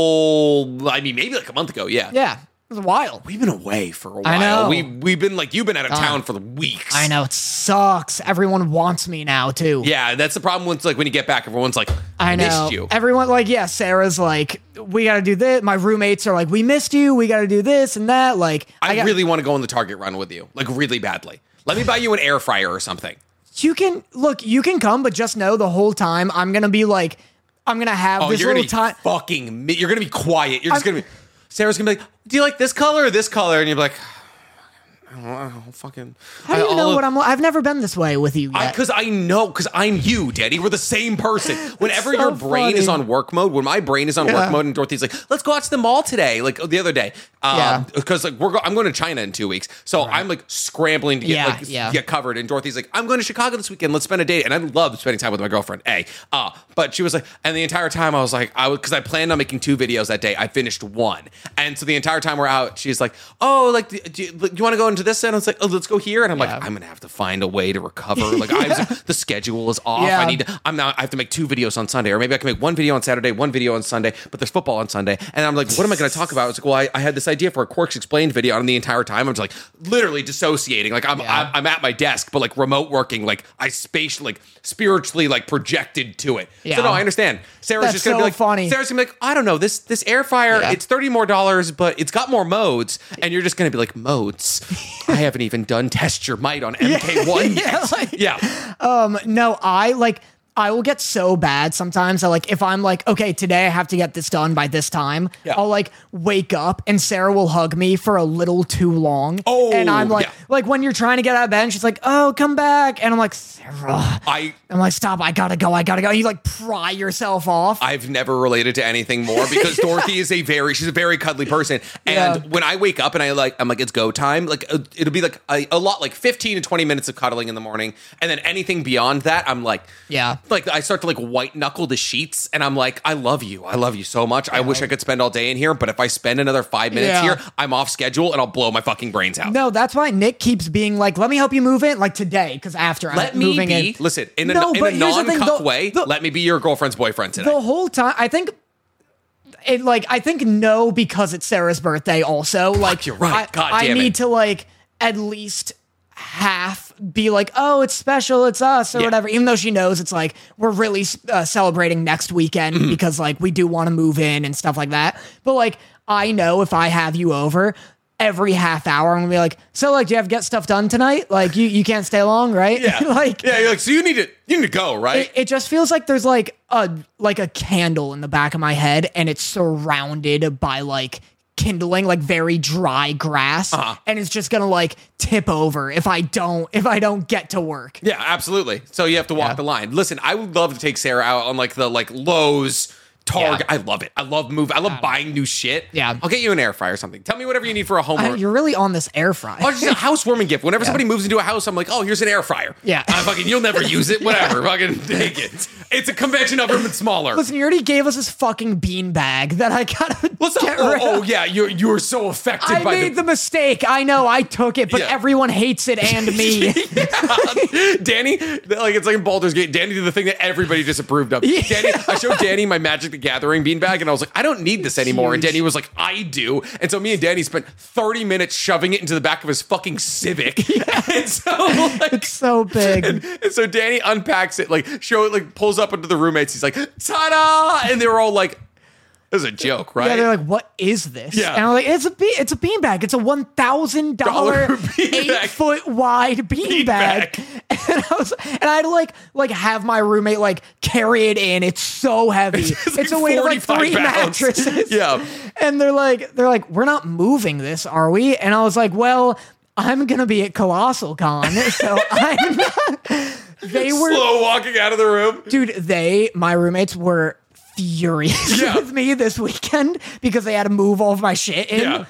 S1: full. I mean, maybe like a month ago. Yeah.
S2: Yeah, it was wild.
S1: We've been away for a while.
S2: I know.
S1: We we've been like you've been out of town for weeks.
S2: I know it sucks. Everyone wants me now too.
S1: Yeah, that's the problem. When it's like when you get back, everyone's like,
S2: I know.
S1: missed you.
S2: Everyone like yeah. Sarah's like we got to do this. My roommates are like we missed you. We got to do this and that. Like
S1: I,
S2: got-
S1: really want to go on the Target run with you, like really badly. Let me buy you an air fryer or something.
S2: you can look. You can come, but just know the whole time I'm gonna be like I'm gonna have
S1: Oh,
S2: this
S1: you're gonna
S2: little
S1: be
S2: time.
S1: fucking. mi- You're gonna be quiet. You're just
S2: I'm-
S1: gonna be. Sarah's gonna be like, "Do you like this color or this color?" And you're like, I don't, I don't fucking.
S2: How do
S1: I-
S2: you know
S1: all
S2: what
S1: of-
S2: I'm? I've never been this way with you yet.
S1: Because I, know, because I'm you, Daddy. We're the same person. Whenever
S2: so
S1: your brain is
S2: funny.
S1: on work mode, when my brain is on
S2: Yeah.
S1: work mode, and Dorothy's like, "Let's go out to the mall today," like the other day,
S2: Yeah.
S1: um, because like we're go- I'm going to China in two weeks, so I'm like scrambling to get
S2: Yeah,
S1: like
S2: yeah.
S1: get covered. And Dorothy's like, "I'm going to Chicago this weekend. Let's spend a day." And I love spending time with my girlfriend. A, uh, but she was like, and the entire time I was like, I because I planned on making two videos that day. I finished one, and so the entire time we're out, she's like, "Oh, like, do, do you, like, do you want to go into this?" And I was like, "Oh, let's go here." And I'm
S2: Yeah.
S1: like, "I'm gonna have to find a way to recover. Like, I was like, the schedule is off.
S2: Yeah.
S1: I need to. I'm not. I have to make two videos on Sunday, or maybe I can make one video on Saturday, one video on Sunday. But there's football on Sunday, and I'm like, what am I gonna talk about? It's like, well, I, I had this idea for a Quirks Explained video, and the entire time I'm just like literally dissociating. Like, I'm
S2: Yeah.
S1: I'm, I'm at my desk, but like remote working. Like, I spatially, like spiritually, like projected to it.
S2: Yeah.
S1: So no, I understand. Sarah's
S2: That's
S1: just gonna
S2: so
S1: be like
S2: funny.
S1: Sarah's gonna be like, I don't know this this air fryer.
S2: Yeah.
S1: It's thirty more dollars, but it's got more modes, and you're just gonna be like modes. I haven't even done test your might on MK1
S2: Yeah,
S1: yet.
S2: like-
S1: yeah.
S2: no, I like I will get so bad sometimes. I like if I'm like, okay, today I have to get this done by this time.
S1: Yeah.
S2: I'll like wake up and Sarah will hug me for a little too long.
S1: Oh,
S2: and I'm like,
S1: yeah.
S2: like when you're trying to get out of bed, and she's like, oh, come back, and I'm like, Sarah,
S1: I
S2: I'm like, stop, I gotta go, I gotta go. And you like pry yourself off.
S1: I've never related to anything more because Dorothy is a very she's a very cuddly person. And
S2: Yeah.
S1: when I wake up and I like I'm like it's go time, like uh, it'll be like a, a lot like 15 to 20 minutes of cuddling in the morning and then anything beyond that I'm like
S2: Yeah.
S1: Like I start to like white knuckle the sheets and I'm like I love you. I love you so much. I wish I could spend all day in here, but if I spend another 5 minutes
S2: Yeah.
S1: here, I'm off schedule and I'll blow my fucking brains out.
S2: no, that's why Nick keeps being like, "Let me help you move in," like today, because after
S1: Let
S2: I'm
S1: me
S2: moving
S1: be.
S2: in.
S1: Listen, in a,
S2: No,
S1: in
S2: but
S1: a
S2: here's the thing,
S1: non-cuck
S2: the-
S1: way,
S2: the-
S1: let me be your girlfriend's boyfriend today.
S2: the whole time i think it like i think no because it's sarah's birthday also like
S1: you're right.
S2: i,
S1: God
S2: I
S1: damn it.
S2: need to like at least half be like oh it's special it's us or
S1: Yeah.
S2: whatever even though she knows it's like we're really uh, celebrating next weekend
S1: Mm-hmm.
S2: because like we do want to move in and stuff like that but like i know if i have you over every half hour i'm gonna be like so like do you have get stuff done tonight like you you can't stay long right
S1: yeah.
S2: like
S1: Yeah, you're like so you need to you need to go, right?
S2: it, it just feels like there's like a like a candle in the back of my head and it's surrounded by like kindling like very dry grass
S1: Uh-huh.
S2: and it's just gonna like tip over if i don't if i don't get to work
S1: Yeah, absolutely. So you have to walk
S2: Yeah.
S1: the line. Listen, I would love to take Sarah out on like the like Lowe's Target.
S2: Yeah.
S1: I love it. I love move. I love buying new shit.
S2: Yeah.
S1: I'll get you an air fryer or something. Tell me whatever you need for a
S2: I-
S1: homework.
S2: you're really on this air fry
S1: Oh, just a housewarming gift. Whenever somebody moves into a house, I'm like, oh, here's an air fryer.
S2: Yeah.
S1: I fucking, you'll never use it. Whatever. Fucking take it. It's a convention oven, but smaller.
S2: listen you already gave us this fucking bean bag that i gotta
S1: What's up?
S2: get
S1: Oh,
S2: rid
S1: oh,
S2: of
S1: yeah. You're, you're so affected
S2: I
S1: by
S2: made the mistake. I know I took it, but
S1: Yeah.
S2: everyone hates it and me.
S1: Danny, like it's like in Baldur's Gate. Danny did the thing that everybody disapproved of. Danny, I showed Danny my Magic the Gathering beanbag, and I was like, I don't need this anymore. And
S2: Huge.
S1: Danny was like, I do. And so me and Danny spent 30 minutes shoving it into the back of his fucking Civic. And so like.
S2: so big.
S1: And so Danny unpacks it, like show it, like pulls up into the roommates. He's like, "Ta-da!" And they were all like, "This is a joke, right?"
S2: Yeah, they're like, "What is this?"
S1: Yeah.
S2: and I'm like, "It's a be- it's a beanbag. It's a one thousand dollar,
S1: beanbag.
S2: eight foot wide beanbag."
S1: Beanbag.
S2: and I was, and I had to like like have my roommate like carry it in. It's so heavy. It's,
S1: like
S2: a weight of like
S1: 45
S2: three
S1: pounds.
S2: mattresses.
S1: Yeah.
S2: and they're like they're like, "We're not moving this, are we?" And I was like, "Well." I'm gonna be at Colossal Con, so I'm. not- They were
S1: slow walking out of the room.
S2: dude they my roommates were furious
S1: Yeah.
S2: with me this weekend because they had to move all of my shit in
S1: Yeah. Mm-hmm.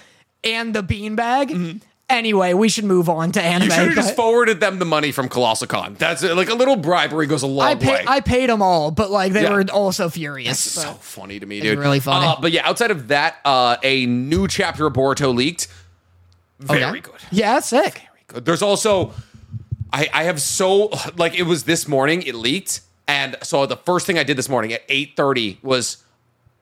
S2: and the beanbag anyway we should move on to anime
S1: You should have just
S2: but-
S1: forwarded them the money from Colossal Con. That's it. like a little bribery goes a long
S2: I, pay,
S1: way.
S2: I paid them all but like they
S1: Yeah.
S2: were also furious
S1: so
S2: but-
S1: funny to me, dude.
S2: really funny.
S1: Uh, but yeah, outside of that, uh, a new chapter of Boruto leaked. Very
S2: Oh, yeah?
S1: good.
S2: yeah that's sick
S1: good. There's also, I, I have so like it was this morning. It leaked, and so the first thing I did this morning at 8:30 was,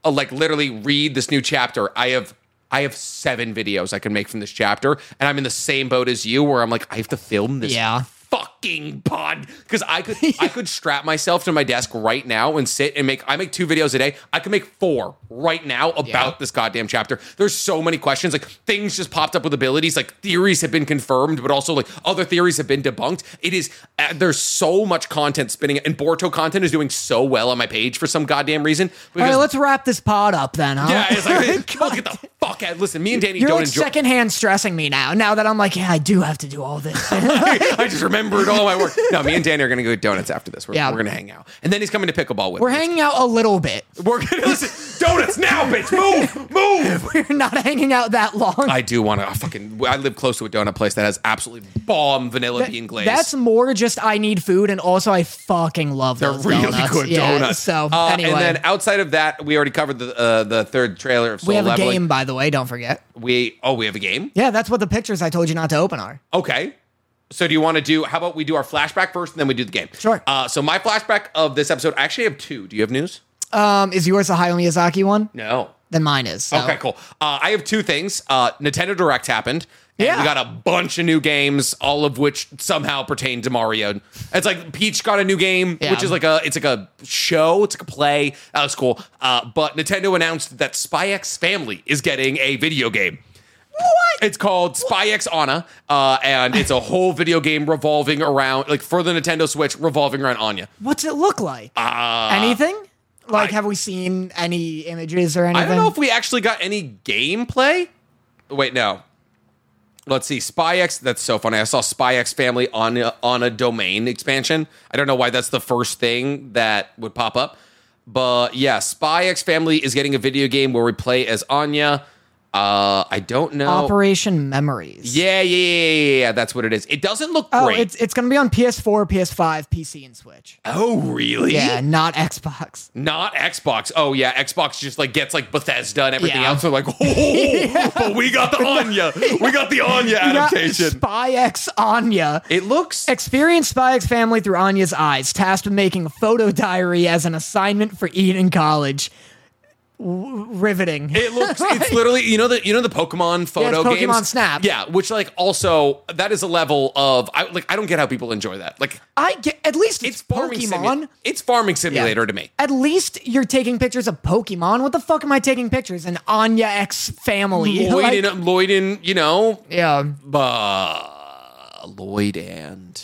S1: uh, like literally read this new chapter. I have. I have seven videos I can make from this chapter, and I'm in the same boat as you, where I'm like, I have to film this
S2: Yeah.
S1: fucking pod because I could I could strap myself to my desk right now and sit and make I make two videos a day. I could make four right now about
S2: Yeah.
S1: this goddamn chapter. There's so many questions. Like things just popped up with abilities. Like theories have been confirmed, but also like other theories have been debunked. It is uh, there's so much content spinning, and Borto content is doing so well on my page for some goddamn reason.
S2: all
S1: Because
S2: right let's wrap this pod up then huh
S1: yeah, it's like look at the fuck out. Listen, me and Danny
S2: You're
S1: don't
S2: like
S1: enjoy.
S2: secondhand stressing me now. Now that I'm like, yeah, I do have to do all this.
S1: I just remembered all my work. No, me and Danny are gonna go get donuts after this. We're,
S2: Yeah.
S1: we're gonna hang out, and then he's coming to pickleball with.
S2: We're
S1: me.
S2: hanging out a little bit.
S1: We're gonna listen. Donuts now, bitch. Move, move.
S2: We're not hanging out that long.
S1: I do want to fucking. I live close to a donut place that has absolutely bomb vanilla bean glaze.
S2: That's more just I need food, and also I fucking love
S1: They're
S2: those
S1: really
S2: donuts.
S1: good
S2: Yeah,
S1: donuts.
S2: So
S1: Uh,
S2: anyway,
S1: and then outside of that, we already covered the uh, the third trailer of Soul
S2: we have a
S1: Leveling.
S2: game, by the way. Don't forget.
S1: We oh, we have a game.
S2: Yeah, that's what the pictures I told you not to open are.
S1: Okay. So do you want to do? How about we do our flashback first, and then we do the game?
S2: Sure.
S1: Uh, so my flashback of this episode, I actually have two. Do you have news?
S2: Um, is yours the Hayao Miyazaki one?
S1: No.
S2: Then mine is. so.
S1: Okay, cool. Uh, I have two things. Uh, Nintendo Direct happened. And
S2: Yeah.
S1: We got a bunch of new games, all of which somehow pertain to Mario. It's like Peach got a new game,
S2: Yeah.
S1: which is like a it's like a show, it's like a play. That was cool. Uh, but Nintendo announced that Spy X Family is getting a video game. What? It's called Spy X Anna, uh, and it's a whole video game revolving around, like for the Nintendo Switch, revolving around Anya.
S2: What's it look like? anything? Like,
S1: Uh, I-
S2: have we seen any images or anything?
S1: I don't know if we actually got any gameplay. Wait, no. Let's see. Spy X. That's so funny. I saw Spy X Family on a, on a domain expansion. I don't know why that's the first thing that would pop up, but yeah, Spy X Family is getting a video game where we play as Anya. Uh, I don't know.
S2: Operation Memories.
S1: yeah, yeah, yeah, yeah, yeah. That's what it is. It doesn't look
S2: Oh,
S1: great.
S2: it's it's gonna be on PS4, PS5, PC, and Switch.
S1: oh, really?
S2: Yeah, not Xbox.
S1: Not Xbox. Oh yeah, Xbox just like gets like Bethesda and everything
S2: Yeah.
S1: else. They're like, oh, but we got the Anya. We got the Anya
S2: Not
S1: adaptation.
S2: Spy X Anya.
S1: It looks
S2: Experience Spy X family through Anya's eyes, tasked with making a photo diary as an assignment for Eden College. W- riveting.
S1: it looks it's literally you know the you know the Pokemon photo
S2: Pokemon
S1: games?
S2: Snap.
S1: Yeah, which like also that is a level of I like I don't get how people enjoy that. Like
S2: I get at least
S1: it's
S2: it's,
S1: farming
S2: Pokemon.
S1: simulator. It's farming simulator
S2: Yeah.
S1: to me.
S2: At least you're taking pictures of Pokemon. What the fuck am I taking pictures? An Anya X family.
S1: Lloyd
S2: Like-
S1: and Lloyd and you know
S2: yeah.
S1: uh, Lloyd and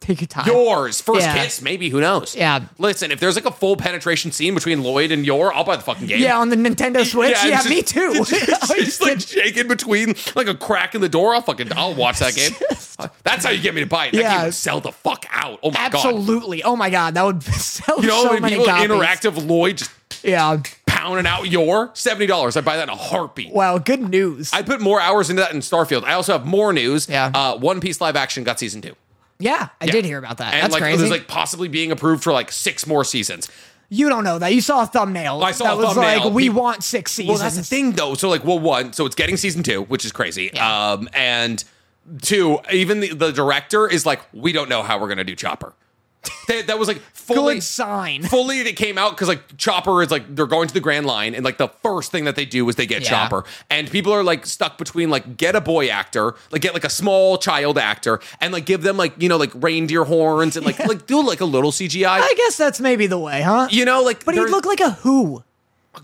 S2: Take your time.
S1: yours first
S2: Yeah.
S1: kiss maybe who knows
S2: Yeah.
S1: listen if there's like a full penetration scene between lloyd and your i'll buy the fucking game
S2: yeah, on the Nintendo Switch. Yeah,
S1: it's
S2: me
S1: just-
S2: too.
S1: It's just like shaking between like a crack in the door. I'll fucking I'll watch that game. Uh, That's how you get me to buy it. That
S2: Yeah.
S1: game would sell the fuck out. Oh my god!
S2: Absolutely. Oh my god, that would sell
S1: You know
S2: so
S1: how many
S2: many
S1: people at
S2: copies.
S1: interactive Lloyd just
S2: Yeah.
S1: pounding out your seventy dollars. I buy that in a heartbeat.
S2: Wow. Good news.
S1: I put more hours into that in Starfield. I also have more news.
S2: Yeah.
S1: Uh, One Piece live action got season two.
S2: yeah, I did hear about that.
S1: And
S2: That's
S1: like
S2: crazy.
S1: there's like possibly being approved for like six more seasons.
S2: you don't know that. You saw a thumbnail.
S1: I saw
S2: that
S1: a
S2: was
S1: thumbnail.
S2: like we
S1: People-
S2: want six
S1: Well,
S2: seasons.
S1: that's the thing, though. So, like, well, one, so it's getting season two, which is crazy.
S2: Yeah.
S1: Um, and two, even the, the director is like, we don't know how we're gonna do Chopper. that, that was like fully
S2: Good sign.
S1: Fully, that came out because like Chopper is like they're going to the Grand Line, and like the first thing that they do is they get
S2: Yeah.
S1: Chopper, and people are like stuck between like get a boy actor, like get like a small child actor, and like give them like you know like reindeer horns and like like do like a little CGI.
S2: I guess that's maybe the way, huh?
S1: you know, like
S2: but he
S1: they're-
S2: looked like a who.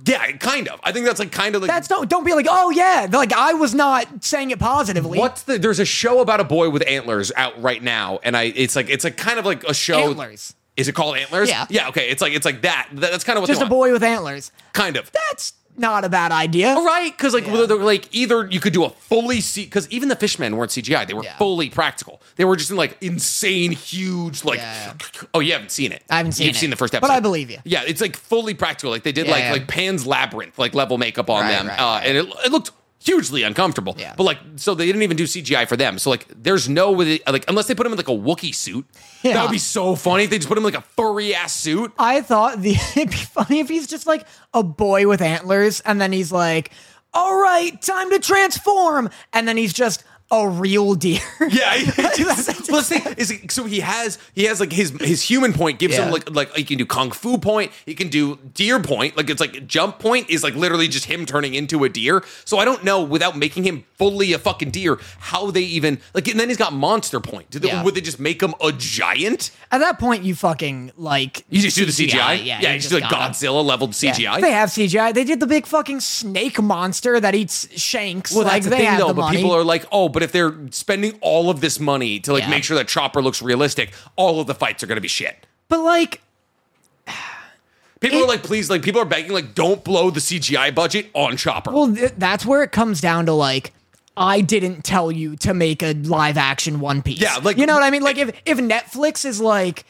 S1: yeah, kind of. I think that's like kind of like
S2: That's don't don't be like, oh yeah, like I was not saying it positively.
S1: What's the? There's a show about a boy with antlers out right now, and I. It's like it's like kind of like a show.
S2: Antlers.
S1: Is it called antlers?
S2: Yeah.
S1: Yeah. Okay. It's like it's like that. That- that's kind of what
S2: Just
S1: they
S2: a
S1: want.
S2: boy with antlers.
S1: Kind of.
S2: That's not a bad idea.
S1: Oh, Right, because like
S2: Yeah.
S1: whether they're like either you could do a fully C because even the fishmen weren't CGI; they were
S2: Yeah.
S1: fully practical. They were just in like insane, huge, like
S2: Yeah.
S1: oh, you haven't seen it.
S2: I haven't seen
S1: You've
S2: it.
S1: seen the first
S2: But
S1: episode,
S2: I believe you.
S1: Yeah, it's like fully practical. Like they did
S2: Yeah,
S1: like
S2: yeah.
S1: like Pan's Labyrinth, like level makeup on
S2: Right,
S1: them,
S2: right,
S1: uh,
S2: right.
S1: and it, it looked hugely uncomfortable.
S2: Yeah.
S1: But like, so they didn't even do CGI for them. So like, there's no way- like unless they put him in like a Wookiee suit. That
S2: Yeah.
S1: would be so funny if they just put him in like a furry ass suit.
S2: I thought the it'd be funny if he's just like a boy with antlers, and then he's like, "All right, time to transform," and then he's just a real deer.
S1: Yeah, he just, well, see, is it- so he has he has like his his human point gives him
S2: Yeah.
S1: like like he can do kung fu point, he can do deer point, like it's like jump point is like literally just him turning into a deer. So I don't know without making him fully a fucking deer how they even like and then he's got monster point. Did they,
S2: Yeah.
S1: Would they just make him a giant?
S2: At that point, you fucking like
S1: You just do the CGI,
S2: Yeah,
S1: yeah,
S2: you
S1: you just
S2: just
S1: do like
S2: gotta-
S1: Godzilla leveled CGI.
S2: They have CGI. They did the big fucking snake monster that eats shanks.
S1: Well,
S2: like
S1: that's the
S2: they
S1: thing,
S2: have
S1: though.
S2: the
S1: but
S2: money.
S1: people are like, "Oh, but if they're spending all of this money to like
S2: Yeah.
S1: make sure that Chopper looks realistic, all of the fights are going to be shit."
S2: but like
S1: People
S2: It-
S1: are like, please, like people are begging, like, don't blow the CGI budget on Chopper.
S2: Well, th- that's where it comes down to like. I didn't tell you to make a live action One Piece.
S1: Yeah, like-
S2: you know what I mean. Like if if Netflix is like,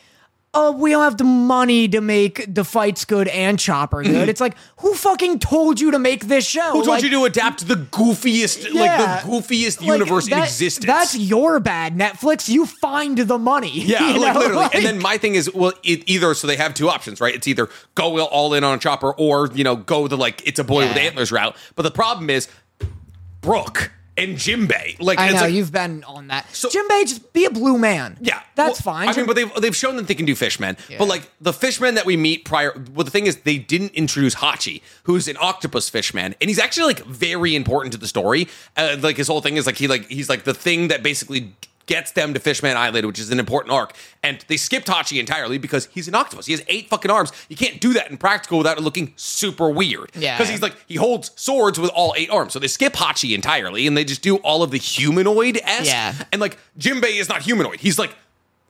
S2: oh, we don't have the money to make the fights good and Chopper good. It's like, who fucking told you to make this show?
S1: Mm-hmm. Who told you to adapt to the goofiest,
S2: Yeah.
S1: like the goofiest universe in existence?
S2: That's your bad, Netflix. You find the money.
S1: Yeah,
S2: You
S1: like
S2: know,
S1: literally.
S2: like-
S1: and then my thing is, well, it, either so they have two options, right? It's either go all in on Chopper, or you know, go the like it's a boy with
S2: Yeah.
S1: antlers route. But the problem is, Brooke and Jimbei, like
S2: I
S1: it's
S2: know
S1: like,
S2: you've been on that. Jimbei, just be a blue man.
S1: yeah,
S2: that's
S1: Well,
S2: fine.
S1: I mean, but they've they've shown that they can do fishmen.
S2: Yeah.
S1: But like the fishmen that we meet prior, well, the thing is, they didn't introduce Hachi, who's an octopus fishman, and he's actually like very important to the story. Uh, like his whole thing is like he like he's like the thing that basically gets them to Fishman Island, which is an important arc. And they skipped Hachi entirely because he's an octopus. He has eight fucking arms. You can't do that in practical without it looking super weird.
S2: Yeah.
S1: because he's like he holds swords with all eight arms. So they skip Hachi entirely, and they just do all of the humanoid esque.
S2: Yeah.
S1: and like Jimbei is not humanoid. He's like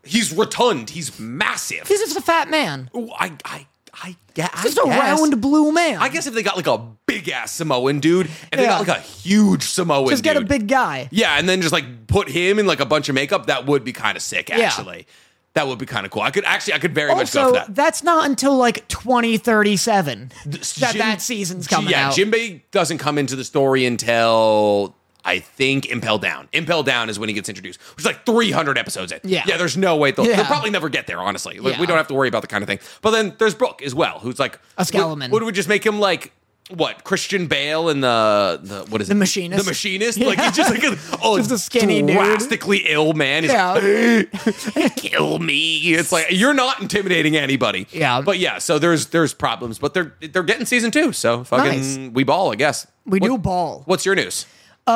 S1: He's rotund. He's massive.
S2: he's just a fat man.
S1: Ooh, I, I, I, yeah, I
S2: Just a
S1: guess.
S2: round blue man.
S1: I guess if they got like a big ass Samoan dude, and they
S2: Yeah.
S1: got like a huge Samoan,
S2: just get a
S1: dude.
S2: big guy.
S1: yeah, and then just like put him in like a bunch of makeup. That would be kind of sick,
S2: Yeah.
S1: actually. That would be kind of cool. I could actually, I could very much
S2: Also,
S1: go for that.
S2: that's not until like 2037 that
S1: Jim-
S2: that season's coming
S1: yeah,
S2: out.
S1: Jimbei doesn't come into the story until I think Impel Down. Impel Down is when he gets introduced, which is like 300 episodes in.
S2: Yeah.
S1: Yeah, there's no way they'll,
S2: Yeah.
S1: they'll probably never get there, honestly. Like,
S2: Yeah.
S1: We don't have to worry about the kind of thing. But then there's Brooke as well, who's like
S2: A Skellman.
S1: Would, would we just make him like. What Christian Bale and the the what is the it?
S2: Machinist.
S1: The machinist, like he's just like a, oh,
S2: Just a skinny dude.
S1: drastically ill man. He's like,
S2: yeah.
S1: kill me. It's like you're not intimidating anybody.
S2: Yeah.
S1: But yeah, so there's there's problems, but they're they're getting season two, so fucking
S2: Nice.
S1: we ball, I guess.
S2: We
S1: What-
S2: do ball. Um,
S1: What's your news?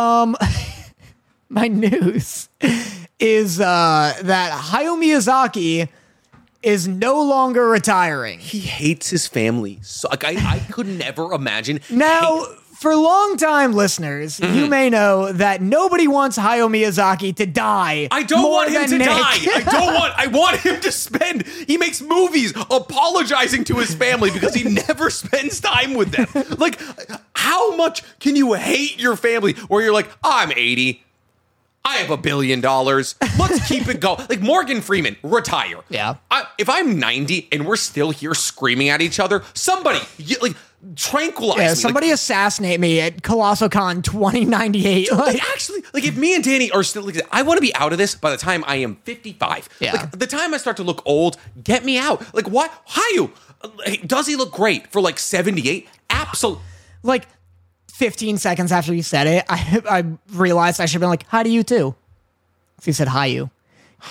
S2: My news is uh, that Hayao Miyazaki is no longer retiring.
S1: He hates his family. So, like I, I could never imagine.
S2: Now, for long-time listeners,
S1: Mm-hmm.
S2: you may know that nobody wants Hayao Miyazaki to die.
S1: I don't
S2: more
S1: want him
S2: than
S1: to
S2: Nick.
S1: die. I don't want. I want him to spend. He makes movies apologizing to his family because he never spends time with them. Like, how much can you hate your family? Where you're like, I'm 80. I have a billion dollars. Let's keep it going. Like Morgan Freeman, retire.
S2: Yeah.
S1: I, if I'm 90 and we're still here screaming at each other, somebody you- like tranquilize me.
S2: Yeah,
S1: Like,
S2: somebody assassinate me at ColossoCon 2098.
S1: like
S2: Like,
S1: actually, like if me and Danny are still, like, I want to be out of this by the time I am fifty-five.
S2: Yeah.
S1: Like the time I start to look old, get me out. Like what? Hayu, like, does he look great for like seventy-eight? Absolutely.
S2: like 15 seconds after you said it, I, I realized I should have been like, hi to you too. So you said hi you.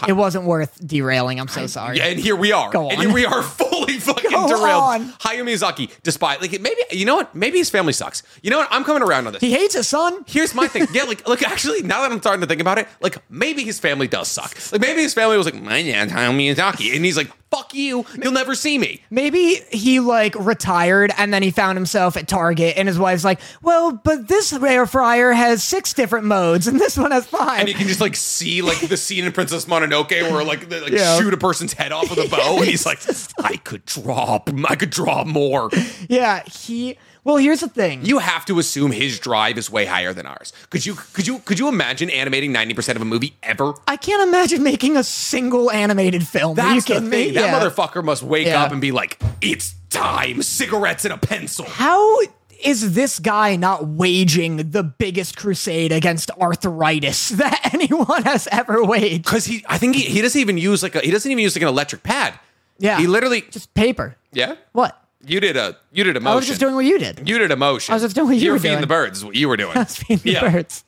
S2: It wasn't worth derailing. I'm so sorry.
S1: And here we are.
S2: Go
S1: And
S2: on.
S1: here we are fully fucking
S2: Go
S1: derailed.
S2: on.
S1: Hayu Miyazaki, despite like it, maybe you know what? Maybe his family sucks. You know what? I'm coming around on this.
S2: He hates his son.
S1: Here's my thing. Yeah, like, look, actually, now that I'm starting to think about it, like, maybe his family does suck. Like, maybe his family was like, my dad's Hayao Miyazaki. And he's like, fuck you. You'll never see me.
S2: Maybe he like retired and then he found himself at Target and his wife's like, well, but this air fryer has six different modes and this one has five.
S1: And you can just like see like the scene in Princess Mononoke where like they like
S2: Yeah.
S1: shoot a person's head off with a bow, and he's like, "I could draw, I could draw more."
S2: yeah, he. Well, here's the thing.
S1: You have to assume his drive is way higher than ours. Could you could you could you imagine animating ninety percent of a movie ever?
S2: I can't imagine making a single animated film. Are you
S1: That's the
S2: kidding
S1: thing.
S2: me?
S1: That
S2: Yeah.
S1: motherfucker must wake
S2: Yeah.
S1: up and be like, "It's time." Cigarettes and a pencil.
S2: How is this guy not waging the biggest crusade against arthritis that anyone has ever waged?
S1: Because he, I think he, he doesn't even use like a he doesn't even use like an electric pad.
S2: Yeah.
S1: he literally just
S2: Just paper.
S1: yeah.
S2: What?
S1: You did a you did a motion.
S2: I was just doing what you did.
S1: You did a motion. I
S2: was just doing what you
S1: were
S2: were
S1: feeding
S2: doing.
S1: the birds. Is what you were doing.
S2: I was feeding the birds.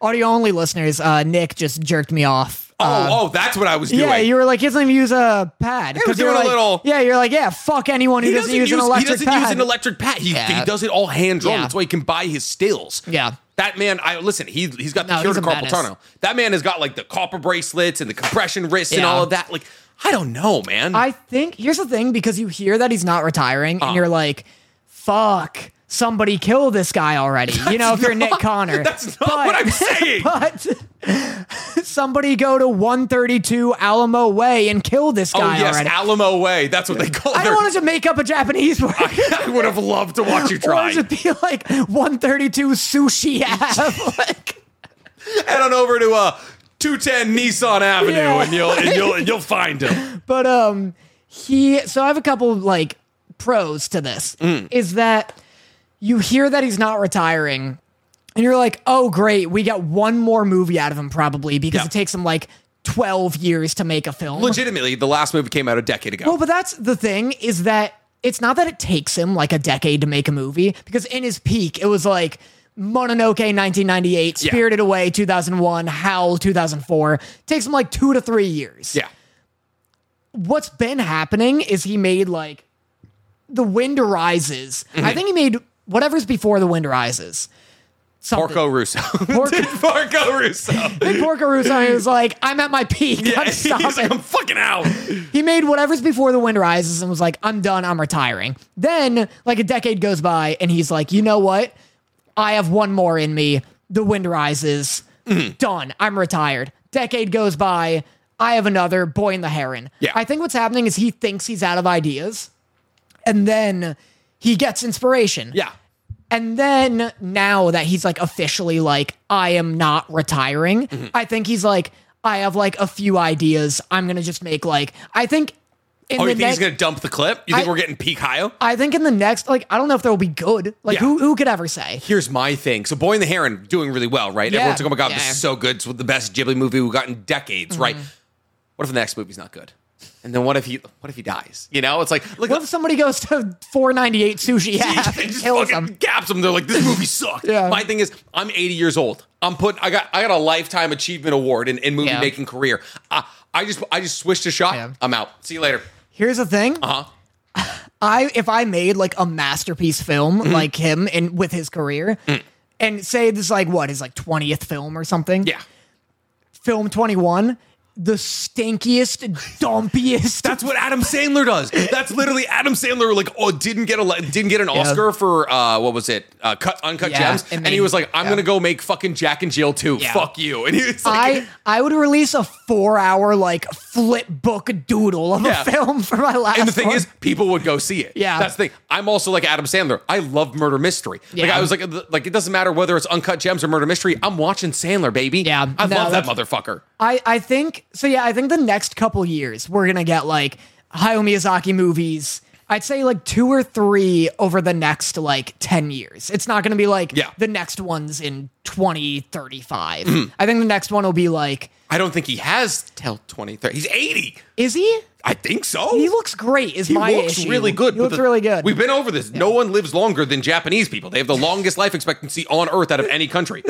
S2: Audio only listeners, uh, Nick just jerked me off.
S1: Oh,
S2: Uh,
S1: oh, that's what I was doing.
S2: yeah, you were like, he doesn't even use a pad. 'Cause
S1: doing
S2: you were
S1: a
S2: like-
S1: little-
S2: Yeah, you're like, yeah, fuck anyone who
S1: he
S2: doesn't, use an
S1: he
S2: electric
S1: doesn't
S2: pad.
S1: use an electric pad. He,
S2: Yeah.
S1: he does it all hand drawn.
S2: Yeah.
S1: That's why he can buy his stills.
S2: Yeah.
S1: That man, I listen. He he's got the
S2: No,
S1: cure
S2: he's
S1: to
S2: a
S1: carpal
S2: menace.
S1: tunnel. That man has got like the copper bracelets and the compression wrists and
S2: Yeah.
S1: all of that. Like I don't know, man.
S2: I think here's the thing because you hear that he's not retiring
S1: Uh-huh.
S2: and you're like, fuck, somebody kill this guy already. You know, if you're Nick Connor.
S1: That's not what I'm saying.
S2: But somebody go to 132 Alamo Way and kill this
S1: Oh
S2: guy
S1: yes,
S2: already.
S1: Alamo Way. That's what they call it.
S2: I wanted to make up a Japanese word.
S1: I would have loved to watch you
S2: Or
S1: try.
S2: it be like 132 Sushi Ave. like,
S1: Head on over to uh, 210 Nissan Avenue,
S2: Yeah.
S1: and you'll and you'll and you'll find him.
S2: but um, he. So I have a couple like pros to this.
S1: Mm.
S2: Is that you hear that he's not retiring, and you're like, oh great, we got one more movie out of him probably because
S1: Yeah.
S2: it takes him like 12 years to make a film.
S1: Legitimately, the last movie came out a decade ago.
S2: Well, but that's the thing is that it's not that it takes him like a decade to make a movie because in his peak it was like Mononoke 1998,
S1: Yeah.
S2: Spirited Away 2001, Howl 2004. Takes him like 2 to 3 years.
S1: yeah,
S2: What's been happening is he made like The Wind Rises. I think he made whatever's before The Wind Rises. Something.
S1: Porco Russo.
S2: Porco-
S1: Porco Russo.
S2: Big Porco Russo and he was like, I'm at my peak. I'm
S1: He's
S2: stopping.
S1: like, I'm fucking out.
S2: He made whatever's before the wind rises and was like, I'm done, I'm retiring. Then, like a decade goes by, and he's like, you know what? I have one more in me. The wind rises. Done. I'm retired. Decade goes by. I have another boy in the heron.
S1: Yeah.
S2: I think what's happening is he thinks he's out of ideas, and then he gets inspiration.
S1: Yeah.
S2: And then now that he's like officially like, I am not retiring,
S1: Mm-hmm.
S2: I think he's like, I have like a few ideas. I'm gonna just make like I think in
S1: Oh,
S2: the
S1: you think
S2: next
S1: he's gonna dump the clip? You think
S2: I-
S1: we're getting peak Hio?
S2: I think in the next like I don't know if they'll be good. Like
S1: Yeah.
S2: who who could ever say?
S1: Here's my thing. So, Boy and the Heron doing really well, right?
S2: Yeah.
S1: Everyone's like, "Oh my god, this
S2: Yeah.
S1: is so good! It's the best Ghibli movie we've got in decades," right? What if the next movie's not good? And then what if he what if he dies? You know, it's like look,
S2: What if somebody goes to 498 sushi half
S1: and
S2: and
S1: just
S2: kills
S1: fucking
S2: them?
S1: gaps them. They're like, this movie sucked.
S2: Yeah.
S1: My thing is, I'm 80 years old. I'm put. I got. I got a lifetime achievement award in, in movie
S2: Yeah.
S1: making career. I, I just. I just swished a shot.
S2: Yeah.
S1: I'm out. See you later.
S2: Here's the thing.
S1: Uh huh.
S2: I if I made like a masterpiece film
S1: Mm-hmm.
S2: like him and with his career
S1: Mm.
S2: and say this is like what his like 20th film or something.
S1: Yeah.
S2: Film 21, the stinkiest, dumpiest
S1: That's what Adam Sandler does. That's literally Adam Sandler. Like, oh, didn't get a didn't get an Oscar for uh, what was it? Uh, cut uncut
S2: Yeah,
S1: gems,
S2: it
S1: and
S2: made-
S1: he was like, I'm
S2: yeah.
S1: gonna go make fucking Jack and Jill too.
S2: Yeah.
S1: Fuck you. And he was like,
S2: I I would release a four hour like flip book doodle of
S1: Yeah.
S2: a film for my last.
S1: And the thing
S2: one.
S1: is, people would go see it.
S2: Yeah.
S1: that's the thing. I'm also like Adam Sandler. I love murder mystery. Like
S2: Yeah.
S1: I was like, uh, th- like it doesn't matter whether it's uncut gems or murder mystery. I'm watching Sandler, baby.
S2: Yeah,
S1: I
S2: no,
S1: love that
S2: that's-
S1: motherfucker.
S2: I I think so. Yeah, I think the next couple years we're gonna get like Hayao Miyazaki movies. I'd say like two or three over the next like 10 years. It's not going to be like
S1: Yeah. Mm-hmm.
S2: the next one's in 2035. I think the next one will be like,
S1: I don't think he has till 23. He's 80.
S2: is he?
S1: I think so.
S2: He looks great, is
S1: He
S2: my
S1: looks
S2: issue.
S1: really good.
S2: He
S1: but
S2: looks
S1: the-
S2: really good.
S1: We've been over this. No one lives longer than Japanese people. They have the longest life expectancy on Earth out of any country.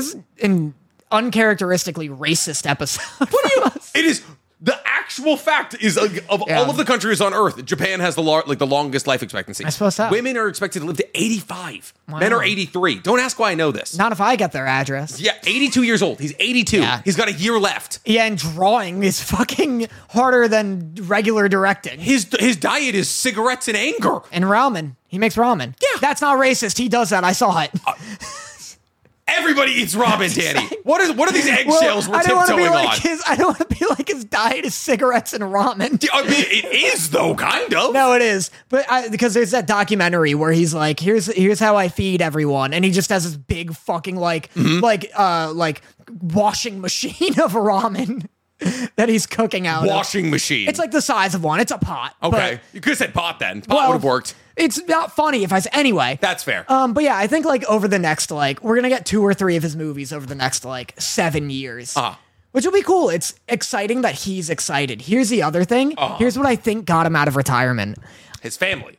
S2: An uncharacteristically racist episode.
S1: What do you? It is the actual fact is like, of
S2: Yeah.
S1: all of the countries on Earth, Japan has the lar- like the longest life expectancy. I
S2: suppose so.
S1: Women are expected to live to eighty five. Men are
S2: Wow.
S1: eighty three. Don't ask why I know this.
S2: Not if I get their address.
S1: yeah, eighty two years old. He's eighty two.
S2: Yeah.
S1: He's got a year left.
S2: Yeah, and drawing is fucking harder than regular directing.
S1: His his diet is cigarettes and anger.
S2: And ramen. He makes ramen.
S1: Yeah.
S2: That's not racist. He does that. I saw it.
S1: Everybody eats ramen, Danny. What is what are these eggshells
S2: I
S1: we're
S2: don't want to be
S1: tiptoeing
S2: like
S1: on?
S2: his I don't want to be like his diet is cigarettes and ramen.
S1: I mean, it is though, kind of.
S2: No, it is. But I, because there's that documentary where he's like, here's here's how I feed everyone and he just has this big fucking like
S1: Mm-hmm.
S2: like uh like washing machine of ramen that he's cooking out. of.
S1: Washing machine.
S2: It's like the size of one. It's a pot. but-
S1: okay, you could have said pot then. Pot
S2: Well,
S1: would have worked.
S2: It's not funny if I say anyway.
S1: That's fair.
S2: Um, but yeah, I think like over the next like we're gonna get two or three of his movies over the next like seven years,
S1: Uh-huh.
S2: which will be cool. It's exciting that he's excited. Here's the other thing.
S1: Ah.
S2: Here's what I think got him out of retirement.
S1: His family.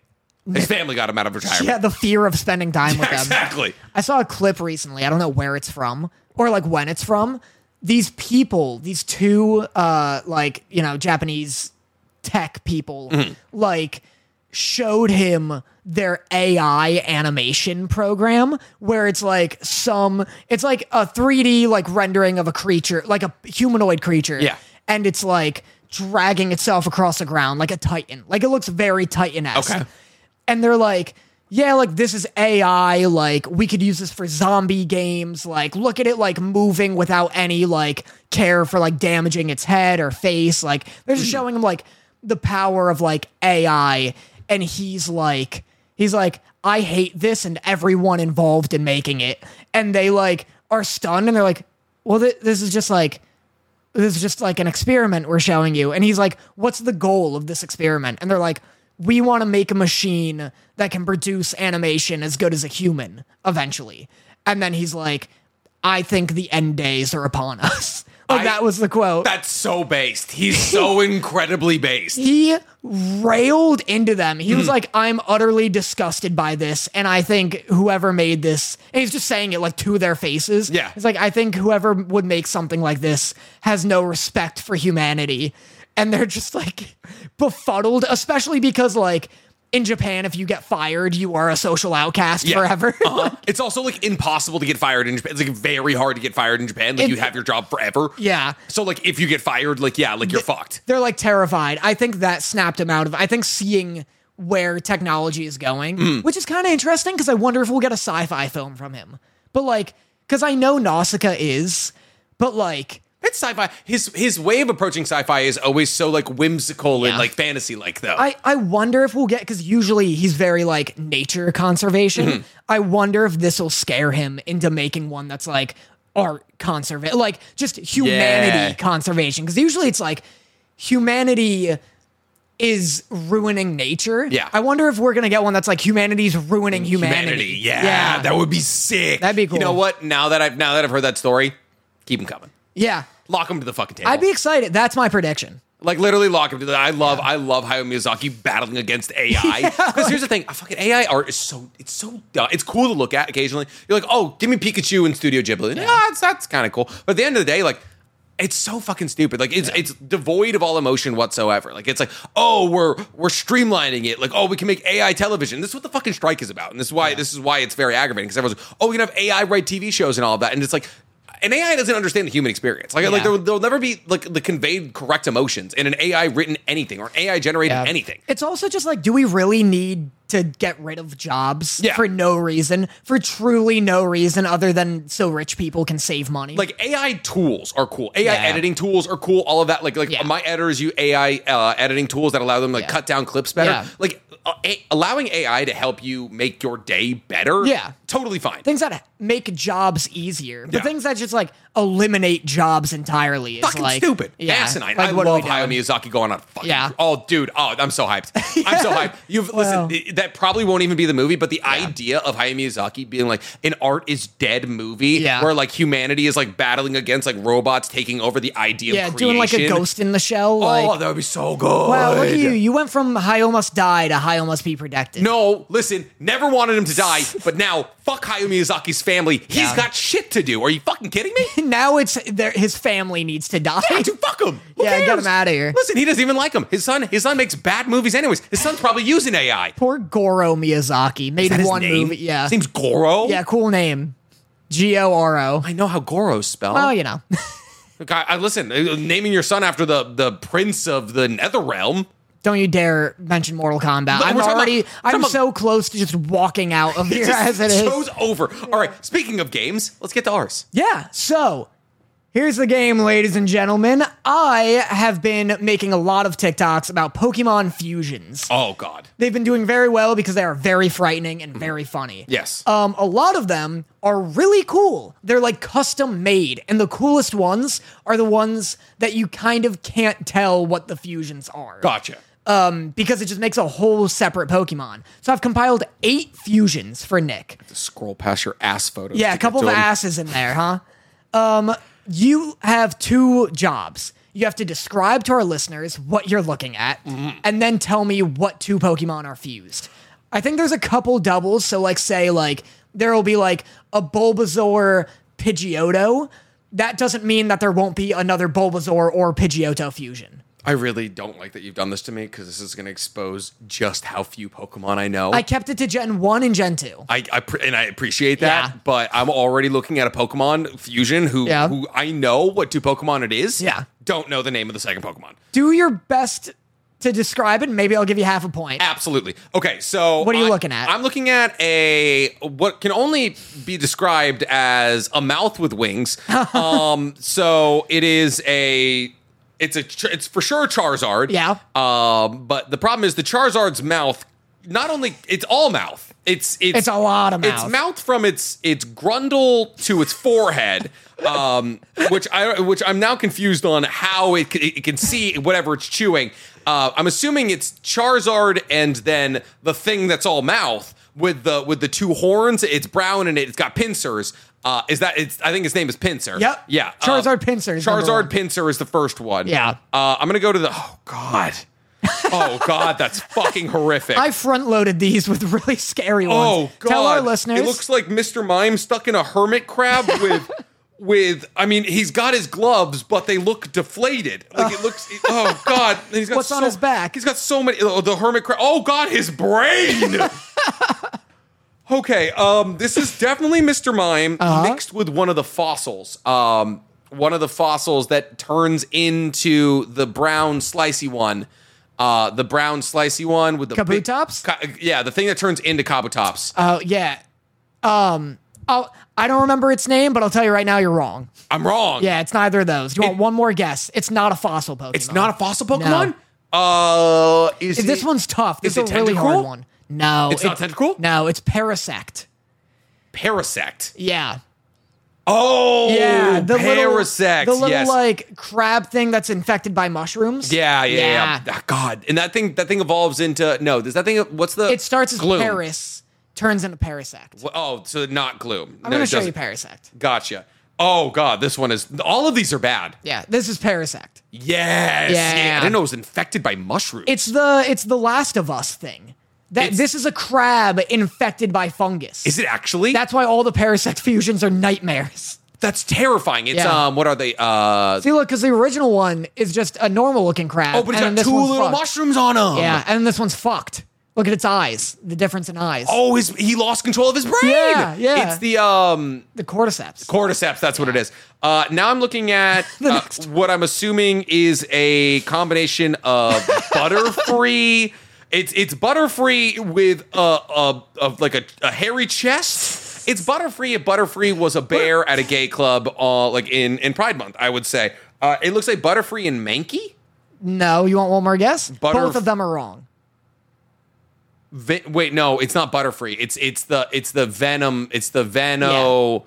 S1: His family got him out of retirement.
S2: Yeah, the fear of spending time with them.
S1: exactly.
S2: I saw a clip recently. I don't know where it's from or like when it's from. These people, these two, uh, like you know, Japanese tech people, like showed him their AI animation program where it's like some, it's like a 3D like rendering of a creature, like a humanoid creature,
S1: Yeah.
S2: and it's like dragging itself across the ground like a titan, like it looks very titan esque,
S1: Okay.
S2: and they're like. yeah, like this is AI, like we could use this for zombie games, like look at it like moving without any like care for like damaging its head or face. Like they're just showing him like the power of like AI and he's like he's like I hate this and everyone involved in making it. And they like are stunned and they're like, "Well, th- this is just like this is just like an experiment we're showing you. And he's like, what's the goal of this experiment? And they're like, we want to make a machine that can produce animation as good as a human eventually. And then he's like, I think the end days are upon us. like
S1: I-
S2: that was the quote.
S1: That's so based. He's so incredibly based.
S2: he railed into them. He
S1: Hmm.
S2: was like, I'm utterly disgusted by this. And I think whoever made this, and he's just saying it like to their faces.
S1: Yeah.
S2: He's like, I think whoever would make something like this has no respect for humanity. And they're just like befuddled, especially because like in Japan, if you get fired, you are a social outcast
S1: Yeah.
S2: forever.
S1: Uh-huh. It's also like impossible to get fired in Japan. It's like very hard to get fired in Japan. Like you
S2: It's-
S1: have your job forever.
S2: yeah.
S1: So like if you get fired, like yeah, like you're fucked.
S2: they're like terrified. I think that snapped him out of. I think seeing where technology is going, which is kind of interesting because I wonder if we'll get a sci-fi film from him. But like, because I know Nausicaa is, but like,
S1: It's sci-fi. His his way of approaching sci-fi is always so like whimsical and
S2: Yeah.
S1: like fantasy like though.
S2: I I wonder if we'll get because usually he's very like nature conservation.
S1: Mm-hmm.
S2: I wonder if this will scare him into making one that's like art conservation, like just humanity
S1: Yeah.
S2: conservation. Because usually it's like humanity is ruining nature.
S1: Yeah.
S2: I wonder if we're gonna get one that's like humanity's ruining humanity.
S1: Humanity. Yeah, That would be sick.
S2: That'd be
S1: You know
S2: cool.
S1: what? Now that I've now that I've heard that story, keep him coming.
S2: yeah.
S1: Lock him to the fucking table.
S2: I'd be excited. That's my prediction.
S1: Like literally lock him to the. I love I love Hayao Miyazaki battling against AI. Because here's the thing, uh, fucking AI art is so it's so dumb. It's cool to look at occasionally. You're like, oh, give me Pikachu and Studio Ghibli. Yeah, it's, that's kind of cool. But at the end of the day, like. It's so fucking stupid. Like it's it's devoid of all emotion whatsoever. Like it's like, oh, we're we're streamlining it. Like, oh, we can make AI television. This is what the fucking strike is about. And this is why this is why it's very aggravating. Because everyone's like, oh, we can have AI write TV shows and all of that. And it's like an AI doesn't understand the human experience. Like, like
S2: Yeah.
S1: there, there'll never be like the conveyed correct emotions in an AI written anything or an AI generated
S2: Yeah.
S1: anything.
S2: It's also just like, do we really need to get rid of jobs
S1: Yeah.
S2: for no reason, for truly no reason other than so rich people can save money?
S1: Like AI tools are cool. AI
S2: Yeah.
S1: editing tools are cool. All of that. Like like
S2: Yeah.
S1: my editors use AI uh, editing tools that allow them to like
S2: Yeah.
S1: cut down clips better.
S2: Yeah.
S1: Like uh, a- allowing AI to help you make your day better.
S2: Yeah.
S1: totally fine.
S2: things that make jobs easier, but
S1: Yeah.
S2: things that just like eliminate jobs entirely is
S1: fucking
S2: like
S1: stupid,
S2: yeah.
S1: asinine.
S2: Like,
S1: I
S2: what are we
S1: love Hayao
S2: doing?
S1: Miyazaki going on a fucking.
S2: Yeah.
S1: Oh, dude. Oh, I'm so hyped. I'm so hyped. You've
S2: Wow.
S1: listened. That probably won't even be the movie, but the idea of Hayao Miyazaki being like an art is dead movie,
S2: Yeah.
S1: where like humanity is like battling against like robots taking over the idea.
S2: Yeah,
S1: of creation.
S2: doing like a ghost in the shell. Like,
S1: oh, that would be so good.
S2: wow, look at you. You went from Hayo must die to Hayo must be protected.
S1: No, listen, never wanted him to die, but now fuck Hayao Miyazaki's family. He's
S2: Yeah.
S1: got shit to do. Are you fucking kidding me?
S2: Now it's their, his family needs to die.
S1: Yeah, dude, fuck him. Who
S2: Yeah, get
S1: cares?
S2: him outta here.
S1: Listen, he doesn't even like him. His son, his son makes bad movies anyways. His son's probably using AI.
S2: Poor Goro Miyazaki made
S1: Is that his
S2: one
S1: name?
S2: movie. Yeah,
S1: His name's Goro.
S2: yeah, cool name, G O R O.
S1: I know how Goro's spelled.
S2: Well, you know,
S1: I, I- listen, uh, naming your son after the the prince of the Nether Realm.
S2: don't you dare mention Mortal Kombat.
S1: Look,
S2: I'm
S1: we're talking
S2: already,
S1: about-
S2: I'm
S1: talking about-
S2: so close to just walking out of here as it is.
S1: show's over. All right. Speaking of games, let's get to ours.
S2: Yeah. So here's the game, ladies and gentlemen. I have been making a lot of TikToks about Pokemon fusions.
S1: Oh God.
S2: They've been doing very well because they are very frightening and very funny.
S1: Mm-hmm. Yes.
S2: Um, a lot of them are really cool. They're like custom made, and the coolest ones are the ones that you kind of can't tell what the fusions are
S1: Gotcha.
S2: um, because it just makes a whole separate Pokemon. So I've compiled eight fusions for Nick.
S1: Scroll past your ass photos.
S2: Yeah,
S1: to
S2: a
S1: get
S2: couple
S1: to
S2: of
S1: them.
S2: asses in there, huh? Um, you have two jobs. You have to describe to our listeners what you're looking at, and then tell me what two Pokemon are fused. I think there's a couple doubles. So, like, say, like there will be like a Bulbasaur Pidgeotto. That doesn't mean that there won't be another Bulbasaur or Pidgeotto fusion.
S1: I really don't like that you've done this to me because this is going to expose just how few Pokemon I know.
S2: I kept it to Gen One and Gen Two.
S1: I, I pre- and I appreciate that,
S2: Yeah.
S1: but I'm already looking at a Pokemon fusion who
S2: Yeah.
S1: who I know what two Pokemon it is.
S2: Yeah.
S1: don't know the name of the second Pokemon.
S2: do your best to describe it. Maybe I'll give you half a point.
S1: Absolutely. Okay, so
S2: What are you
S1: I-
S2: looking at?
S1: I'm looking at a what can only be described as a mouth with wings. um, so it is a it's a ch- it's for sure Charizard.
S2: Yeah.
S1: Um, but the problem is the Charizard's mouth. Not only it's all mouth. It's it's
S2: It's a lot of
S1: It's
S2: mouth.
S1: mouth from its its grundle to its forehead. Um, which I which I'm now confused on how it c- it can see whatever it's chewing. Uh, I'm assuming it's Charizard and then the thing that's all mouth with the with the two horns. It's brown and it's got pincers. Uh, is that it's? I think his name is Pincer.
S2: Yep.
S1: Yeah. Uh,
S2: Charizard Pinsir is number
S1: Charizard
S2: one.
S1: Pincer is the first one.
S2: Yeah.
S1: Uh, I'm gonna go to the. Oh God. oh God, that's fucking horrific.
S2: I front loaded these with really scary
S1: oh
S2: ones.
S1: God.
S2: Tell our listeners.
S1: It looks like Mr. Mime stuck in a hermit crab with. With, I mean, he's got his gloves, but they look deflated. Like it looks. oh God! And he's got
S2: What's on
S1: so-
S2: his back?
S1: He's got so many. Oh, the hermit crab. Oh God, his brain. okay, um, this is definitely Mr. Mime
S2: Uh-huh.
S1: mixed with one of the fossils. Um, one of the fossils that turns into the brown slicey one. Uh, the brown slicey one with the big-
S2: Kabutops?
S1: Ka- yeah, the thing that turns into Kabutops.
S2: Oh yeah. Um. Oh, I don't remember its name, but I'll tell you right now, you're wrong.
S1: I'm wrong.
S2: Yeah, it's neither of those. You want one more guess? It's not a fossil Pokemon.
S1: It's not a fossil Pokemon? Uh, is
S2: This
S1: it-
S2: one's tough. This
S1: is
S2: is
S1: it
S2: a really hard
S1: Tentacruel?
S2: one. No,
S1: It's not Tentacruel?
S2: No, it's Parasect.
S1: Parasect.
S2: Yeah.
S1: Oh,
S2: Yeah, the
S1: Parasect.
S2: little, the little
S1: yes.
S2: like crab thing that's infected by mushrooms.
S1: Yeah, yeah, yeah. Ah, God, and that thing that thing evolves into no. Does that thing? What's the?
S2: It starts as
S1: gloom.
S2: Paris, turns into Parasect.
S1: Wh- Oh, so not gloom.
S2: I'm
S1: no,
S2: gonna
S1: it
S2: show you
S1: doesn't.
S2: Parasect.
S1: Gotcha. Oh God, this one is. All of these are bad.
S2: Yeah, this is Parasect.
S1: Yes.
S2: Yeah.
S1: I didn't know it was infected by mushrooms.
S2: It's the it's the Last of Us thing. That
S1: It's-
S2: this is a crab infected by fungus.
S1: is it actually?
S2: That's why all the Parasect fusions are nightmares.
S1: That's terrifying. It's
S2: Yeah.
S1: um. What are they? Uh.
S2: See, look, because the original one is just a normal looking crab.
S1: Oh, but it's
S2: and
S1: got
S2: then this
S1: two
S2: one's
S1: little
S2: fucked.
S1: mushrooms on them.
S2: Yeah, and then this one's fucked. Look at its eyes. The difference in eyes.
S1: Oh, his, he lost control of his brain.
S2: Yeah, yeah.
S1: It's the um
S2: the cordyceps.
S1: cordyceps. That's what it is. Uh, now I'm looking at
S2: The
S1: uh,
S2: next
S1: what I'm assuming is a combination of butterfree. It's it's butterfree with a, a, of like a, a hairy chest. It's butterfree. If butterfree was a bear at a gay club, uh, like in in Pride Month, I would say uh, it looks like butterfree and Mankey.
S2: no, you want one more guess?
S1: Butter-
S2: Both of them are wrong.
S1: Ve- wait, no, it's not butterfree. It's it's the it's the venom. It's the veno.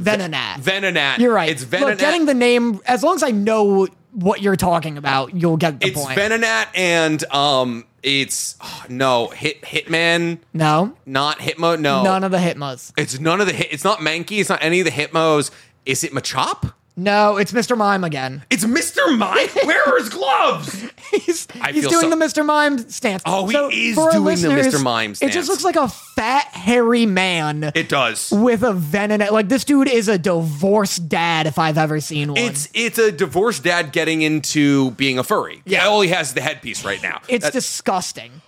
S2: Venonat.
S1: Venonat.
S2: you're right.
S1: It's Venonat.
S2: Look, getting the name, as long as I know what you're talking about, you'll get the
S1: it's
S2: point.
S1: Venonat and um it's oh, no hit hitman
S2: no,
S1: not hitmo no
S2: none of the Hitmas.
S1: it's none of the hit it's not Mankey it's not any of the hitmos is it Machop
S2: No, it's Mr. Mime again.
S1: it's Mister Mime wearer's gloves
S2: he's
S1: I
S2: he's
S1: feel so-
S2: doing the Mr. Mime stance.
S1: Oh, he is
S2: for our
S1: doing the Mr.
S2: listeners,
S1: Mime
S2: It
S1: stance.
S2: just looks like a fat, hairy man
S1: it does
S2: with a venom. Like this dude is a divorced dad, if I've ever seen one.
S1: it's it's a divorced dad getting into being a furry yeah all he has is the headpiece right now
S2: It's
S1: That-
S2: disgusting.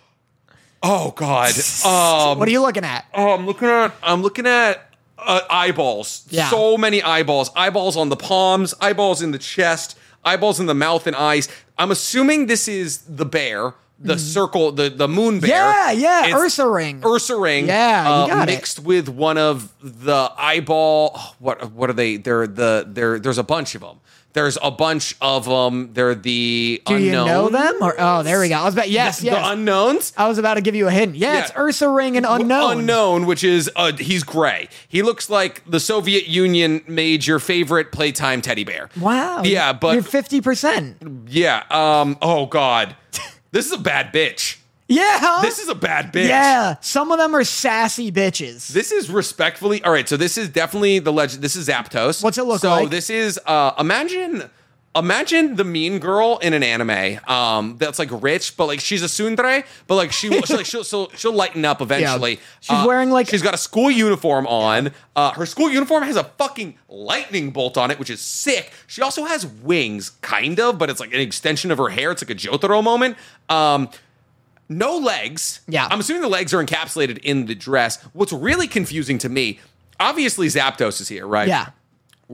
S1: oh god um
S2: what are you looking at?
S1: Oh, I'm looking at I'm looking at uh, eyeballs.
S2: Yeah.
S1: So many eyeballs. Eyeballs on the palms, eyeballs in the chest, eyeballs in the mouth and eyes. I'm assuming this is the bear, the circle, the the moon bear.
S2: Mm-hmm. Yeah, yeah,
S1: It's
S2: Ursa ring.
S1: Ursa ring.
S2: Yeah, you
S1: uh,
S2: got it.
S1: mixed with one of the eyeball. oh, What what are they? They're the they're there's a bunch of them. There's a bunch of them. They're the
S2: Do you
S1: unknown.
S2: know them? Or oh, there we go. I was about yes, yes.
S1: The unknowns.
S2: I was about to give you a hint. Yeah, it's
S1: Yeah.
S2: Ursa ring and unknown.
S1: Unknown, which is uh, he's gray. He looks like the Soviet Union made your favorite playtime teddy bear.
S2: Wow.
S1: Yeah, but
S2: you're fifty percent.
S1: yeah. Um. Oh God, this is a bad bitch.
S2: Yeah. huh?
S1: This is a bad bitch.
S2: yeah. Some of them are sassy bitches.
S1: This is respectfully all right. So this is definitely the legend. This is Zapdos.
S2: What's it look
S1: so
S2: like?
S1: So this is uh, imagine imagine the mean girl in an anime um, that's like rich, but like she's a tsundere, but like she will, she'll, like, she'll, she'll she'll lighten up eventually. Uh,
S2: She's wearing, like-
S1: she's got a school uniform on. Uh, her school uniform has a fucking lightning bolt on it, which is sick. She also has wings, kind of, but it's like an extension of her hair. It's like a Jotaro moment. Um, no legs.
S2: Yeah.
S1: I'm assuming the legs are encapsulated in the dress. What's really confusing to me, obviously Zapdos is here, right?
S2: yeah.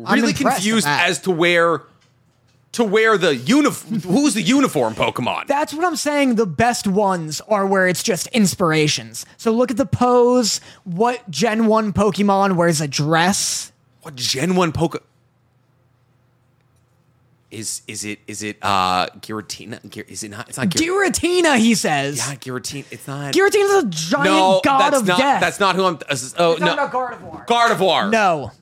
S2: I'm
S1: Really
S2: impressed with
S1: confused
S2: that.
S1: as to where to where the uniform. Who's the uniform Pokemon?
S2: That's what I'm saying. The best ones are where it's just inspirations. So look at the pose. What Gen 1 Pokemon wears a dress?
S1: what Gen One Poke? Is is it is it uh Giratina? Gir- Is it not? It's not Gir-
S2: Giratina, he says.
S1: not Giratina. It's not.
S2: Giratina's a giant
S1: no,
S2: god
S1: that's
S2: of
S1: not.
S2: death.
S1: That's not who I'm. Uh, oh no,
S2: Gardevoir.
S1: Gardevoir.
S2: no.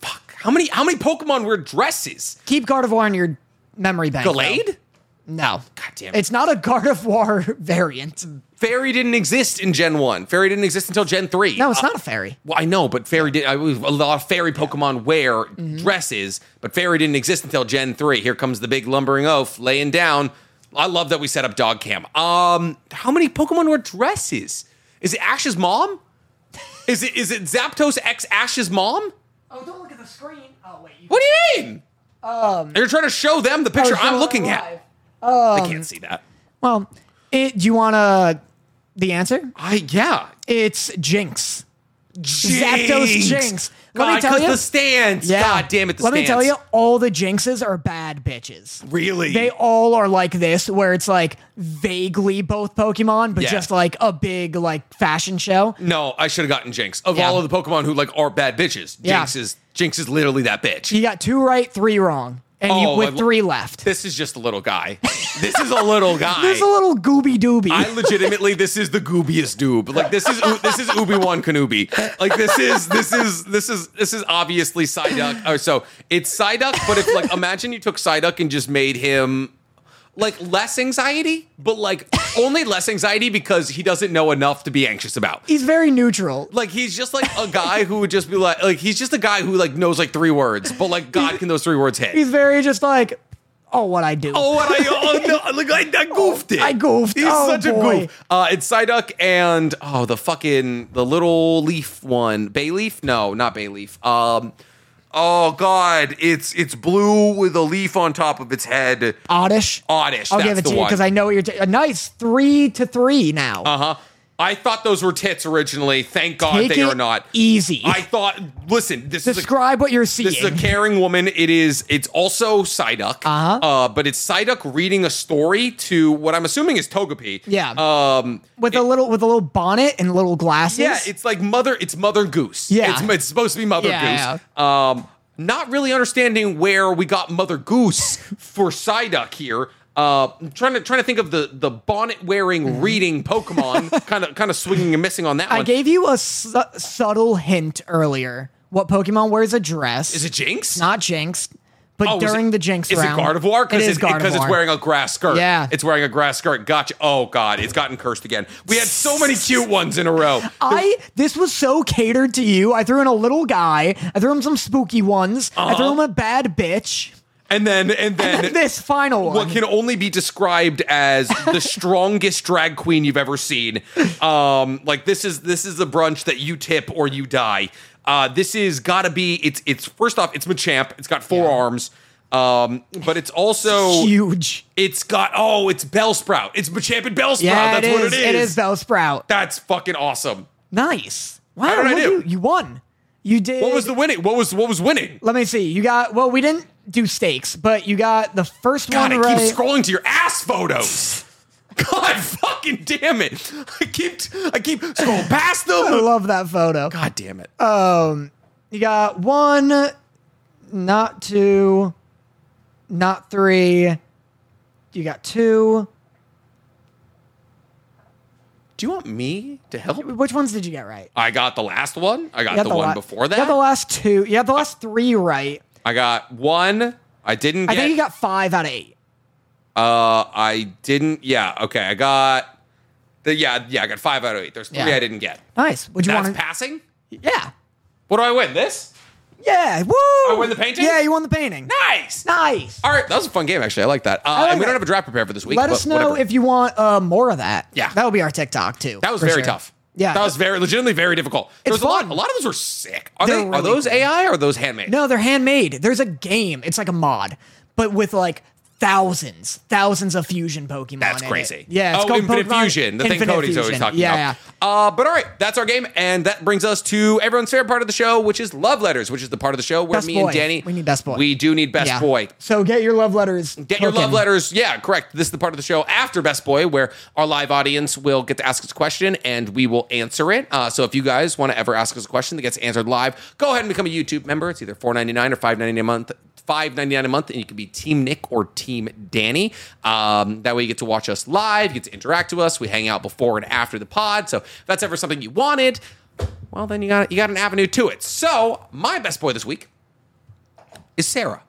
S1: Fuck. How many how many Pokemon wear dresses?
S2: Keep Gardevoir in your memory bank. though.
S1: Gallade?
S2: No.
S1: God damn it.
S2: It's not a Gardevoir variant.
S1: Fairy didn't exist in Gen One. Fairy didn't exist until Gen Three.
S2: No, it's
S1: Uh,
S2: not a fairy.
S1: Well, I know, but fairy did. I, a lot of fairy Pokemon wear
S2: Mm-hmm.
S1: dresses, but fairy didn't exist until Gen three. Here comes the big lumbering oaf laying down. I love that we set up dog cam. Um, how many Pokemon wear dresses? Is it Ash's mom? Is it is it Zapdos ex Ash's mom?
S2: Oh, don't look at the screen. Oh, wait. You
S1: What do you mean? Um, You're trying to show them the
S2: oh,
S1: picture I'm looking at. they
S2: Um,
S1: can't see that.
S2: Well, it, do you want to the answer?
S1: I yeah.
S2: It's Jinx. Zapdos Jinx. Let me
S1: God,
S2: tell
S1: 'cause
S2: you-
S1: the stance. God damn it. The
S2: Let me tell
S1: stance.
S2: you, all the Jinxes are bad bitches.
S1: Really?
S2: They all are like this, where it's like vaguely both Pokemon, but
S1: Yeah.
S2: just like a big like fashion show.
S1: No, I should have gotten Jinx. Of
S2: Yeah.
S1: all of the Pokemon who like are bad bitches,
S2: Yeah.
S1: Jinx is Jinx is literally that bitch.
S2: You got two right, three wrong, and
S1: Oh,
S2: you
S1: I
S2: with
S1: lo-
S2: three left.
S1: This is just a little guy. this is a little guy.
S2: There's a little gooby dooby.
S1: I legitimately, this is the goobiest doob. Like this is this is Obi Wan Kenobi. Like this is this is this is this is obviously Psyduck. Or so it's Psyduck, but if like imagine you took Psyduck and just made him like less anxiety, but like only less anxiety because he doesn't know enough to be anxious about.
S2: He's very neutral.
S1: Like he's just like a guy who would just be like, like he's just a guy who like knows like three words, but like God can those three words hit.
S2: He's very just like, oh, what I do.
S1: oh, what I oh no, like I, I goofed it.
S2: I goofed.
S1: He's
S2: Oh,
S1: such a
S2: boy.
S1: goof. Uh, it's Psyduck and oh the fucking the little leaf one, bay leaf. No, not bay leaf. Um, oh God, it's it's blue with a leaf on top of its head.
S2: Oddish.
S1: Oddish.
S2: I'll
S1: Oh, that's
S2: give it
S1: the
S2: to you
S1: one.
S2: because I know what you're. T- a nice three to three now.
S1: Uh huh. I thought those were tits originally. Thank God
S2: Take
S1: they
S2: it
S1: are not.
S2: easy.
S1: I thought. Listen, this is a
S2: Describe what you're seeing.
S1: This is a caring woman. It is. It's also Psyduck,
S2: Uh-huh.
S1: uh, but it's Psyduck reading a story to what I'm assuming is Togepi.
S2: Yeah.
S1: Um.
S2: with a little with a little bonnet and little glasses.
S1: Yeah. It's like mother. It's Mother Goose.
S2: Yeah.
S1: It's, it's supposed to be Mother
S2: Yeah,
S1: Goose. Um. Not really understanding where we got Mother Goose for Psyduck here. Uh, I'm trying to trying to think of the the bonnet wearing reading Pokemon, kind of kind of swinging and missing on that
S2: Mm-hmm. I
S1: one.
S2: gave you a su- subtle hint earlier. What Pokemon wears a dress?
S1: is it Jinx?
S2: not Jinx? But
S1: Oh, is
S2: during
S1: it-
S2: the Jinx
S1: is
S2: round,
S1: it Gardevoir?
S2: It is
S1: it's, because it's
S2: Gardevoir.
S1: wearing a grass skirt.
S2: Yeah.
S1: it's wearing a grass skirt. Gotcha. Oh god, it's gotten cursed again. We had so many cute ones in a row.
S2: I this was so catered to you. I threw in a little guy. I threw him some spooky ones. I threw him a bad bitch.
S1: And then Uh-huh. and then
S2: this final one.
S1: what can only be described as the strongest drag queen you've ever seen. Um, like this is this is the brunch that you tip or you die. Uh, this is gotta be. It's it's first off, it's Machamp. It's got four arms. Um, but it's also
S2: Huge.
S1: It's got oh, it's Bellsprout. It's Machamp and Bellsprout.
S2: Yeah,
S1: That's
S2: it
S1: what
S2: is. It is Bellsprout.
S1: That's fucking awesome.
S2: Nice. Wow.
S1: did I
S2: what
S1: do?
S2: You, you won. You did.
S1: What was the winning? What was what was winning?
S2: Let me see. You got. Well, we didn't do stakes, but you got the first
S1: God, I
S2: one right.
S1: keep scrolling to your ass photos. God fucking damn it. I keep I keep scroll past
S2: I
S1: them.
S2: love that photo.
S1: God damn it.
S2: Uh, You got one, not two, not three. You got two.
S1: Do you want me to help?
S2: Which ones did you get right?
S1: I got the last one. I got,
S2: You got
S1: the, one
S2: la-
S1: before
S2: You
S1: that.
S2: got the last two. You got the last three right.
S1: I got one. I didn't
S2: I
S1: get
S2: think you got five out of eight.
S1: uh I didn't yeah, okay. I got the yeah, yeah, I got five out of eight. There's three
S2: Yeah.
S1: I didn't get.
S2: Nice. Would you
S1: That's
S2: want to?
S1: passing?
S2: Yeah.
S1: What do I win? This?
S2: Yeah. Woo!
S1: I win the painting?
S2: Yeah, you won the painting.
S1: Nice.
S2: Nice.
S1: All right, that was a fun game actually. I like that. Uh,
S2: like
S1: and we
S2: that.
S1: don't have a draft prepared for this week.
S2: Let
S1: but
S2: us know
S1: whatever.
S2: if you want uh, more of that.
S1: Yeah.
S2: that'll be our TikTok too.
S1: That was
S2: for
S1: very
S2: sure.
S1: tough.
S2: Yeah,
S1: that was very legitimately very difficult. There was
S2: It's
S1: a lot.
S2: fun.
S1: A lot of those were sick. Are
S2: They're
S1: they?
S2: really
S1: are those
S2: cool.
S1: AI or are those handmade?
S2: no, they're handmade. There's a game. It's like a mod, but with like thousands, thousands of fusion Pokemon.
S1: That's
S2: in it.
S1: crazy.
S2: Yeah, it's
S1: oh,
S2: called
S1: Infinite
S2: Pokemon
S1: Fusion, the thing
S2: Infinite
S1: Cody's always
S2: Fusion.
S1: talking
S2: yeah,
S1: about. Uh, but all right, that's our game, and that brings us to everyone's favorite part of the show, which is love letters, which is the part of the show where
S2: Best
S1: me
S2: boy.
S1: and Danny
S2: We need best boy.
S1: We do need best
S2: Yeah.
S1: boy.
S2: So get your love letters.
S1: Get your love letters. Yeah, correct. This is the part of the show after Best Boy where our live audience will get to ask us a question and we will answer it. Uh, so if you guys want to ever ask us a question that gets answered live, go ahead and become a YouTube member. It's either four ninety nine or five ninety nine a month. Five ninety nine a month, and you can be Team Nick or Team Danny. Um, that way, you get to watch us live, you get to interact with us. We hang out before and after the pod. So if that's ever something you wanted, well, then you got you got an avenue to it. So my best boy this week is Sarah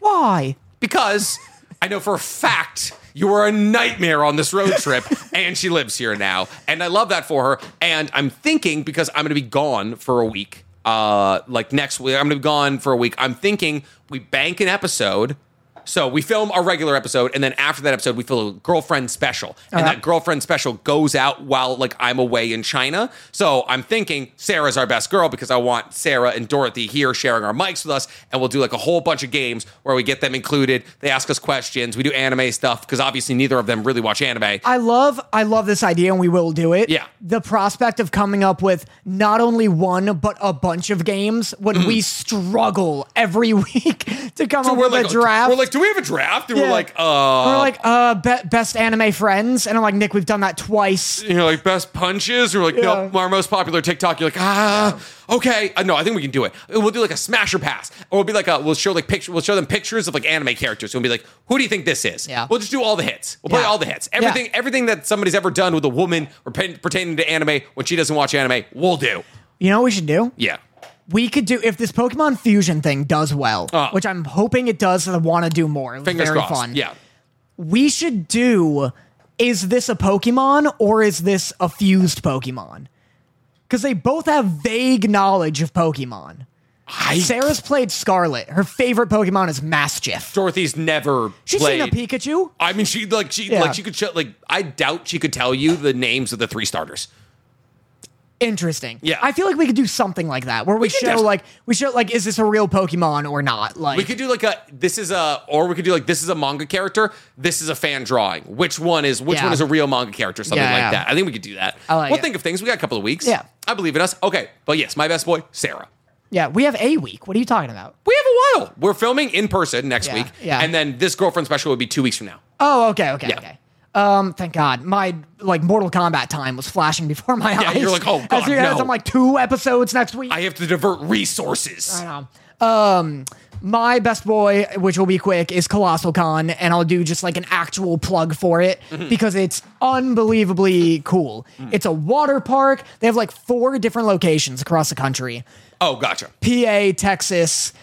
S2: Why?
S1: because I know for a fact you were a nightmare on this road trip, and she lives here now, and I love that for her. And I'm thinking because I'm going to be gone for a week, uh, like next week, I'm going to be gone for a week. I'm thinking we bank an episode. So we film our regular episode, and then after that episode, we film a girlfriend special, and
S2: right.
S1: that girlfriend special goes out while like I'm away in China. So I'm thinking Sarah's our best girl because I want Sarah and Dorothy here sharing our mics with us, and we'll do like a whole bunch of games where we get them included. They ask us questions, we do anime stuff because obviously neither of them really watch anime.
S2: I love I love this idea and we will do it.
S1: Yeah.
S2: The prospect of coming up with not only one but a bunch of games when we struggle every week to come up
S1: Mm. we're
S2: with
S1: like,
S2: a draft.
S1: we're like, do we have a draft? And we're
S2: Yeah.
S1: like, uh,
S2: We're like, uh, be- best anime friends, and I'm like, Nick, we've done that twice.
S1: you know, like best punches, or like
S2: Yeah.
S1: nope, our most popular TikTok. You're like, ah, okay, uh, no, I think we can do it. We'll do like a smasher pass, or we'll be like, a, we'll show like picture, we'll show them pictures of like anime characters. We'll be like, who do you think this is?
S2: Yeah.
S1: we'll just do all the hits. We'll play
S2: Yeah.
S1: all the hits.
S2: Yeah.
S1: Everything, everything that somebody's ever done with a woman or pen, pertaining to anime when she doesn't watch anime, we'll do.
S2: You know what we should do?
S1: Yeah,
S2: We could do if this Pokemon fusion thing does well,
S1: Uh.
S2: which I'm hoping it does, and I want to do more. It was
S1: fingers
S2: very
S1: crossed.
S2: fun.
S1: Yeah,
S2: we should do is this a Pokemon or is this a fused Pokemon? Because they both have vague knowledge of Pokemon.
S1: I.
S2: Sarah's played Scarlet. Her favorite Pokemon is Mastiff.
S1: Dorothy's never
S2: She's
S1: played.
S2: seen a Pikachu.
S1: I mean, she like she
S2: Yeah.
S1: like she could show like I doubt she could tell you the names of the three starters.
S2: Interesting.
S1: Yeah.
S2: I feel like we could do something like that where we,
S1: could
S2: show
S1: definitely-
S2: like we show like is this a real Pokemon or not? Like
S1: We could do like a this is a or we could do like this is a manga character, this is a fan drawing. Which one is which
S2: Yeah.
S1: one is a real manga character, something
S2: Yeah,
S1: like
S2: yeah.
S1: that. I think we could do that.
S2: I like
S1: we'll
S2: it.
S1: think of things. We got a couple of weeks.
S2: Yeah.
S1: I believe in us. Okay. But yes, my best boy, Sarah.
S2: Yeah, we have a week. What are you talking about?
S1: We have a while. We're filming in person next
S2: Yeah,
S1: week.
S2: yeah.
S1: And then this girlfriend special would be two weeks from now.
S2: Oh, okay, okay,
S1: Yeah.
S2: okay. Um, thank God. My like Mortal Kombat time was flashing before my
S1: Yeah,
S2: eyes.
S1: you're like, oh, God,
S2: As you guys,
S1: no.
S2: I'm like two episodes next week.
S1: I have to divert resources.
S2: Um, um, my best boy, which will be quick, is Colossal Con, and I'll do just like an actual plug for it
S1: Mm-hmm.
S2: because it's unbelievably cool.
S1: Mm.
S2: It's a water park. They have like four different locations across the country:
S1: Oh, gotcha.
S2: PA, Texas,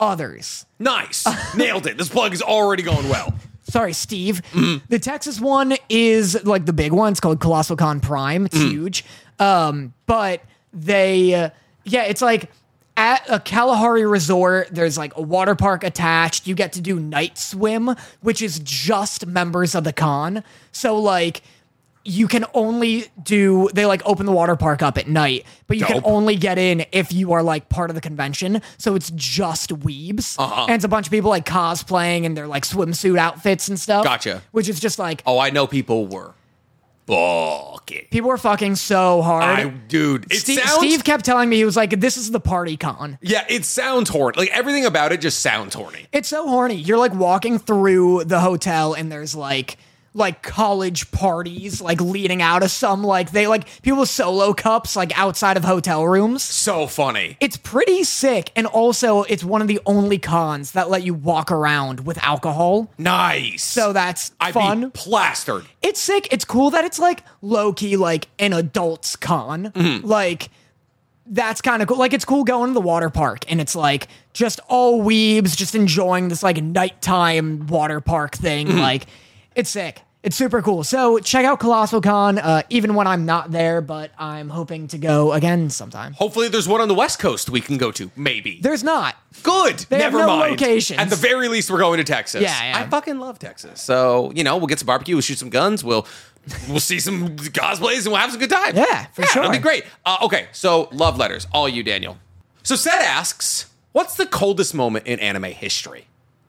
S2: others.
S1: Nice. Nailed it. This plug is already going well.
S2: Sorry, Steve. The Texas one is like the big one. It's called Colossal Con Prime. It's huge. Um, but they, uh, yeah, it's like at a Kalahari resort, there's like a water park attached. You get to do night swim, which is just members of the con. So, like, you can only do they like open the water park up at night, but you can
S1: Dope.
S2: only get in if you are like part of the convention. So it's just weebs,
S1: Uh-huh.
S2: and it's a bunch of people like cosplaying in their like swimsuit outfits and stuff.
S1: Gotcha.
S2: Which is just like
S1: Oh, I know people were. Fuck it.
S2: people are fucking so hard.
S1: I, dude, it
S2: Steve,
S1: sounds
S2: Steve kept telling me he was like, "This is the party con."
S1: Yeah, it sounds horny. Like everything about it just sounds horny.
S2: It's so horny. You're like walking through the hotel and there's like like college parties like leading out of some like they like people with solo cups like outside of hotel rooms.
S1: So funny.
S2: It's pretty sick and also it's one of the only cons that let you walk around with alcohol.
S1: Nice.
S2: So that's
S1: I'd
S2: fun.
S1: be plastered.
S2: it's sick. It's cool that it's like low key, like an adults con. Like that's kind of cool. Like it's cool going to the water park and it's like just all weebs just enjoying this like nighttime water park thing. Like it's sick. It's super cool. So check out Colossal Con, uh, even when I'm not there, but I'm hoping to go again sometime.
S1: Hopefully, there's one on the West Coast we can go to. Maybe.
S2: There's not.
S1: Good.
S2: have
S1: Never
S2: no
S1: mind.
S2: locations.
S1: At the very least, we're going to Texas.
S2: Yeah, yeah.
S1: I fucking love Texas. So you know, we'll get some barbecue. We'll shoot some guns. We'll we'll see some cosplays and we'll have some good time.
S2: Yeah, for
S1: It'll be
S2: sure.
S1: great. Uh, okay, so love letters, all you, Daniel. So Seth asks, "What's the coldest moment in anime history?"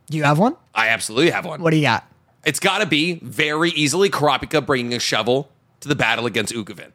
S2: Do you have one?
S1: I absolutely have one.
S2: What do you got?
S1: It's got to be very easily Karapika bringing a shovel to the battle against Ukuvin.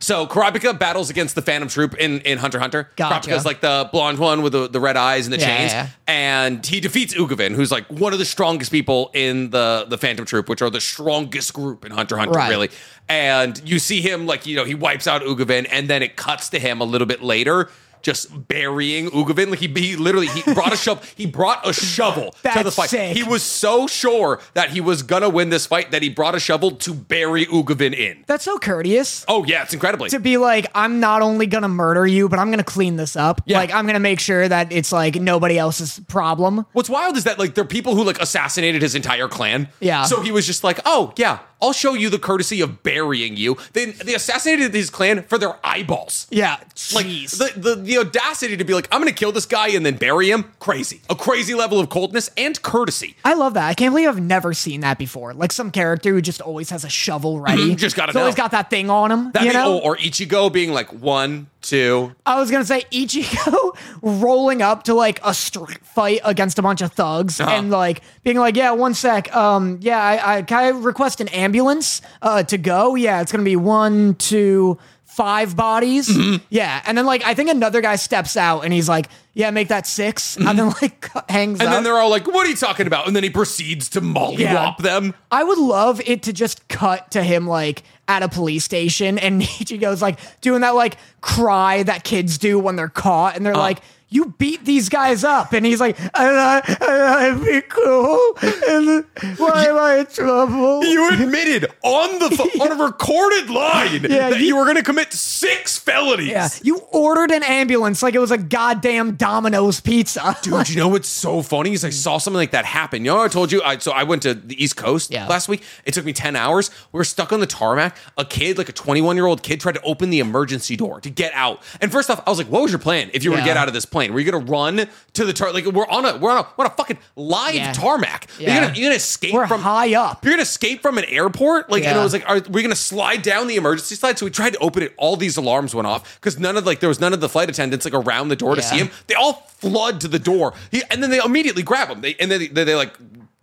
S1: So Karapika battles against the Phantom Troop in, in Hunter x Hunter.
S2: Gotcha.
S1: Karapika's like the blonde one with the, the red eyes and the
S2: Yeah,
S1: chains.
S2: yeah.
S1: And he defeats Ukuvin, who's like one of the strongest people in the, the Phantom Troop, which are the strongest group in Hunter x Hunter,
S2: Right.
S1: really. And you see him, like, you know, he wipes out Ukuvin, and then it cuts to him a little bit later. Just burying Ugavin, like he, he literally he brought a shovel. He brought a shovel to the
S2: That's
S1: fight.
S2: sick.
S1: He was so sure that he was gonna win this fight that he brought a shovel to bury Ugavin in.
S2: That's so courteous.
S1: Oh yeah, it's incredibly.
S2: to be like, I'm not only gonna murder you, but I'm gonna clean this up.
S1: Yeah.
S2: Like, I'm gonna make sure that it's like nobody else's problem.
S1: What's wild is that like there are people who like assassinated his entire clan.
S2: Yeah.
S1: So he was just like, oh yeah, I'll show you the courtesy of burying you. Then they assassinated his clan for their eyeballs.
S2: Yeah,
S1: Like
S2: jeez.
S1: the, the the audacity to be like, I'm gonna kill this guy and then bury him. Crazy. A crazy level of coldness and courtesy.
S2: I love that. I can't believe I've never seen that before. Like some character who just always has a shovel ready.
S1: just gotta
S2: He's always
S1: know.
S2: got that thing on him.
S1: That
S2: you
S1: mean- oh,
S2: know?
S1: or Ichigo being like one, two,
S2: I was gonna say Ichigo rolling up to like a street fight against a bunch of thugs
S1: Uh-huh.
S2: and like being like, yeah, one sec, um, yeah, I, I can I request an ambulance uh, to go? Yeah, it's gonna be one, two, five bodies.
S1: Mm-hmm.
S2: Yeah, and then like I think another guy steps out and he's like, yeah, make that 6 and then like hangs
S1: Mm-hmm. and
S2: up.
S1: then they're all like, "What are you talking about?" And then he proceeds to mollywop
S2: Yeah.
S1: them.
S2: I would love it to just cut to him like at a police station and Ichigo's like doing that like cry that kids do when they're caught and they're
S1: Uh.
S2: like, You beat these guys up and he's like, I, I, I, I'd be cool and why am I in trouble?
S1: You admitted on the pho- on a recorded line
S2: Yeah,
S1: that
S2: you-
S1: you were going to commit six felonies.
S2: yeah. You ordered an ambulance like it was a goddamn Domino's pizza.
S1: Dude, you know what's so funny is I saw something like that happen. You know, what I told you. I, so I went to the East Coast
S2: Yeah.
S1: last week. It took me ten hours. We were stuck on the tarmac. A kid, like a twenty-one-year-old kid, tried to open the emergency door to get out. And first off, I was like, "What was your plan? If you were to
S2: Yeah.
S1: get out of this plane, were you going to run to the tar? Like we're on a we're on a, we're on a fucking live
S2: Yeah.
S1: tarmac.
S2: Yeah.
S1: You're gonna you're gonna escape
S2: We're
S1: from
S2: high up.
S1: you're gonna escape from an airport like and
S2: Yeah.
S1: it was like are we gonna slide down the emergency slide so we tried to open it all these alarms went off because none of like there was none of the flight attendants like around the door to
S2: Yeah.
S1: see him they all flood to the door he, and then they immediately grab him they and then they, they, they, like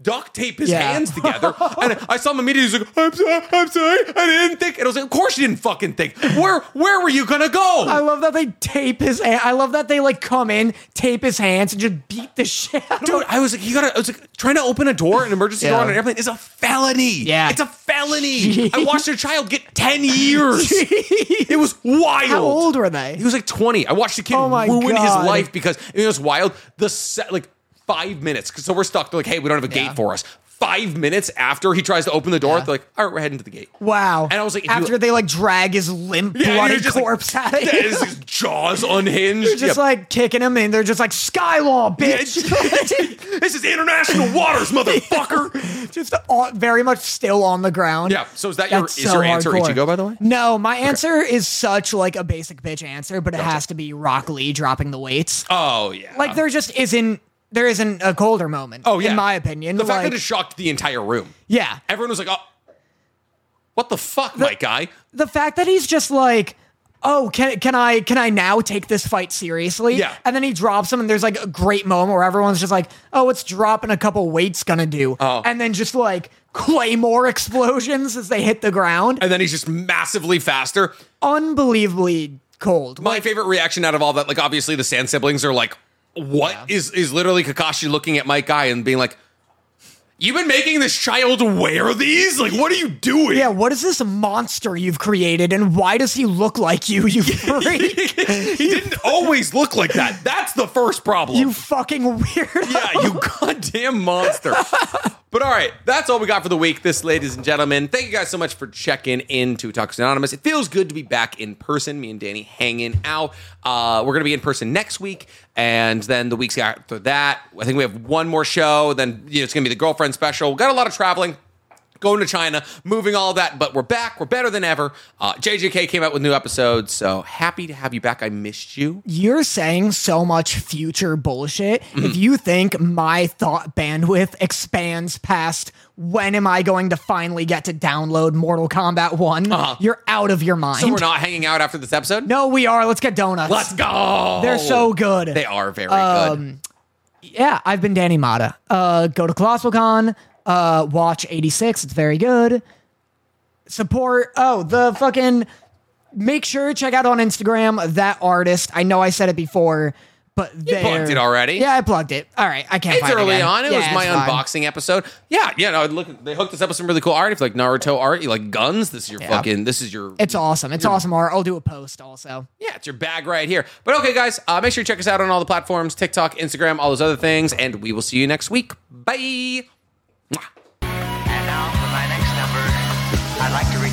S1: duct tape his
S2: Yeah.
S1: hands together and i saw him immediately he's like i'm sorry i'm sorry i didn't think and i was like of course you didn't fucking think where where were you gonna go
S2: I love that they tape his. hand- I love that they like come in, tape his hands, and just beat the shit. out of him.
S1: Dude, I was like, you gotta. I was like, trying to open a door, an emergency
S2: Yeah.
S1: door on an airplane is a felony.
S2: Yeah.
S1: it's a felony. I watched a child get ten years. it was wild.
S2: How old were they?
S1: He was like twenty. I watched a kid
S2: Oh my
S1: ruin
S2: God.
S1: his life because it was wild. The set, like five minutes. 'cause- So we're stuck. They're like, hey, we don't have a
S2: Yeah.
S1: gate for us. Five minutes after he tries to open the door,
S2: Yeah.
S1: they're like, all right, we're heading to the gate.
S2: Wow.
S1: And I was like, if you-
S2: after they like drag his limp,
S1: Yeah, and he
S2: bloody
S1: was just like,
S2: corpse out of
S1: that
S2: him,
S1: is- his jaws unhinged.
S2: just
S1: Yeah.
S2: like kicking him, and they're just like Skylaw, bitch.
S1: this is international waters, motherfucker.
S2: just all, very much still on the ground.
S1: Yeah, so is that your- is your answer Ichigo, by the way?
S2: No, my answer is such like a basic bitch answer, but it has to be Rock Lee dropping the weights.
S1: Oh yeah.
S2: like there just isn't there isn't a colder moment.
S1: Oh yeah,
S2: in my opinion.
S1: the fact
S2: like,
S1: that it shocked the entire room.
S2: yeah,
S1: Everyone was like, "Oh, what the fuck, my guy?"
S2: the fact that he's just like oh can, can i can i now take this fight seriously
S1: Yeah.
S2: and then he drops him and there's like a great moment where everyone's just like oh what's dropping a couple weights gonna do
S1: Oh.
S2: and then just like claymore explosions as they hit the ground
S1: And then he's just massively faster.
S2: unbelievably cold
S1: My favorite reaction out of all that, like, obviously the Sand siblings are like, "What is is literally Kakashi looking at my guy and being like." You've been making this child wear these? Like, what are you doing?
S2: yeah what is this monster you've created and why does he look like you you freak
S1: he didn't always look like that. That's the first problem.
S2: you fucking weirdo
S1: Yeah, you goddamn monster. But all right, that's all we got for the week, this, ladies and gentlemen. Thank you guys so much for checking in to Talks Anonymous. It feels good to be back in person. Me and Danny hanging out. Uh, we're gonna be in person next week, and then the weeks after that, I think we have one more show. Then you know, it's gonna be the girlfriend special. We got a lot of traveling going to China, moving all that, but we're back. We're better than ever. Uh, JJK came out with new episodes, so happy to have you back. I missed you.
S2: you're saying so much future bullshit.
S1: Mm-hmm.
S2: If you think my thought bandwidth expands past when am I going to finally get to download Mortal Kombat one you're out of your mind.
S1: Uh-huh. So we're not hanging out after this episode?
S2: no, we are. Let's get donuts.
S1: Let's go.
S2: They're so good. Um,
S1: They are very good.
S2: yeah, I've been Danny Mata. Uh, go to ColossalCon. Uh, watch 86. It's very good. Support. Oh, the fucking. Make sure check out on Instagram that artist. I know I said it before, but you
S1: plugged it already.
S2: Yeah, I plugged it. All right, I can't.
S1: It's
S2: find it
S1: early
S2: again.
S1: on. It
S2: Yeah,
S1: was my
S2: it's fine.
S1: unboxing episode. Yeah, yeah. No, look, they hooked us up with some really cool art. If you like Naruto art, you like guns. This is your fucking. This is your.
S2: It's awesome. It's awesome art. I'll do a post also.
S1: yeah, it's your bag right here. But okay, guys, uh, make sure you check us out on all the platforms: TikTok, Instagram, all those other things. And we will see you next week. Bye.
S3: And now for my next number, I'd like to.